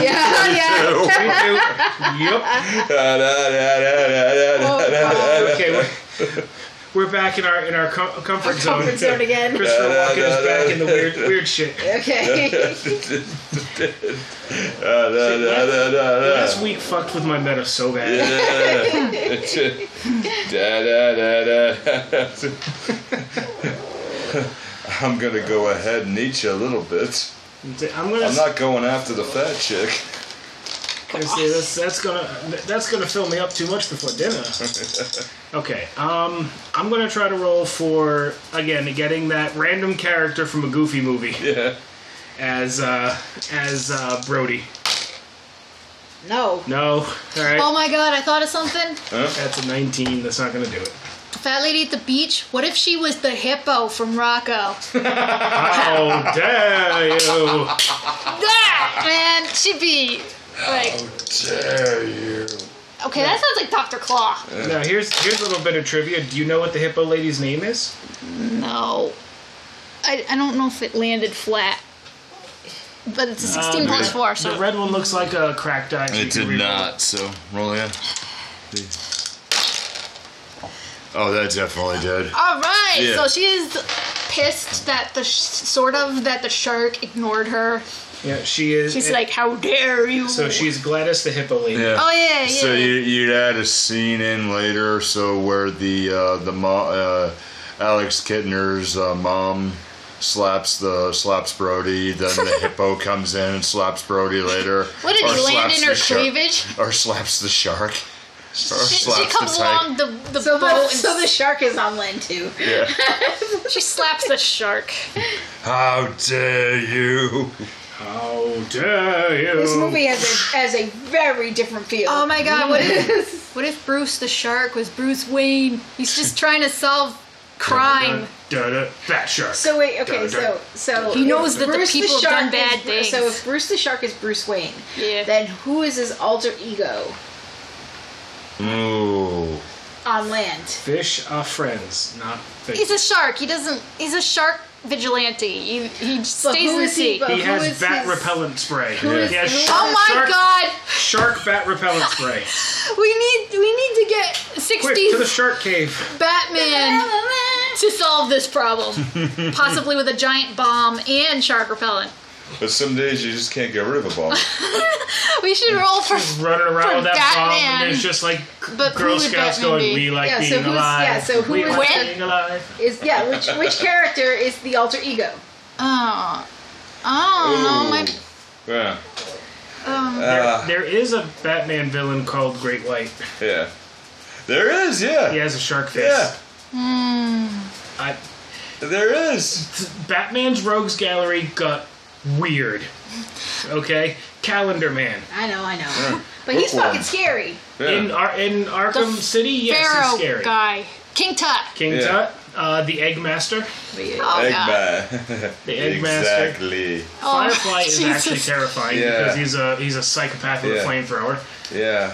S4: Yeah, yeah.
S3: yep.
S1: Da, da, da, da, da, da.
S4: Oh, God.
S3: Okay. We're, we're back in our in our com- comfort zone.
S4: Comfort zone again.
S3: Christopher Walken is back in the weird weird shit.
S4: Okay.
S1: Da, da, da, da, da, da.
S3: Last week fucked with my meta so bad.
S1: da, da, da, da. I'm gonna go ahead and eat you a little bit.
S3: I'm gonna
S1: I'm not going after the fat chick.
S3: I see, that's, that's gonna that's gonna fill me up too much before dinner. Okay, um, I'm gonna try to roll for again getting that random character from a Goofy movie
S1: Yeah.
S3: as uh, as uh, Brody.
S4: no.
S3: No, all right,
S2: Oh my god, I thought of something.
S3: that's a 19. That's not gonna do it.
S2: Fat lady at the beach. What if she was the hippo Oh, from Rocco?
S1: Ah.
S3: How dare you?
S2: that man, she'd be like.
S1: Dare you.
S2: Okay, that sounds like Doctor Claw.
S3: Now here's here's a little bit of trivia. Do you know what the hippo lady's name is?
S2: No, I, I don't know if it landed flat, but it's a sixteen plus four. So
S3: The red one looks like a cracked eye. so you
S1: It did
S3: can reroll
S1: not, so roll in. Oh, that definitely did.
S2: all right,
S1: Yeah.
S2: so she is pissed that the sh- sort of that the shark ignored her.
S3: it. Yeah, she is.
S2: She's like, "How dare you!"
S3: so she's Gladys the hippo lady.
S1: Yeah.
S2: Oh yeah, yeah.
S1: So you, you'd add a scene in later, so where the uh, the mo- uh, Alex Kittner's uh, mom slaps the slaps Brody. Then the hippo comes in and slaps Brody later.
S2: What did
S1: or
S2: he land
S1: slaps
S2: in her
S1: the shark-
S2: cleavage?
S1: Or slaps the shark. Or
S2: She, she
S1: slaps
S2: comes
S1: the tiger.
S2: along the, the
S4: So the,
S2: boat
S4: so the shark is on land too.
S1: Yeah.
S2: and she slaps the shark.
S1: How dare you?
S3: How dare you?
S4: This movie has a has a very different feel.
S2: Oh my god, what if what if Bruce the shark was Bruce Wayne? He's just trying to solve crime.
S3: Da, da, that shark.
S4: so wait, okay,
S3: Dun, dun.
S4: so so
S2: He knows
S4: if
S2: that the
S4: Bruce
S2: people have done
S4: shark is
S2: bad
S4: Bru-
S2: things.
S4: So if Bruce the shark is Bruce Wayne,
S2: Yeah.
S4: then who is his alter ego
S1: Ooh.
S4: on land?
S3: Fish are friends, not fish.
S2: He's a shark. He doesn't. He's a shark vigilante. He, he just
S4: But
S2: stays
S4: who
S2: in the
S4: is he-
S2: sea.
S4: but
S3: He
S4: who
S3: has
S4: is
S3: bat
S4: his-
S3: repellent spray.
S4: is-
S3: He has
S4: who is-
S2: Oh my
S3: shark,
S2: god!
S3: shark bat repellent spray.
S2: We need we need to get
S3: Quick to the
S2: 60s
S3: shark cave.
S2: Batman to solve this problem, possibly with a giant bomb and shark repellent.
S1: But some days you just can't get rid of a ball.
S2: We should roll for
S3: Running around
S2: For
S3: with that bomb,
S2: Batman.
S3: and there's just like
S2: But who
S3: Girl
S2: would
S3: Scouts
S2: Batman be?
S3: going, "We like
S4: Yeah, so
S3: being
S4: who's-
S3: alive."
S4: yeah, so who
S3: we
S4: would-
S3: like
S2: When?
S3: being alive.
S4: Is yeah, which which character is the alter ego?
S2: Oh, oh
S1: Ooh.
S2: my!
S1: Yeah.
S3: There- there is a Batman villain called Great White.
S1: Yeah. There is, yeah.
S3: He has a shark face.
S1: Yeah.
S4: Hmm.
S3: I,
S1: There is.
S3: Batman's Rogues Gallery got weird. Okay, Calendar Man
S4: I know, I know, but he's
S1: Bookworm.
S4: fucking scary.
S1: Yeah.
S3: in Ar- in Arkham
S2: The
S3: City. Yes, he's
S2: Pharaoh
S3: scary.
S2: guy, King Tut.
S3: King
S1: Yeah.
S3: Tut, uh, the Egg Master.
S2: Oh god!
S1: Eggman.
S3: The Eggmaster.
S1: Exactly.
S2: Oh,
S3: Firefly is
S2: Jesus.
S3: actually terrifying
S1: Yeah.
S3: because he's a he's a psychopath with
S1: Yeah.
S3: a flamethrower.
S1: Yeah.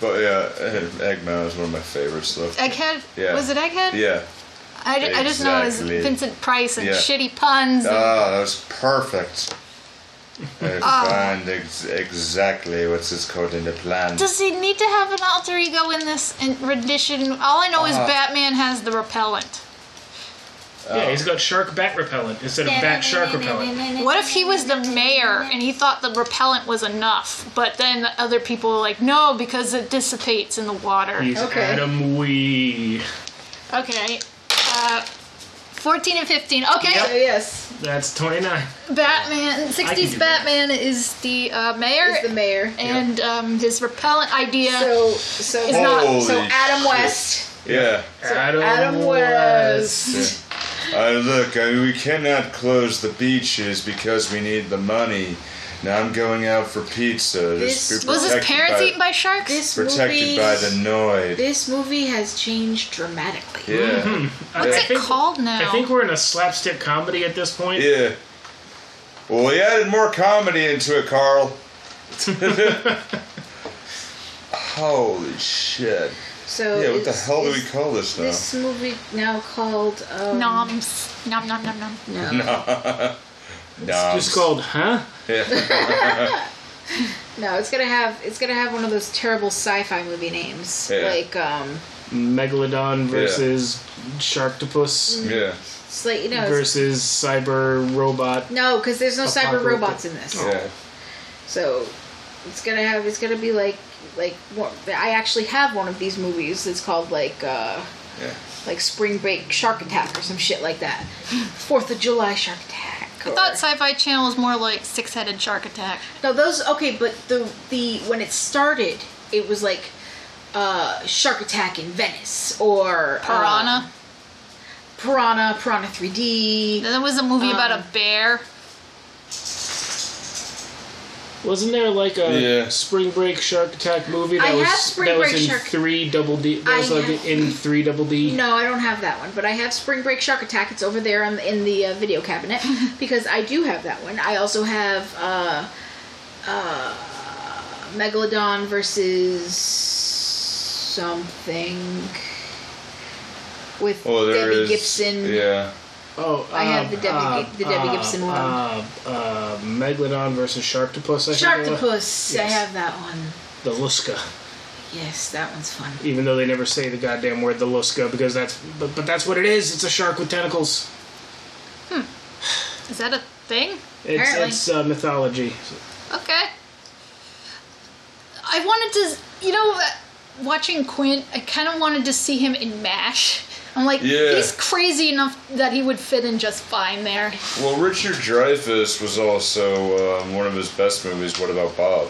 S1: But yeah, Eggman is one of my favorites, though.
S2: Egghead?
S1: Yeah.
S2: Was it Egghead?
S1: Yeah.
S2: I, ju- I just know it was
S1: Exactly.
S2: Vincent Price and
S1: Yeah.
S2: shitty puns. and-
S1: Ah, that was perfect. I
S4: Ah.
S1: find ex- exactly what's his code in the plan.
S2: Does he need to have an alter ego in this in- rendition? All I know is
S1: Uh.
S2: Batman has the repellent.
S3: Yeah, he's got shark bat repellent instead of bat shark repellent.
S2: What if he was the mayor and he thought the repellent was enough, but then the other people were like, no, because it dissipates in the water.
S3: He's
S4: Okay.
S3: Adam Wee.
S2: Okay. Uh, 14 and 15. Okay.
S4: So yes,
S3: That's twenty nine.
S2: Batman,
S3: can
S2: 60s
S3: do that.
S2: Batman is the uh, mayor,
S4: is the mayor.
S2: and um, his repellent idea.
S4: So so
S2: It's not-
S1: Holy
S4: so Adam
S1: shit.
S4: West.
S1: Yeah.
S3: Adam,
S4: Adam
S3: West.
S4: West.
S1: Uh, look, I mean, we cannot close the beaches because we need the money. Now I'm going out for pizza. Just
S4: This-
S1: be
S2: was his
S1: protected
S2: parents
S1: by,
S2: eaten by sharks?
S4: This
S1: Protected
S4: movie,
S1: by the Noid.
S4: this movie has changed dramatically.
S1: Yeah.
S3: Mm-hmm.
S2: What's
S3: I
S2: it
S3: think-
S2: called now?
S3: I think we're in a slapstick comedy at this point.
S1: Yeah. Well, he added more comedy into it, Carl. Holy shit.
S4: So
S1: Yeah, what the
S4: is-
S1: hell do we
S4: is
S1: call this now?
S4: This movie now called um,
S2: Noms. Nom nom nom nom.
S4: No.
S1: Nah.
S3: Just called, huh?
S1: Yeah.
S4: No, it's gonna have it's gonna have one of those terrible sci-fi movie names
S1: Yeah.
S4: like um,
S3: Megalodon versus Sharktopus
S1: yeah.
S4: it's like you know, it's-
S3: versus Cyber Robot.
S4: no, because there's no cyber
S3: Apocalyptic.
S4: robots in this.
S1: Yeah.
S4: So it's gonna have it's gonna be like like one, I actually have one of these movies. It's called like uh,
S1: Yeah.
S4: like Spring Break Shark Attack or some shit like that. Fourth of July Shark Attack. Or,
S2: I thought Sci-Fi Channel was more like Six-Headed Shark Attack.
S4: no, those okay, but the the when it started, it was like uh, Shark Attack in Venice or uh,
S2: Piranha.
S4: Piranha, Piranha 3D.
S2: then there was a movie about
S4: um,
S2: a bear.
S3: Wasn't there like a
S1: Yeah.
S3: Spring Break Shark Attack movie that
S4: I
S3: was
S4: have Spring
S3: that
S4: Break
S3: was in
S4: Shark-
S3: three double D? That
S4: I
S3: was like
S4: have-
S3: in three double D.
S4: No, I don't have that one, but I have Spring Break Shark Attack. It's over there on, in the uh, video cabinet because I do have that one. I also have uh, uh, Megalodon versus something with
S1: Oh, there
S4: Debbie
S1: is-
S4: Gibson.
S1: Yeah.
S3: Oh,
S4: I
S3: uh,
S4: have the Debbie,
S3: uh,
S4: the Debbie
S3: uh,
S4: Gibson one.
S3: Uh, uh, Megalodon versus Sharktopus. I think it was.
S4: Sharktopus. I
S3: Yes.
S4: have that one.
S3: The Luska.
S4: Yes, that one's fun.
S3: Even though they never say the goddamn word the Luska because that's but, but that's what it is. It's a shark with tentacles.
S2: Is that a thing?
S3: It's
S4: Apparently.
S3: it's uh, mythology.
S2: Okay. I uh, wanted to, you know, watching Quint, I kind of wanted to see him in MASH. I'm like,
S1: Yeah.
S2: he's crazy enough that he would fit in just fine there.
S1: Well, Richard Dreyfuss was also um, one of his best movies. What about Bob?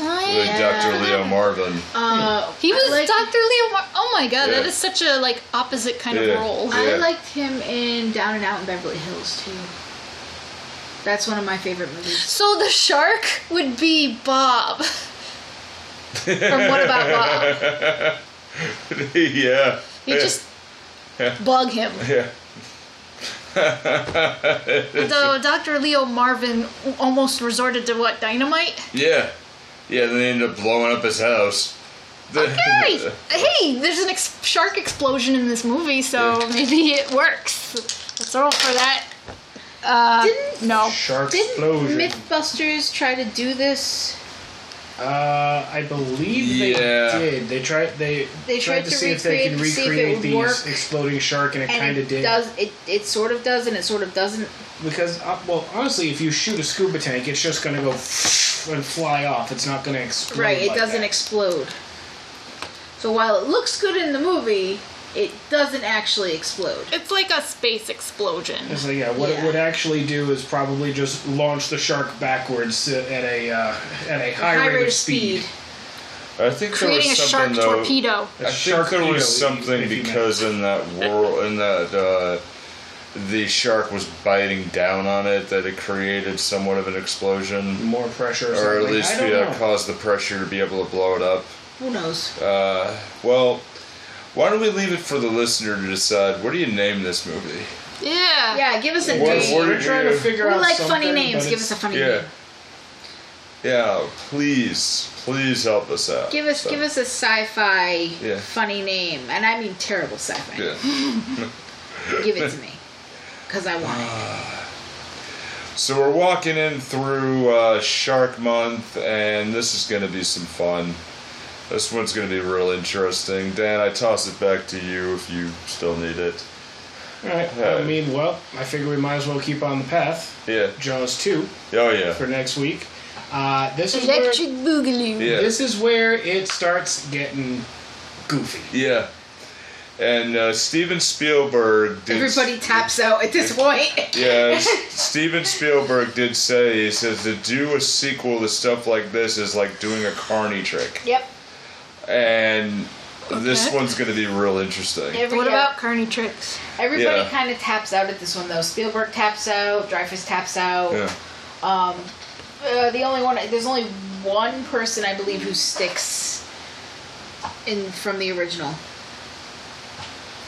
S1: With Dr. Leo Marvin.
S4: Uh,
S2: He was
S4: like-
S2: Dr. Leo. Mar- oh my god, that
S1: Yeah.
S2: is such a like opposite kind
S1: Yeah.
S2: of role.
S1: Yeah.
S4: I liked him in Down and Out in Beverly Hills too. That's one of my favorite movies.
S2: So the shark would be Bob. From What About Bob?
S1: yeah.
S2: You just bug him.
S1: Yeah.
S2: Though Dr. Leo Marvin almost resorted to what dynamite?
S1: Yeah. Yeah, then they ended up blowing up his house.
S2: Hey, hey, there's an ex- shark explosion in this movie, so
S1: Yeah.
S2: maybe it works. Let's roll for that. Uh,
S4: Didn't-
S2: no.
S3: Shark
S4: Didn't
S3: explosion.
S4: MythBusters try to do this?
S3: uh, I believe they
S1: Yeah.
S3: did. They tried. They,
S4: They tried
S3: to,
S4: to
S3: see if they could
S4: recreate- see if it
S3: recreate
S4: would
S3: these
S4: work.
S3: exploding shark, and it
S4: And
S3: kind of
S4: it
S3: did.
S4: does. It it sort of does, and it sort of doesn't.
S3: Because uh, well, honestly, if you shoot a scuba tank, it's just gonna go and fly off. It's not gonna explode.
S4: Right, it
S3: like
S4: doesn't
S3: that.
S4: explode. So while it looks good in the movie, it doesn't actually explode.
S2: It's like a space explosion.
S3: So yeah, what it
S4: Yeah.
S3: would actually do is probably just launch the shark backwards to- at a uh, at a high, rate, of speed.
S1: I think there
S2: Creating a
S1: was
S2: shark
S1: something though.
S2: torpedo.
S1: I think there
S3: Sharknado,
S1: was something
S3: if you may.
S1: because in that world, in that uh, the shark was biting down on it, that it created somewhat of an explosion,
S3: more pressure,
S1: or
S3: or,
S1: at
S3: something.
S1: least
S3: I don't
S1: yeah,
S3: know.
S1: caused the uh, pressure to be able to blow it up.
S4: Who knows?
S1: Uh, well, why don't we leave it for the listener to decide? What do you name this movie?
S2: Yeah.
S4: Yeah, give us a
S1: What-
S4: name.
S1: what
S3: We're trying to
S1: Yeah.
S3: figure
S4: We
S3: out
S4: like funny
S3: something,
S4: names.
S3: but
S4: Give us a
S3: it's-
S4: funny
S1: Yeah.
S4: name.
S1: Yeah, please, please help us out.
S4: Give us
S1: So,
S4: give us a sci-fi
S1: Yeah.
S4: funny name, and I mean terrible sci-fi.
S1: Yeah.
S4: Give it to me, cause I want it.
S1: So we're walking in through uh, Shark Month, and this is going to be some fun. This one's going to be real interesting. Dan, I toss it back to you if you still need it.
S3: Alright, I mean, well, Uh, I figure we might as well keep on the path.
S1: Yeah.
S3: Jaws two
S1: Oh yeah.
S3: for next week. Uh, this is where,
S2: Electric Boogaloo.
S1: Yeah.
S3: this is where it starts getting goofy.
S1: Yeah. And uh, Steven Spielberg did.
S4: Everybody taps out at this point.
S1: Yeah, S- Steven Spielberg did say he says to do a sequel to stuff like this is like doing a carny trick,
S4: yep.
S1: and this
S2: Okay.
S1: one's going to be real interesting.
S4: Every,
S2: What about Carney Tricks?
S4: everybody?
S1: Yeah.
S4: Kind of taps out at this one though. Spielberg taps out. Dreyfus taps out.
S1: Yeah.
S4: Uh, the only one there's only one person I believe who sticks in from the original.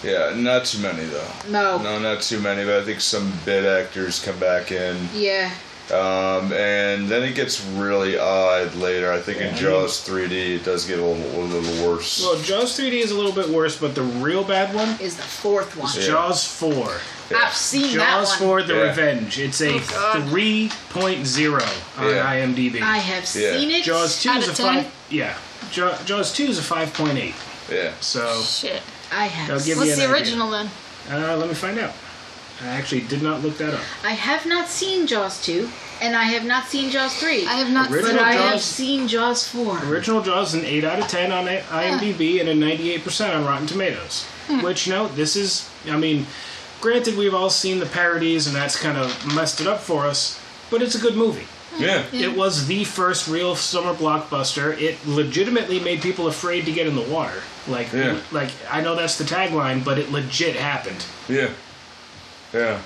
S1: Yeah, not too many though.
S4: No.
S1: No, not too many, but I think some bit actors come back in.
S4: Yeah.
S1: Um, and then it gets really odd later. I think in Jaws 3D, it does get a little, a little worse.
S3: Well, Jaws 3D is a little bit worse, but the real bad one,
S4: Is the fourth one.
S3: Jaws 4.
S4: I've seen
S3: Jaws
S4: that one. Oh,
S3: 4 The
S1: Yeah.
S3: Revenge. It's a 3.0 on
S1: Yeah.
S3: IMDb.
S4: I have
S1: Yeah.
S4: seen it.
S3: Jaws 2
S2: Out
S3: is a
S2: of
S3: 5.
S2: 10?
S3: Yeah. Ja- Jaws 2 is a 5.8.
S1: yeah.
S3: So,
S2: Shit.
S4: I have.
S3: I'll give
S4: seen-
S3: you
S2: What's
S3: an
S2: the
S3: idea.
S2: original then?
S3: Uh, let me find out. I actually did not look that up.
S4: I have not seen Jaws 2, and I have not seen Jaws 3.
S2: I have not
S3: Original
S4: but I have
S3: Jaws.
S4: seen Jaws 4.
S3: Original Jaws is an 8 out of 10 on I- IMDb and a 98% on Rotten Tomatoes. Which, no, this is, I mean, granted, we've all seen the parodies and that's kind of messed it up for us, but it's a good movie.
S1: Yeah.
S3: It was the first real summer blockbuster. It legitimately made people afraid to get in the water. Like,
S1: Yeah.
S3: like I know that's the tagline, but it legit happened.
S1: Yeah. Yeah.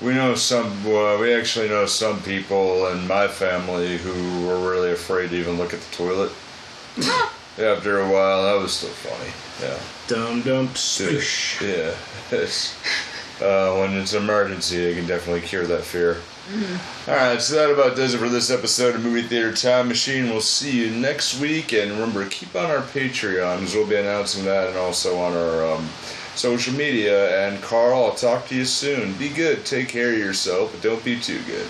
S1: We know some, uh, we actually know some people in my family who were really afraid to even look at the toilet. After a while, that was still funny. Yeah.
S3: Dum dum swoosh.
S1: Yeah. It's, uh, when it's an emergency, it can definitely cure that fear. All right, so that about does it for this episode of Movie Theater Time Machine. We'll see you next week, and remember, keep on our Patreons. We'll be announcing that, and also on our um, social media. And Carl, I'll talk to you soon. Be good, take care of yourself, but don't be too good.